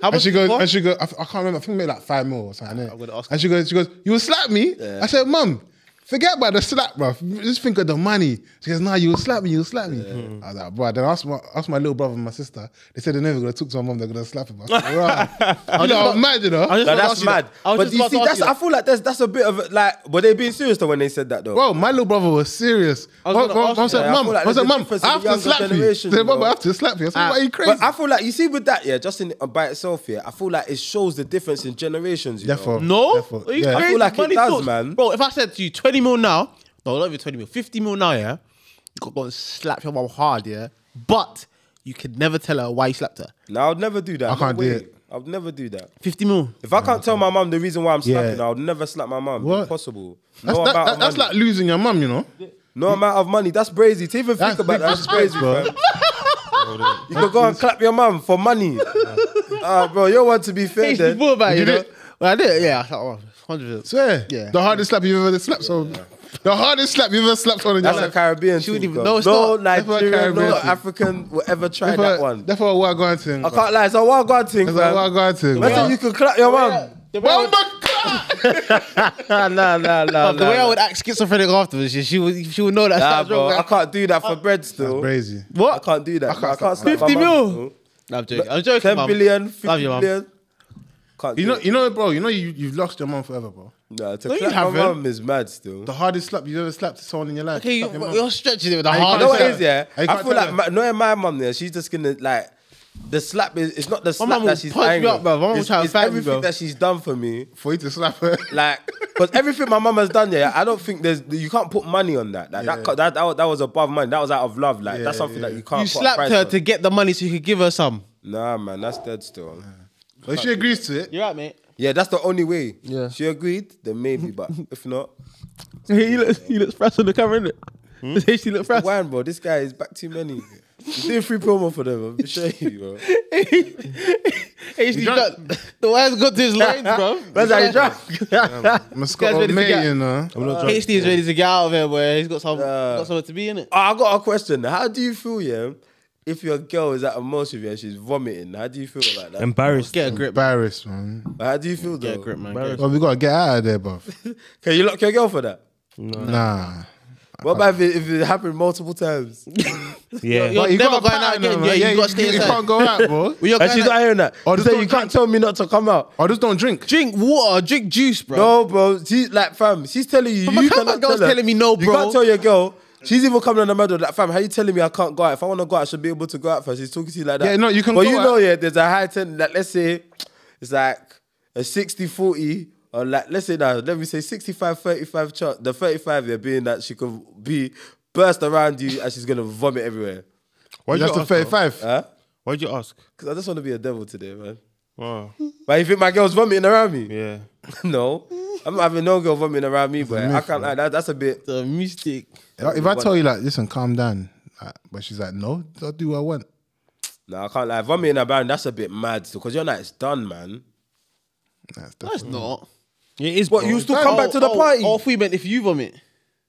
Speaker 2: How
Speaker 3: And
Speaker 2: much?
Speaker 3: she
Speaker 2: you
Speaker 3: goes,
Speaker 2: got?
Speaker 3: and she goes, I, f- I can't remember. I think maybe like five mil or something. innit?
Speaker 2: I'm gonna ask
Speaker 3: and she goes, she goes, you will slap me. I said, Mum, forget about the slap, bro. Just think of the money. She goes, Nah, you will slap me. You will slap me. I was like, bro. Then I asked my asked my little brother and my sister. They said they're never gonna talk to my mom. They're gonna slap him. I was like, bruh. you know, I'm mad, you know.
Speaker 2: I was
Speaker 1: Like,
Speaker 2: about to
Speaker 1: that's
Speaker 2: ask you that.
Speaker 1: mad.
Speaker 2: I was
Speaker 1: But
Speaker 2: just
Speaker 1: you
Speaker 2: about to
Speaker 1: see,
Speaker 2: ask
Speaker 1: that's.
Speaker 2: you
Speaker 1: I feel like that's that's a bit of a- like. Were they being serious though when they said that though?
Speaker 3: Bro, my little brother was serious.
Speaker 2: was
Speaker 3: Mom,
Speaker 2: gonna
Speaker 3: mom,
Speaker 2: ask
Speaker 3: mom
Speaker 2: you
Speaker 3: said,
Speaker 1: that. I
Speaker 3: Mum,
Speaker 1: feel like
Speaker 3: I
Speaker 1: there's
Speaker 3: said,
Speaker 1: a
Speaker 3: Mum,
Speaker 1: difference
Speaker 3: I
Speaker 1: in
Speaker 3: have
Speaker 1: the
Speaker 3: to
Speaker 1: younger
Speaker 3: slap you.
Speaker 1: generation,
Speaker 3: Said, Mum,
Speaker 1: bro.
Speaker 3: I have to slap you. I said,
Speaker 2: Ah,
Speaker 3: What are you crazy?
Speaker 1: But I feel like you see with that, yeah, just in uh, by itself, yeah, I feel like it shows the difference in generations. You
Speaker 3: Therefore,
Speaker 1: know?
Speaker 2: No,
Speaker 3: therefore,
Speaker 2: Are you
Speaker 1: I
Speaker 3: yeah.
Speaker 2: crazy?
Speaker 1: feel like it
Speaker 2: Money
Speaker 1: does,
Speaker 2: talks.
Speaker 1: man.
Speaker 2: Bro, if I said to you twenty mil now, no, not even twenty mil, fifty mil now, yeah, you got to go and slap your mum hard, yeah. But you could never tell her why you slapped her.
Speaker 1: No, I would never do that.
Speaker 3: I
Speaker 1: No
Speaker 3: can't do
Speaker 1: way.
Speaker 3: it.
Speaker 1: I would never do that.
Speaker 2: Fifty mil.
Speaker 1: If I can't tell my mum the reason why I'm
Speaker 3: Yeah.
Speaker 1: slapping, her, I would never slap my mum.
Speaker 3: What?
Speaker 1: Impossible.
Speaker 3: That's,
Speaker 1: no
Speaker 3: that,
Speaker 1: amount
Speaker 3: that,
Speaker 1: of
Speaker 3: that's
Speaker 1: money.
Speaker 3: like losing your mum, you know.
Speaker 1: No amount of money. That's crazy. To even think
Speaker 3: That's
Speaker 1: about that, that's
Speaker 3: disrespect,
Speaker 1: crazy,
Speaker 3: bro.
Speaker 1: bro. You could go and clap your mum for money. Ah, bro, you want to be fair
Speaker 2: Hey,
Speaker 1: then.
Speaker 2: more about it,
Speaker 3: You
Speaker 2: you
Speaker 3: did
Speaker 2: know.
Speaker 3: it?
Speaker 2: Well, I did, it, yeah. I thought, oh, 100%.
Speaker 3: Swear.
Speaker 2: Yeah.
Speaker 3: The hardest slap you've ever slapped. So The hardest slap you ever slapped on in your
Speaker 1: That's a
Speaker 3: life.
Speaker 1: Caribbean
Speaker 2: She wouldn't
Speaker 1: thing.
Speaker 2: even-
Speaker 1: bro.
Speaker 2: no, it's
Speaker 1: No
Speaker 2: not.
Speaker 3: That's what
Speaker 1: Nigerian, no
Speaker 3: Caribbean thing.
Speaker 1: African will ever try that one.
Speaker 3: That's what we're going to.
Speaker 1: I can't lie, it's a wild guard thing,
Speaker 3: That's what we're
Speaker 1: man.
Speaker 3: going to.
Speaker 1: Imagine you could clap your mum.
Speaker 2: The way, I would,
Speaker 5: nah, nah, nah, nah.
Speaker 2: the way I
Speaker 5: nah.
Speaker 2: would act schizophrenic afterwards, she, she would she would know that.
Speaker 1: Nah,
Speaker 2: that's
Speaker 1: bro,
Speaker 2: wrong.
Speaker 1: I can't do that for bread still.
Speaker 3: Crazy.
Speaker 1: I can't do that. I can't, I can't slap my
Speaker 2: 50
Speaker 1: mum
Speaker 2: mil.
Speaker 1: still.
Speaker 2: No, I'm joking. I'm joking.
Speaker 1: 10
Speaker 2: mum.
Speaker 1: billion, 50
Speaker 2: Love you, mum.
Speaker 1: billion. Can't
Speaker 3: You
Speaker 1: do
Speaker 3: know,
Speaker 1: it.
Speaker 3: you know, bro. You know, you you've lost your mum forever, bro.
Speaker 1: Nah, to
Speaker 2: No, you
Speaker 1: clap my
Speaker 2: haven't.
Speaker 1: mum is mad still.
Speaker 3: The hardest slap you've ever slapped someone in your life.
Speaker 2: Okay,
Speaker 3: Slap your
Speaker 2: you,
Speaker 3: mum.
Speaker 2: you're stretching it with a
Speaker 3: you
Speaker 1: You
Speaker 2: hard.
Speaker 1: know what
Speaker 3: tell
Speaker 1: it is,
Speaker 3: her.
Speaker 1: yeah?
Speaker 3: Oh, you
Speaker 1: I
Speaker 3: can't
Speaker 1: feel
Speaker 3: tell
Speaker 1: like, my, knowing my mum there, she's just gonna, like, the slap is, it's not the slap
Speaker 2: mum will
Speaker 1: that she's
Speaker 2: punch me
Speaker 1: angry.
Speaker 2: up, bro. My mum will
Speaker 1: It's-
Speaker 2: try and
Speaker 1: it's
Speaker 2: fight me,
Speaker 1: everything
Speaker 2: bro.
Speaker 1: that she's done for me.
Speaker 3: for you to slap her.
Speaker 1: Like, because everything my mum has done, yeah, I don't think there's you can't put money on that. Like that,
Speaker 3: Yeah.
Speaker 1: co- that, that, was- that was above money. That was out of love. Like that's
Speaker 3: Yeah,
Speaker 1: something that
Speaker 3: yeah.
Speaker 1: you can't.
Speaker 2: You
Speaker 1: put a
Speaker 2: slapped
Speaker 1: price
Speaker 2: her
Speaker 1: on.
Speaker 2: to get the money so you could give her some.
Speaker 1: Nah, man, that's dead still.
Speaker 3: But if she agrees to it.
Speaker 2: You're right, mate.
Speaker 1: Yeah, that's the only way.
Speaker 2: Yeah.
Speaker 1: She agreed, then maybe, but if not,
Speaker 2: he looks he looks fresh on the camera, innit? she looks fresh.
Speaker 1: wine, bro. This guy is back too many. He's doing free promo for them. I'm sure you, bro. Oh,
Speaker 2: Actually, got, the wire's got to his loins, bro.
Speaker 1: Where's that drunk?
Speaker 3: Moscow,
Speaker 2: ready to
Speaker 3: mate,
Speaker 2: get-
Speaker 3: you know.
Speaker 2: HD is ready to get out of here, boy. He's got some,
Speaker 1: Yeah.
Speaker 2: got something to be in it.
Speaker 1: Oh, I got a question. How do you feel, yeah, if your girl is at a most with you and she's vomiting? How do you feel about that?
Speaker 4: Embarrassed.
Speaker 2: Get a grip, man.
Speaker 3: Embarrassed, man.
Speaker 1: How do you feel though?
Speaker 2: Get a grip, man. Get a grip.
Speaker 3: Well, we gotta get out of there, bruv.
Speaker 1: Can you lock your girl for that?
Speaker 3: Nah.
Speaker 1: What about if it, if it happened multiple times?
Speaker 4: Yeah.
Speaker 2: You're
Speaker 3: But
Speaker 2: never
Speaker 3: you got a
Speaker 2: going out
Speaker 3: pattern,
Speaker 2: again,
Speaker 3: man.
Speaker 2: yeah, you gotta stay
Speaker 3: You
Speaker 2: inside.
Speaker 3: can't go out, bro.
Speaker 2: Well, you're
Speaker 1: And
Speaker 2: kinda
Speaker 1: she's not
Speaker 2: like,
Speaker 1: hearing that.
Speaker 3: Oh,
Speaker 1: she
Speaker 3: just
Speaker 1: said,
Speaker 3: don't
Speaker 1: you can't tell me not to come out.
Speaker 3: I just don't drink.
Speaker 2: drink water, drink juice, bro.
Speaker 1: No, bro. She's like, fam, she's telling you.
Speaker 2: my
Speaker 1: you
Speaker 2: grandma
Speaker 1: cannot
Speaker 2: girl's
Speaker 1: tell her.
Speaker 2: telling me no,
Speaker 1: You
Speaker 2: bro.
Speaker 1: can't tell your girl. She's even coming on the murder like, fam, how you telling me I can't go out? If I want to go out, I should be able to go out first. She's talking to you like that.
Speaker 3: Yeah, no, you can
Speaker 1: But
Speaker 3: go
Speaker 1: you
Speaker 3: out.
Speaker 1: know, yeah, there's a high 10, like, let's say it's like a 60 40, or like, let's say now, let me say 65 35 chance. The 35 there being that she could be burst around you and she's going to vomit everywhere.
Speaker 4: Why'd
Speaker 3: That's the
Speaker 4: ask, bro?
Speaker 3: 35.
Speaker 1: Huh?
Speaker 4: Why'd you ask?
Speaker 1: Because I just want to be a devil today, man.
Speaker 4: Oh,
Speaker 1: But you think my girl's vomiting around me?
Speaker 4: yeah.
Speaker 1: No, I'm not having no girl vomiting around me, but I can't. Like, that, that's a bit.
Speaker 2: The mystic.
Speaker 3: If I tell you like, listen, calm down, like, but she's like, no, I'll do what I want.
Speaker 1: No, I can't. Like vomiting around, that's a bit mad. Because your night's done, man.
Speaker 3: Nah, it's
Speaker 2: That's
Speaker 3: different.
Speaker 2: not.
Speaker 4: It is.
Speaker 1: What
Speaker 4: bro.
Speaker 1: you still come back to the
Speaker 2: oh,
Speaker 1: party?
Speaker 2: Oh, if we meant if you vomit.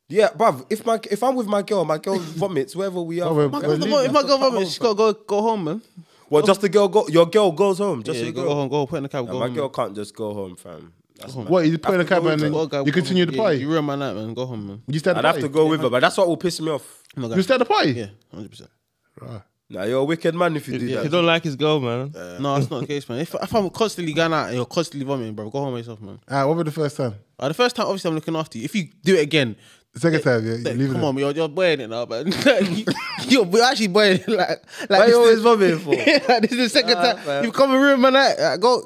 Speaker 1: Yeah, bruv. If my if I'm with my girl, my girl vomits wherever we are.
Speaker 3: Oh, we're-
Speaker 1: My-
Speaker 3: we're
Speaker 2: If
Speaker 3: leaving.
Speaker 2: my girl vomit, she's got to go, go home, man.
Speaker 1: well, just the girl. Go, your girl goes home. Just
Speaker 2: Yeah,
Speaker 1: your
Speaker 2: go,
Speaker 1: girl.
Speaker 2: go home, go home, put in the cab,
Speaker 1: Nah,
Speaker 2: go
Speaker 1: my
Speaker 2: home.
Speaker 1: girl
Speaker 2: man.
Speaker 1: can't just go home, fam. That's mad.
Speaker 3: What you put in the cab and then
Speaker 2: Go, go,
Speaker 3: you
Speaker 2: go
Speaker 3: continue
Speaker 2: home.
Speaker 3: the
Speaker 2: Yeah,
Speaker 3: party.
Speaker 2: You ruined my night, man. Go home, man.
Speaker 3: you stay at the
Speaker 1: I'd have
Speaker 3: party.
Speaker 1: to go with her, but that's what will piss me off.
Speaker 2: I'm not
Speaker 3: You
Speaker 2: going.
Speaker 3: stay at the party.
Speaker 2: Yeah, hundred percent.
Speaker 1: Nah, you're a wicked man if you do
Speaker 4: He
Speaker 1: that.
Speaker 4: don't like his girl, man.
Speaker 2: No, it's not the case, man. If, if I'm constantly going out and you're constantly vomiting, bro, go home by yourself, man.
Speaker 3: Ah, what about the first time?
Speaker 2: Uh, the first time, obviously, I'm looking after you. If you do it again,
Speaker 3: The second time, yeah, you
Speaker 2: like,
Speaker 3: leave it.
Speaker 2: come
Speaker 3: there.
Speaker 2: on, you're, you're buoying it now, but you, you're bu- actually buoying it. Like, like
Speaker 1: Why
Speaker 2: this
Speaker 1: you always
Speaker 2: is-
Speaker 1: vomiting for?
Speaker 2: like, this is the second
Speaker 1: Nah,
Speaker 2: time
Speaker 1: fam.
Speaker 2: you've come and ruined my night. Like, uh, go,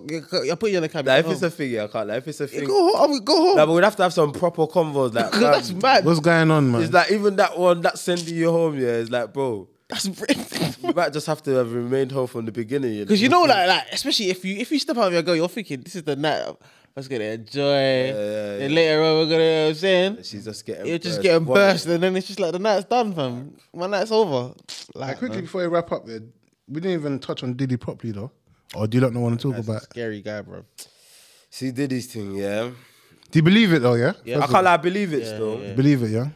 Speaker 2: I put you in the cab.
Speaker 1: Nah, if
Speaker 2: go
Speaker 1: it's a thing, yeah, I can't. Like, if it's a
Speaker 2: home.
Speaker 1: thing,
Speaker 2: Oh. go home, go home.
Speaker 1: nah, but we'd have to have some proper convos. Like,
Speaker 2: 'Cause
Speaker 1: fam,
Speaker 2: that's mad.
Speaker 3: What's going on, man?
Speaker 1: It's like even that one that sending you home, yeah, it's like, bro,
Speaker 2: That's
Speaker 1: you might just have to have remained home from the beginning. You know?
Speaker 2: because you know, like, like especially if you if you step out of your girl, you're thinking this is the night. I'm just gonna enjoy.
Speaker 1: yeah,
Speaker 2: And later on, we're gonna. You know what I'm saying.
Speaker 1: she's just getting
Speaker 2: You're just
Speaker 1: burst.
Speaker 2: getting
Speaker 1: What-
Speaker 2: burst, and then it's just like the night's done, fam. My night's over.
Speaker 3: Like,
Speaker 2: Like,
Speaker 3: quickly
Speaker 2: man.
Speaker 3: before we wrap up, there, we didn't even touch on Diddy properly though. Or do you not want to talk about?
Speaker 2: scary guy, bro.
Speaker 1: She did this thing, yeah.
Speaker 3: Do you believe it though? Yeah.
Speaker 2: Yeah.
Speaker 1: I
Speaker 3: First of
Speaker 1: can't lie, I believe it
Speaker 2: Yeah,
Speaker 1: still.
Speaker 2: yeah,
Speaker 3: all,
Speaker 2: yeah.
Speaker 3: Believe it, yeah.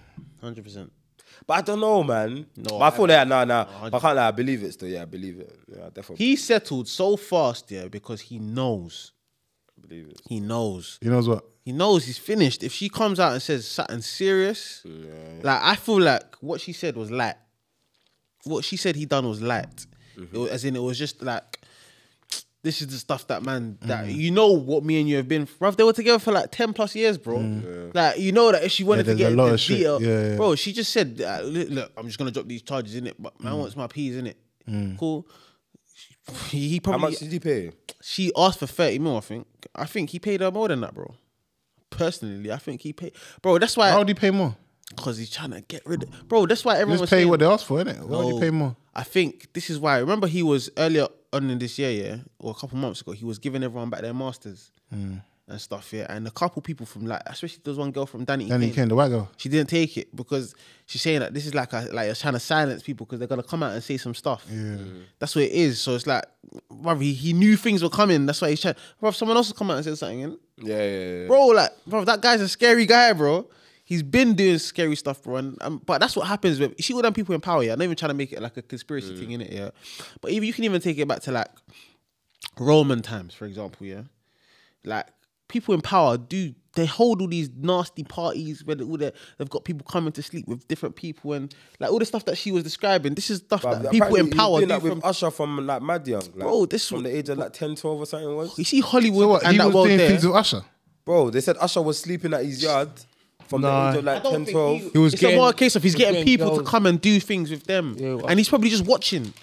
Speaker 2: Hundred percent.
Speaker 1: But I don't know, man.
Speaker 2: No,
Speaker 1: but I
Speaker 2: I-
Speaker 1: thought that, nah, nah.
Speaker 2: I-
Speaker 1: But I can't lie, I believe it still. Yeah, I believe it. Yeah, I definitely
Speaker 2: He settled so fast, yeah, because he knows.
Speaker 1: believe it.
Speaker 2: He knows.
Speaker 3: You know what?
Speaker 2: He knows he's finished. If she comes out and says something serious, like I feel like what she said was light. What she said he done was light.
Speaker 3: Mm-hmm.
Speaker 2: It was, as in, it was just like, this is the stuff that man that
Speaker 3: Mm-hmm.
Speaker 2: you know what me and you have been, bro. They were together for like ten plus years, bro. Like you know that if she wanted
Speaker 3: Mm. Yeah,
Speaker 2: to
Speaker 3: there's
Speaker 2: get
Speaker 3: a lot
Speaker 2: into
Speaker 3: of shit.
Speaker 2: detail,
Speaker 3: Yeah, yeah.
Speaker 2: bro, she just said, uh, look, look, I'm just gonna drop these charges in it, but
Speaker 3: Mm.
Speaker 2: man wants my peas in it. Cool. He, he
Speaker 1: How
Speaker 2: probably
Speaker 1: much did he pay?
Speaker 2: she asked for 30 mil, I think. I think he paid her more than that, bro. Personally, I think he paid. Bro, that's
Speaker 3: How
Speaker 2: why.
Speaker 3: would you pay more?
Speaker 2: Because he's trying to get rid of. Bro, that's why everyone
Speaker 3: Just
Speaker 2: was
Speaker 3: pay
Speaker 2: saying,
Speaker 3: what they asked for, innit? Why would you
Speaker 2: No.
Speaker 3: pay more?
Speaker 2: I think this is why. Remember, he was earlier on in this year, yeah, or a couple months ago, he was giving everyone back their masters
Speaker 3: Mm.
Speaker 2: and stuff, yeah. And a couple people from, like, especially there's one girl from Danny.
Speaker 3: Then he
Speaker 2: Kane,
Speaker 3: came the white girl.
Speaker 2: She didn't take it because she's saying that this is like a, like it's trying to silence people because they're gonna come out and say some stuff. Mm. That's what it is. So it's like, bruv, he, he knew things were coming. That's why he's trying. Bruv, someone else has come out and said something. innit?
Speaker 1: Yeah, yeah, yeah.
Speaker 2: Bro, like, bro, that guy's a scary guy, bro. He's been doing scary stuff, bro. And, um, but that's what happens. With, you see all them people in power, yeah? I'm not even trying to make it like a conspiracy thing in it, yeah? But even you can even take it back to like Roman times, for example, yeah? Like people in power do, they hold all these nasty parties where they, all the, they've got people coming to sleep with different people and like all the stuff that she was describing. This is stuff that people
Speaker 1: Apparently
Speaker 2: in
Speaker 1: he was
Speaker 2: power
Speaker 1: doing
Speaker 2: do
Speaker 1: that with
Speaker 2: from.
Speaker 1: Usher from like Mad Young, like,
Speaker 2: Bro, this was-
Speaker 1: from the age of like 10, 12 or something it was.
Speaker 2: You see Hollywood
Speaker 3: So what?
Speaker 2: and
Speaker 3: he
Speaker 2: that
Speaker 3: was
Speaker 2: world
Speaker 3: doing
Speaker 2: there.
Speaker 3: things with Usher.
Speaker 1: Bro, they said Usher was sleeping at his yard from the
Speaker 3: Nah.
Speaker 1: age of like 10, 12.
Speaker 4: He was
Speaker 2: it's
Speaker 4: getting-
Speaker 2: a more case of he's
Speaker 4: he was
Speaker 2: getting
Speaker 4: getting
Speaker 2: people to
Speaker 4: girls.
Speaker 2: come and do things with them,
Speaker 4: well-
Speaker 2: and he's probably just watching.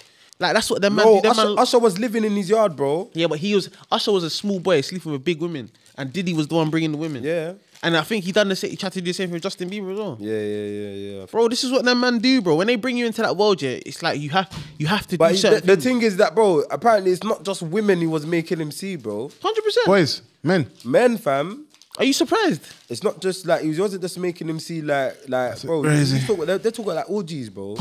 Speaker 2: Like that's what them man.
Speaker 1: Bro,
Speaker 2: do. Them
Speaker 1: Usher,
Speaker 2: man-
Speaker 1: Usher was living in his yard, bro.
Speaker 2: yeah, but he was Usher was a small boy sleeping with big women, and Diddy was the one bringing the women.
Speaker 1: Yeah.
Speaker 2: and I think he done the same. He tried to do the same thing with Justin Bieber as well.
Speaker 1: Yeah, yeah, yeah, yeah.
Speaker 2: Bro, this is what them man do, bro. When they bring you into that world, yeah, it's like you have you have to
Speaker 1: But
Speaker 2: do
Speaker 1: he- the,
Speaker 2: certain
Speaker 1: the thing is that, bro, apparently it's not just women he was making him see, bro.
Speaker 2: Hundred percent.
Speaker 3: Boys, men.
Speaker 1: Men, fam,
Speaker 2: Are you surprised?
Speaker 1: it's not just like, he wasn't just making him see, like, like bro,
Speaker 3: crazy.
Speaker 1: he's talking- they're, they're talking like orgies, bro.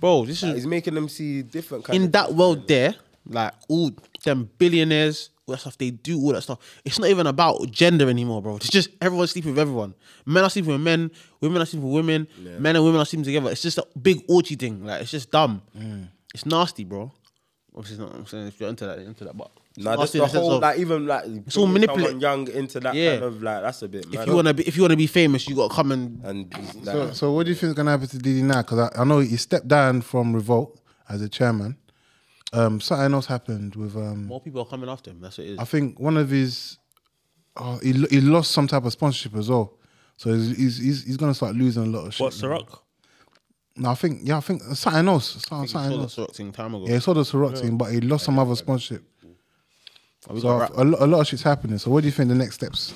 Speaker 2: Bro, this is
Speaker 1: He's making them see different kind
Speaker 2: in
Speaker 1: of
Speaker 2: that world there, like all them billionaires, all that stuff they do, all that stuff. It's not even about gender anymore, bro. It's just everyone's sleeping with everyone. Men are sleeping with men, women are sleeping with women, men and women are sleeping together. It's just a big orgy thing. Like it's just dumb.
Speaker 1: Mm.
Speaker 2: It's nasty, bro. Obviously, it's not, I'm saying if you're into that, you're into that, but it's
Speaker 1: Nah, just
Speaker 2: nasty in
Speaker 1: the
Speaker 2: sense
Speaker 1: whole
Speaker 2: of-
Speaker 1: like even like it's
Speaker 2: all manipulate-
Speaker 1: young into that
Speaker 2: Yeah.
Speaker 1: kind of like that's a bit. Mad.
Speaker 2: if you wanna be if you wanna be famous, you gotta come and
Speaker 1: and like,
Speaker 3: So, so what do you think is going to happen to Didi now? Because I, I know he stepped down from Revolt as a chairman. Um, something else happened with. Um,
Speaker 2: more people are coming after him. That's what it is.
Speaker 3: I think one of his, oh, he lo- he lost some type of sponsorship as well. So he's he's he's, he's going to start losing a lot of shit.
Speaker 4: What Ciroc?
Speaker 3: No, I think yeah, I think something else. Something,
Speaker 2: I
Speaker 3: something
Speaker 2: saw the
Speaker 3: else.
Speaker 2: sort of thing time ago.
Speaker 3: Yeah, he saw the Ciroc team, but he lost some other sponsorship.
Speaker 2: We
Speaker 3: So
Speaker 2: got
Speaker 3: a,
Speaker 2: rap-
Speaker 3: lo- a lot of shit's happening. So what do you think the next steps?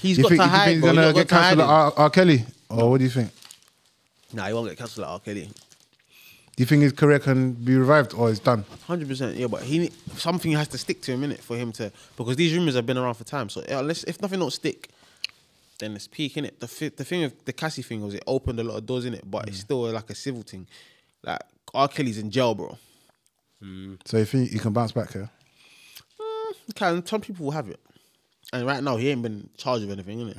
Speaker 2: He's
Speaker 3: Do you
Speaker 2: got
Speaker 3: think,
Speaker 2: to
Speaker 3: do you think
Speaker 2: hide.
Speaker 3: he's
Speaker 2: bro. He's
Speaker 3: gonna
Speaker 2: not got
Speaker 3: get
Speaker 2: to hide
Speaker 3: cancelled like
Speaker 2: it.
Speaker 3: R-, R. Kelly? Or what do you think?
Speaker 2: Nah, he won't get cancelled like R. Kelly.
Speaker 3: Do you think his career can be revived or it's done?
Speaker 2: Hundred percent, yeah. But he need- something has to stick to him innit, for him to because these rumors have been around for time. So yeah, unless if nothing don't stick, then it's peak in it. The fi- the thing with the Cassie thing was it opened a lot of doors in it, but it's still like a civil thing. Like R. Kelly's in jail, bro.
Speaker 3: So you think he can bounce back here?
Speaker 2: Can some people will have it, and right now he ain't been charged with anything in it.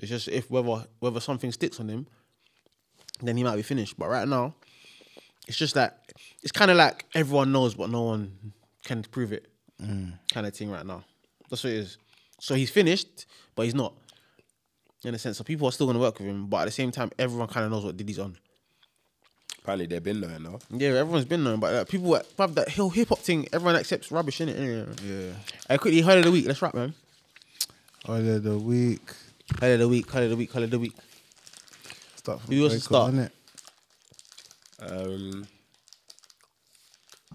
Speaker 2: It's just if whether whether something sticks on him, then he might be finished. But right now, it's just that it's kind of like everyone knows, but no one can prove it, kind of thing right now. That's what it is. So he's finished, but he's not. In a sense, so people are still gonna work with him, but at the same time, everyone kind of knows what Diddy's on.
Speaker 1: apparently they've been there now.
Speaker 2: Yeah, everyone's been known, but like, people that- bruv, that whole hip hop thing, everyone accepts rubbish in it. Yeah. I quickly heard of the week. Let's wrap, man.
Speaker 3: Oh, the, the week
Speaker 2: Color of the week, color of the week, color of the week.
Speaker 3: stuff.
Speaker 2: Who wants to start?
Speaker 3: Isn't it?
Speaker 1: Um,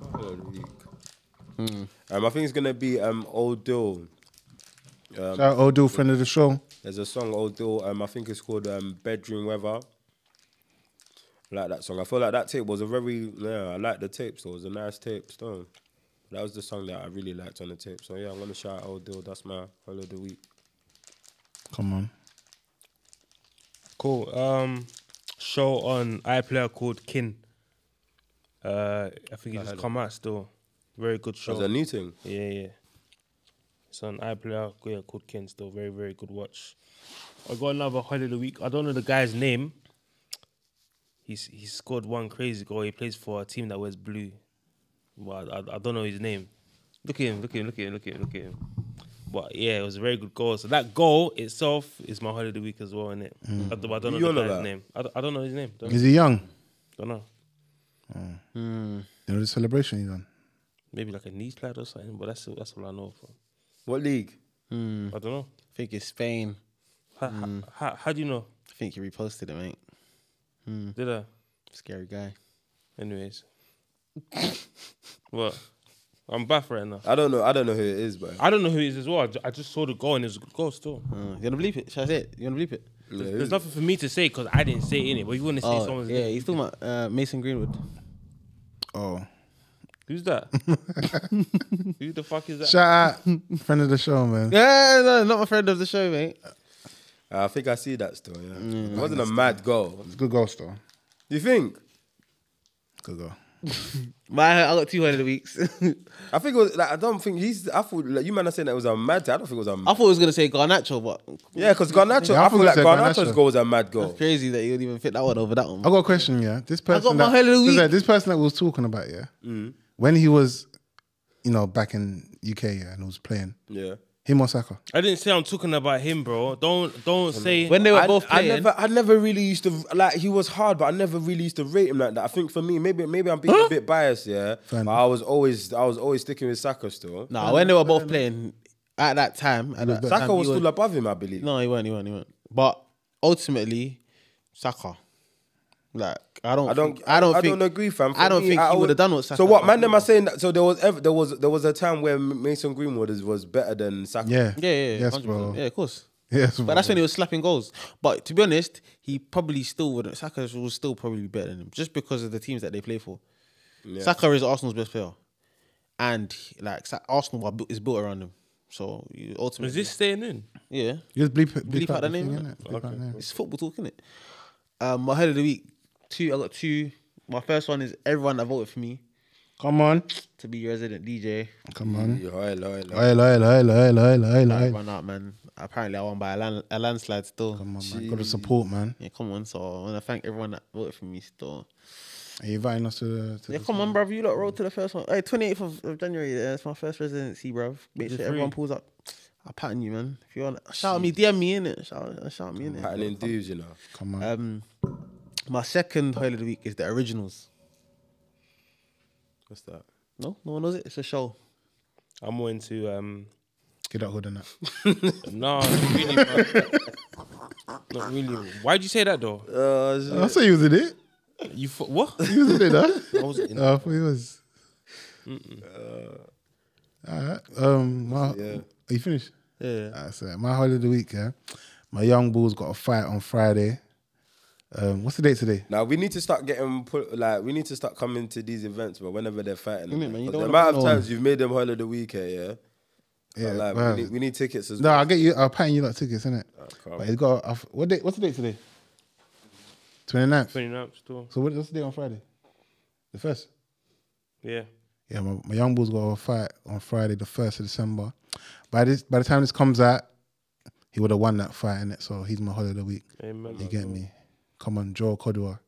Speaker 1: um, I think it's gonna be um Old Dill.
Speaker 2: Um,
Speaker 3: Shout out Odell, friend of the show.
Speaker 1: There's a song Old Dill. Um, I think it's called um Bedroom Weather. I like that song. I feel like that tape was a very yeah. I like the tape. So it was a nice tape. Still, that was the song that I really liked on the tape. So yeah, I'm gonna shout out Old Dill. That's my follow of the week.
Speaker 3: Come on.
Speaker 4: Cool. Um, show on iPlayer called Kin. Uh, I think it just come out still. Very good
Speaker 1: That
Speaker 4: show.
Speaker 1: was a new thing.
Speaker 4: Yeah, yeah. It's on iPlayer. Yeah, good Ken still. Very, very good watch. I got another holiday of the week. I don't know the guy's name. He's he scored one crazy goal. He plays for a team that wears blue. But I, I, I don't know his name. Look at him, look at him, look at him, look at him, look at him. But yeah, it was a very good goal. So that goal itself is my holiday of the week as well, innit? I, don't- I don't
Speaker 1: Mm.
Speaker 4: know
Speaker 1: You
Speaker 4: the
Speaker 1: know
Speaker 4: guy's
Speaker 1: that?
Speaker 4: name. I, don't- I don't know his name. Don't,
Speaker 3: Is he young?
Speaker 4: don't know.
Speaker 2: Hmm,
Speaker 3: There was a celebration he done.
Speaker 4: Maybe like a knee slide or something, but that's that's all I know. From.
Speaker 1: What league?
Speaker 4: I don't know.
Speaker 2: hmm. I think it's Spain.
Speaker 4: How,
Speaker 1: Mm.
Speaker 4: how, how, how do you know?
Speaker 2: I think he reposted it, mate.
Speaker 4: Did I?
Speaker 2: Scary guy.
Speaker 4: Anyways. what? I'm baff right now.
Speaker 1: I don't know. I don't know who it is, but
Speaker 4: I don't know who it is as well. I ju- I just saw the goal and it was a good goal still.
Speaker 2: Uh, you wanna bleep it? Should I say it? You wanna bleep it?
Speaker 1: Yeah,
Speaker 4: There's nothing for me to say because I didn't say it in it. But you want to say
Speaker 2: Oh,
Speaker 4: someone's
Speaker 2: yeah,
Speaker 4: name?
Speaker 2: he's talking about uh, Mason Greenwood.
Speaker 3: Oh.
Speaker 4: Who's that? who the fuck is that?
Speaker 3: Shout out, friend of the show, man.
Speaker 2: Yeah, no, not my friend of the show, mate.
Speaker 1: I think I see that still. Yeah, it wasn't a mad goal.
Speaker 3: Good goal, still.
Speaker 1: You think?
Speaker 3: Good goal.
Speaker 2: My, I got two hundred weeks. I
Speaker 1: I think it was like I don't think he's. I thought like, you man are saying that it was a mad. thing. I don't think it was a.
Speaker 2: thought I was gonna say Garnacho, but
Speaker 1: yeah, because Garnacho.
Speaker 3: Yeah, I
Speaker 1: I feel
Speaker 3: thought
Speaker 1: like
Speaker 3: you said
Speaker 1: Garnacho's
Speaker 3: Garnacho.
Speaker 1: goal was a mad goal.
Speaker 2: crazy that you would even fit that one over that one.
Speaker 3: I got a question, yeah. This person,
Speaker 2: my
Speaker 3: that,
Speaker 2: Hell of the
Speaker 3: this-
Speaker 2: Week. Mm.
Speaker 3: this person that we was talking about, yeah. When he was, you know, back in UK, yeah, and was playing
Speaker 1: Yeah.
Speaker 3: him or Saka.
Speaker 4: I didn't say I'm talking about him, bro. Don't don't say
Speaker 2: When they were
Speaker 1: I,
Speaker 2: both
Speaker 1: I
Speaker 2: playing,
Speaker 1: never, I never really used to like. He was hard, but I never really used to rate him like that. I think for me, maybe, maybe I'm being a bit biased, yeah. But I was always, I was always sticking with Saka still.
Speaker 2: nah, when they were both playing at that time, at that
Speaker 1: Saka
Speaker 2: time,
Speaker 1: was
Speaker 2: he
Speaker 1: still above him, I believe.
Speaker 2: No, he won't. He won't. He won't. But ultimately, Saka. Like I don't.
Speaker 1: I don't.
Speaker 2: Think, I don't.
Speaker 1: I
Speaker 2: think,
Speaker 1: don't agree, fam. For
Speaker 2: I don't
Speaker 1: me,
Speaker 2: think he
Speaker 1: always-
Speaker 2: would have done what Saka.
Speaker 1: So what,
Speaker 2: done.
Speaker 1: man? Am I saying that? So there was ever, there was there was a time where M- Mason Greenwood is, was better than Saka.
Speaker 3: Yeah.
Speaker 2: Yeah, yeah, yeah.
Speaker 3: Yes,
Speaker 2: 100%.
Speaker 3: bro.
Speaker 2: Yeah, of course.
Speaker 3: Yes, bro.
Speaker 2: But that's when he was slapping goals. But to be honest, he probably still wouldn't. Saka was still probably better than him just because of the teams that they play for. Saka is Arsenal's best player, and like Sa- Arsenal are bu- is built around him. So you ultimately,
Speaker 4: is this staying in?
Speaker 2: yeah,
Speaker 3: You just bleep, bleep, out the name. Thing,
Speaker 2: innit?
Speaker 3: innit? Bleep out the name.
Speaker 2: it's football talk, innit? Um, my head of the week, two. I got two. My first one is everyone that voted for me
Speaker 3: Come on,
Speaker 2: to be your resident DJ.
Speaker 3: come on.
Speaker 1: Yeah, oil, oil, oil.
Speaker 3: Lie, lie, lie, lie, lie, lie,
Speaker 2: I
Speaker 3: lie.
Speaker 2: ran out, man. Apparently, I won by a, land, a landslide still.
Speaker 3: Come on, man. Got to support, man.
Speaker 2: Yeah, come on. So I want to thank everyone that voted for me still.
Speaker 3: Are you inviting us to the? To
Speaker 2: Yeah,
Speaker 3: this
Speaker 2: come
Speaker 3: one?
Speaker 2: on, bruv. You lot rolled to the first one. Hey, 28th of, of January. Yeah, it's my first residency, bruv. Make sure everyone pulls up. I pattern you, man. If you want, shout at me, DM me in it. Shout, shout me in it.
Speaker 1: Patterning dudes, you know.
Speaker 3: Come on.
Speaker 2: Um, my second highlight of the week is the originals.
Speaker 1: What's that?
Speaker 2: No, no one knows it. It's a show.
Speaker 4: I'm more into um
Speaker 3: Get out hood and that.
Speaker 4: no, not really, bro. not really. Why'd you say that though?
Speaker 1: Uh,
Speaker 3: I saw you was in it.
Speaker 4: You f- what?
Speaker 3: You was in it, huh?
Speaker 4: I was in-
Speaker 3: Oh, I thought he was. Alright. Um, my,
Speaker 1: Yeah.
Speaker 3: Are you finished?
Speaker 2: Yeah.
Speaker 3: That's it. My holiday of the week, yeah. My young bulls got a fight on Friday. Um, what's the date today?
Speaker 1: now we need to start getting put like we need to start coming to these events, but whenever they're fighting,
Speaker 2: Innit, man, you don't
Speaker 1: 'Cause the
Speaker 2: wanna
Speaker 1: amount
Speaker 2: put
Speaker 1: of
Speaker 2: no one-
Speaker 1: times you've made them holler the weekend, yeah.
Speaker 3: Yeah,
Speaker 1: like,
Speaker 3: wow.
Speaker 1: we, need, we need tickets as
Speaker 3: No,
Speaker 1: well.
Speaker 3: I'll get you. I'll pattern you like tickets, innit?
Speaker 1: calm.
Speaker 3: But he's got. A, what date? What's the date today? 29th.
Speaker 4: 29th still.
Speaker 3: So what, what's the date on Friday? The first.
Speaker 4: Yeah.
Speaker 3: Yeah, my, my young bulls got a fight on Friday, the first of December. By this, by the time this comes out, he would have won that fight, innit? So he's my holiday of the week.
Speaker 4: Amen.
Speaker 3: You get me? Come on, Joel Codua.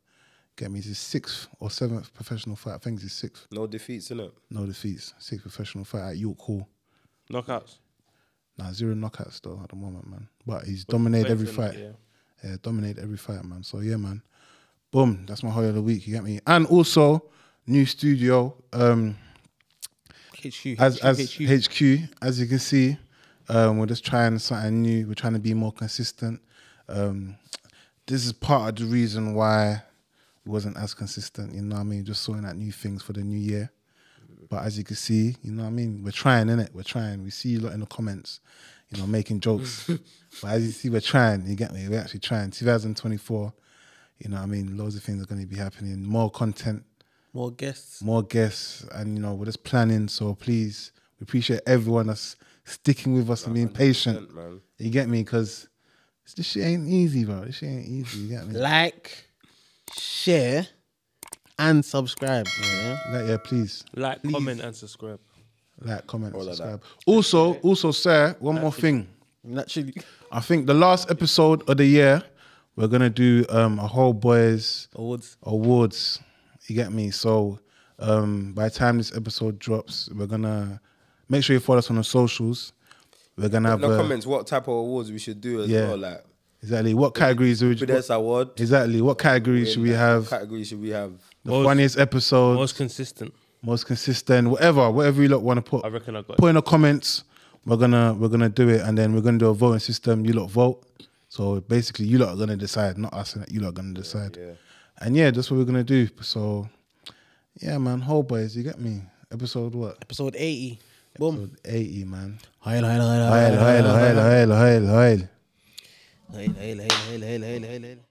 Speaker 3: Get me. It's his sixth or seventh professional fight. I think it's his sixth.
Speaker 1: No defeats, innit?
Speaker 3: No defeats. Sixth professional fight at York Hall.
Speaker 4: Knockouts.
Speaker 3: Nah, zero knockouts though at the moment, man. But he's dominated every fight.
Speaker 4: Yeah.
Speaker 3: Yeah, dominated every fight, man. So yeah, man. Boom. That's my holiday of the week. You get me? And also, new studio. Um,
Speaker 2: HQ.
Speaker 3: as
Speaker 2: HQ,
Speaker 3: as
Speaker 2: HQ.
Speaker 3: HQ, as you can see, um, we're just trying something new. We're trying to be more consistent. Um, this is part of the reason why we wasn't as consistent. You know what I mean? Just sorting out new things for the new year. But as you can see, you know what I mean. We're trying, innit? We're trying. We see you lot in the comments, you know, making jokes. but as you see, we're trying. You get me? We're actually trying. 2024. You know what I mean? Loads of things are going to be happening. More content
Speaker 2: More guests.
Speaker 3: more guests, and you know we're just planning. So please, we appreciate everyone that's sticking with us and being patient.
Speaker 1: Man.
Speaker 3: You get me? Because this shit ain't easy, bro. This shit ain't easy. You get me?
Speaker 2: Like, share, and subscribe. Yeah.
Speaker 3: Like, yeah, please
Speaker 4: Like, comment, and subscribe.
Speaker 3: like, comment, subscribe. Also, also, sir, one more thing.
Speaker 2: Naturally.
Speaker 3: I think the last episode of the year, we're gonna do um, a whole boys
Speaker 2: Awards.
Speaker 3: awards. You get me? So um, by the time this episode drops, we're gonna make sure you follow us on the socials. We're gonna have
Speaker 1: In the
Speaker 3: a-
Speaker 1: comments, what type of awards we should do as
Speaker 3: Yeah.
Speaker 1: well? Like,
Speaker 3: Exactly. What categories would you?
Speaker 1: Bidess Award.
Speaker 3: Exactly. What categories should we have?
Speaker 1: Category should we have?
Speaker 3: The
Speaker 4: Most-
Speaker 3: funniest episode, most,
Speaker 4: Most consistent.
Speaker 3: consistent, whatever, whatever you lot want to put.
Speaker 4: I reckon I got
Speaker 3: Put in the comments. We're gonna we're gonna do it, and then we're gonna do a voting system. You lot vote. So basically, you lot are gonna decide, not us. innit? You lot are gonna decide. And yeah, that's what we're gonna do. So yeah, man. Whole boys, you get me. Episode what?
Speaker 2: Episode 80. Boom.
Speaker 3: Episode eighty, man.
Speaker 2: Hail, hail, hail,
Speaker 3: Hail, hail, hail, hail, hail, hail.
Speaker 2: hail, hail, hail, hail, hail, hail, hail.